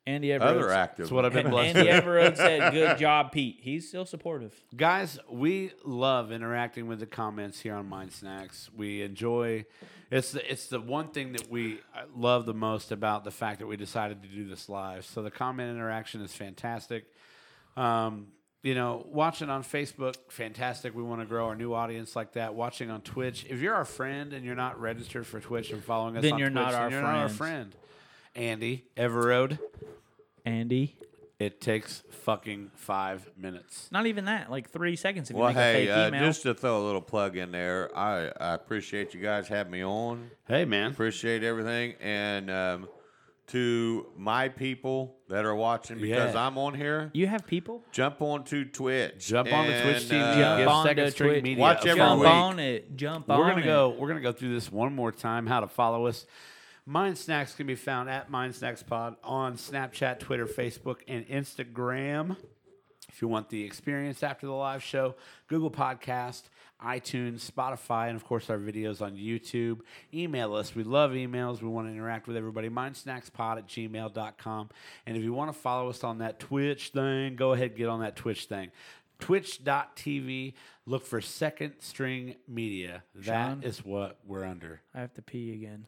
Speaker 2: Andy
Speaker 3: other
Speaker 2: Everett.
Speaker 3: active.
Speaker 1: That's what I've been
Speaker 2: And
Speaker 1: blessed
Speaker 2: Andy
Speaker 1: with.
Speaker 2: Everett said, "Good job, Pete. He's still supportive."
Speaker 1: Guys, we love interacting with the comments here on Mind Snacks. We enjoy it's the, it's the one thing that we uh, love the most about the fact that we decided to do this live. So the comment interaction is fantastic. Um, you know, watching on Facebook, fantastic. We want to grow our new audience like that. Watching on Twitch, if you're our friend and you're not registered for Twitch and following us,
Speaker 2: Then
Speaker 1: on
Speaker 2: you're
Speaker 1: Twitch,
Speaker 2: not
Speaker 1: then
Speaker 2: our
Speaker 1: you're not our friend.
Speaker 2: friends.
Speaker 1: Andy Everode,
Speaker 2: Andy.
Speaker 1: it takes fucking five minutes.
Speaker 2: Not even that. Like three seconds if you
Speaker 3: Well,
Speaker 2: make a
Speaker 3: hey,
Speaker 2: fake
Speaker 3: uh,
Speaker 2: email.
Speaker 3: just to throw a little plug in there, I, I appreciate you guys having me on.
Speaker 1: Hey man,
Speaker 3: Appreciate everything. And um, to my people that are watching, because
Speaker 1: Yeah.
Speaker 3: I'm on here,
Speaker 2: you have people?
Speaker 3: jump onto Twitch.
Speaker 1: jump on the Twitch
Speaker 3: and,
Speaker 1: TV,
Speaker 3: uh,
Speaker 2: Jump
Speaker 1: give
Speaker 2: onto
Speaker 1: Second String
Speaker 2: Twitch.
Speaker 1: Media
Speaker 3: Watch
Speaker 1: a
Speaker 3: every
Speaker 2: Jump
Speaker 1: follow.
Speaker 3: week.
Speaker 2: on it. Jump on
Speaker 1: we're gonna
Speaker 2: it.
Speaker 1: go. We're gonna go through this one more time. How to follow us? Mind Snacks can be found at Mind Snacks Pod on Snapchat, Twitter, Facebook, and Instagram. If you want the experience after the live show, Google Podcast, iTunes, Spotify, and of course our videos on YouTube. Email us. We love emails. We want to interact with everybody. Mindsnackspod at gmail.com. And if you want to follow us on that Twitch thing, go ahead get on that Twitch thing. Twitch.tv, look for second string media. That is
Speaker 2: Sean?
Speaker 1: what we're under.
Speaker 2: I have to pee again.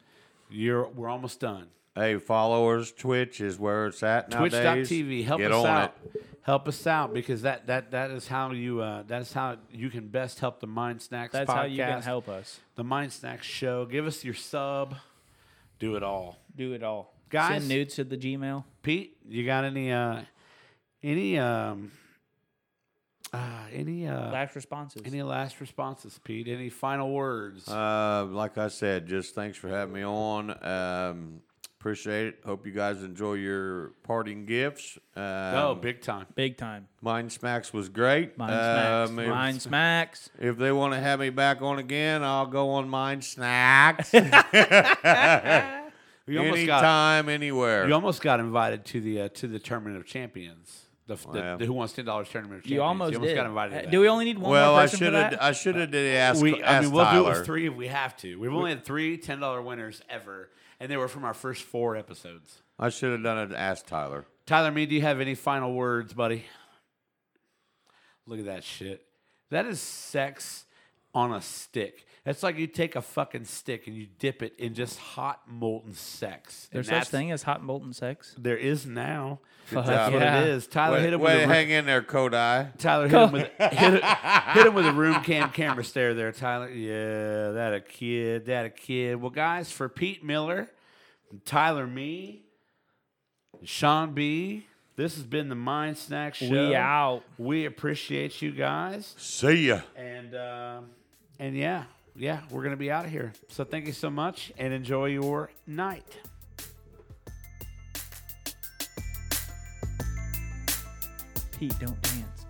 Speaker 1: You're we're almost done.
Speaker 3: Hey, followers, Twitch is where it's at nowadays.
Speaker 1: Twitch.tv. Help
Speaker 3: Get
Speaker 1: us
Speaker 3: on
Speaker 1: out.
Speaker 3: It.
Speaker 1: Help us out because that that that is how you uh, that's how you can best help the Mind Snacks
Speaker 2: That's
Speaker 1: podcast.
Speaker 2: how you can help us.
Speaker 1: the Mind Snacks show. Give us your sub. Do it all,
Speaker 2: Do it all.
Speaker 1: Guys-
Speaker 2: Send nudes to the Gmail.
Speaker 1: Pete. You got any uh any um uh, any uh
Speaker 2: Last responses.
Speaker 1: any last responses, Pete? Any final words?
Speaker 3: Uh, like I said, just thanks for having me on. Um, appreciate it. Hope you guys enjoy your parting gifts. Um,
Speaker 1: oh, big time.
Speaker 2: Big time.
Speaker 3: Mind Smacks was great.
Speaker 2: Mine smacks.
Speaker 1: Uh,
Speaker 3: Um, if-
Speaker 2: Mine smacks.
Speaker 3: If they want to have me back on again, I'll go on Mind Snacks
Speaker 1: You almost got
Speaker 3: anytime, anywhere.
Speaker 1: You almost got invited to the uh, to the tournament of champions. The, the,
Speaker 3: yeah.
Speaker 1: the Who Wants Ten Dollars tournament of champions.
Speaker 2: You almost, did.
Speaker 1: got invited. to
Speaker 2: Uh,
Speaker 1: that.
Speaker 2: Do we only need one
Speaker 3: well,
Speaker 2: more
Speaker 3: I
Speaker 2: person for
Speaker 3: should have.
Speaker 2: that?
Speaker 3: I should have did ask.
Speaker 1: We, I
Speaker 3: ask
Speaker 1: mean, we'll do it
Speaker 3: Tyler.
Speaker 1: with three if we have to. We've only had three ten dollar winners ever, and they were from our first four episodes.
Speaker 3: I should have done it. Ask Tyler.
Speaker 1: Tyler, me, do you have any final words, buddy? Look at that shit. That is sex on a stick. That's like you take a fucking stick and you dip it in just hot molten sex. And
Speaker 2: There's such
Speaker 1: that's-
Speaker 2: thing as hot molten sex.
Speaker 1: There is now.
Speaker 2: Fuck
Speaker 1: That's what
Speaker 2: yeah.
Speaker 1: it is. Tyler
Speaker 3: Wait,
Speaker 1: hit him
Speaker 3: wait
Speaker 1: with a
Speaker 3: hang in there, Kodai.
Speaker 1: Tyler hit him with hit, hit him with a room cam camera stare there, Tyler. Yeah, that a kid, that a kid. Well, guys, for Pete Miller, Tyler, me, Sean B. This has been the Mind Snack Show.
Speaker 2: We out.
Speaker 1: We appreciate you guys,
Speaker 3: See ya.
Speaker 1: and um, and yeah, yeah, we're gonna be out of here. So thank you so much, and enjoy your night.
Speaker 2: Pete, don't dance.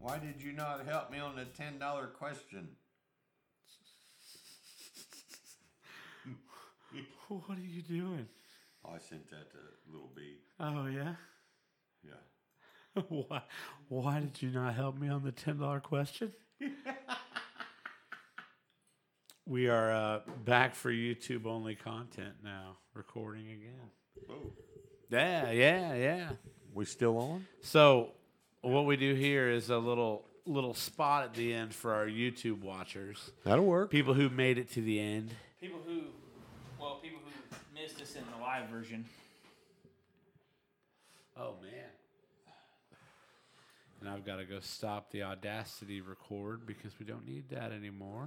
Speaker 3: Why did you not help me on the ten dollar question?
Speaker 1: What are
Speaker 3: Oh,
Speaker 1: you doing?
Speaker 3: I sent that to Little B.
Speaker 1: Oh yeah.
Speaker 3: Yeah.
Speaker 1: why, why did you not help me on the $10 question? we are uh, back for YouTube only content now, recording again. Yeah, yeah, yeah.
Speaker 3: We still on?
Speaker 1: So, what we do here is a little little spot at the end for our YouTube watchers,
Speaker 3: That'll work.
Speaker 1: people who made it to the end.
Speaker 2: People who, well, people who missed us in the live version.
Speaker 1: Oh man. And I've got to go stop the Audacity record because we don't need that anymore.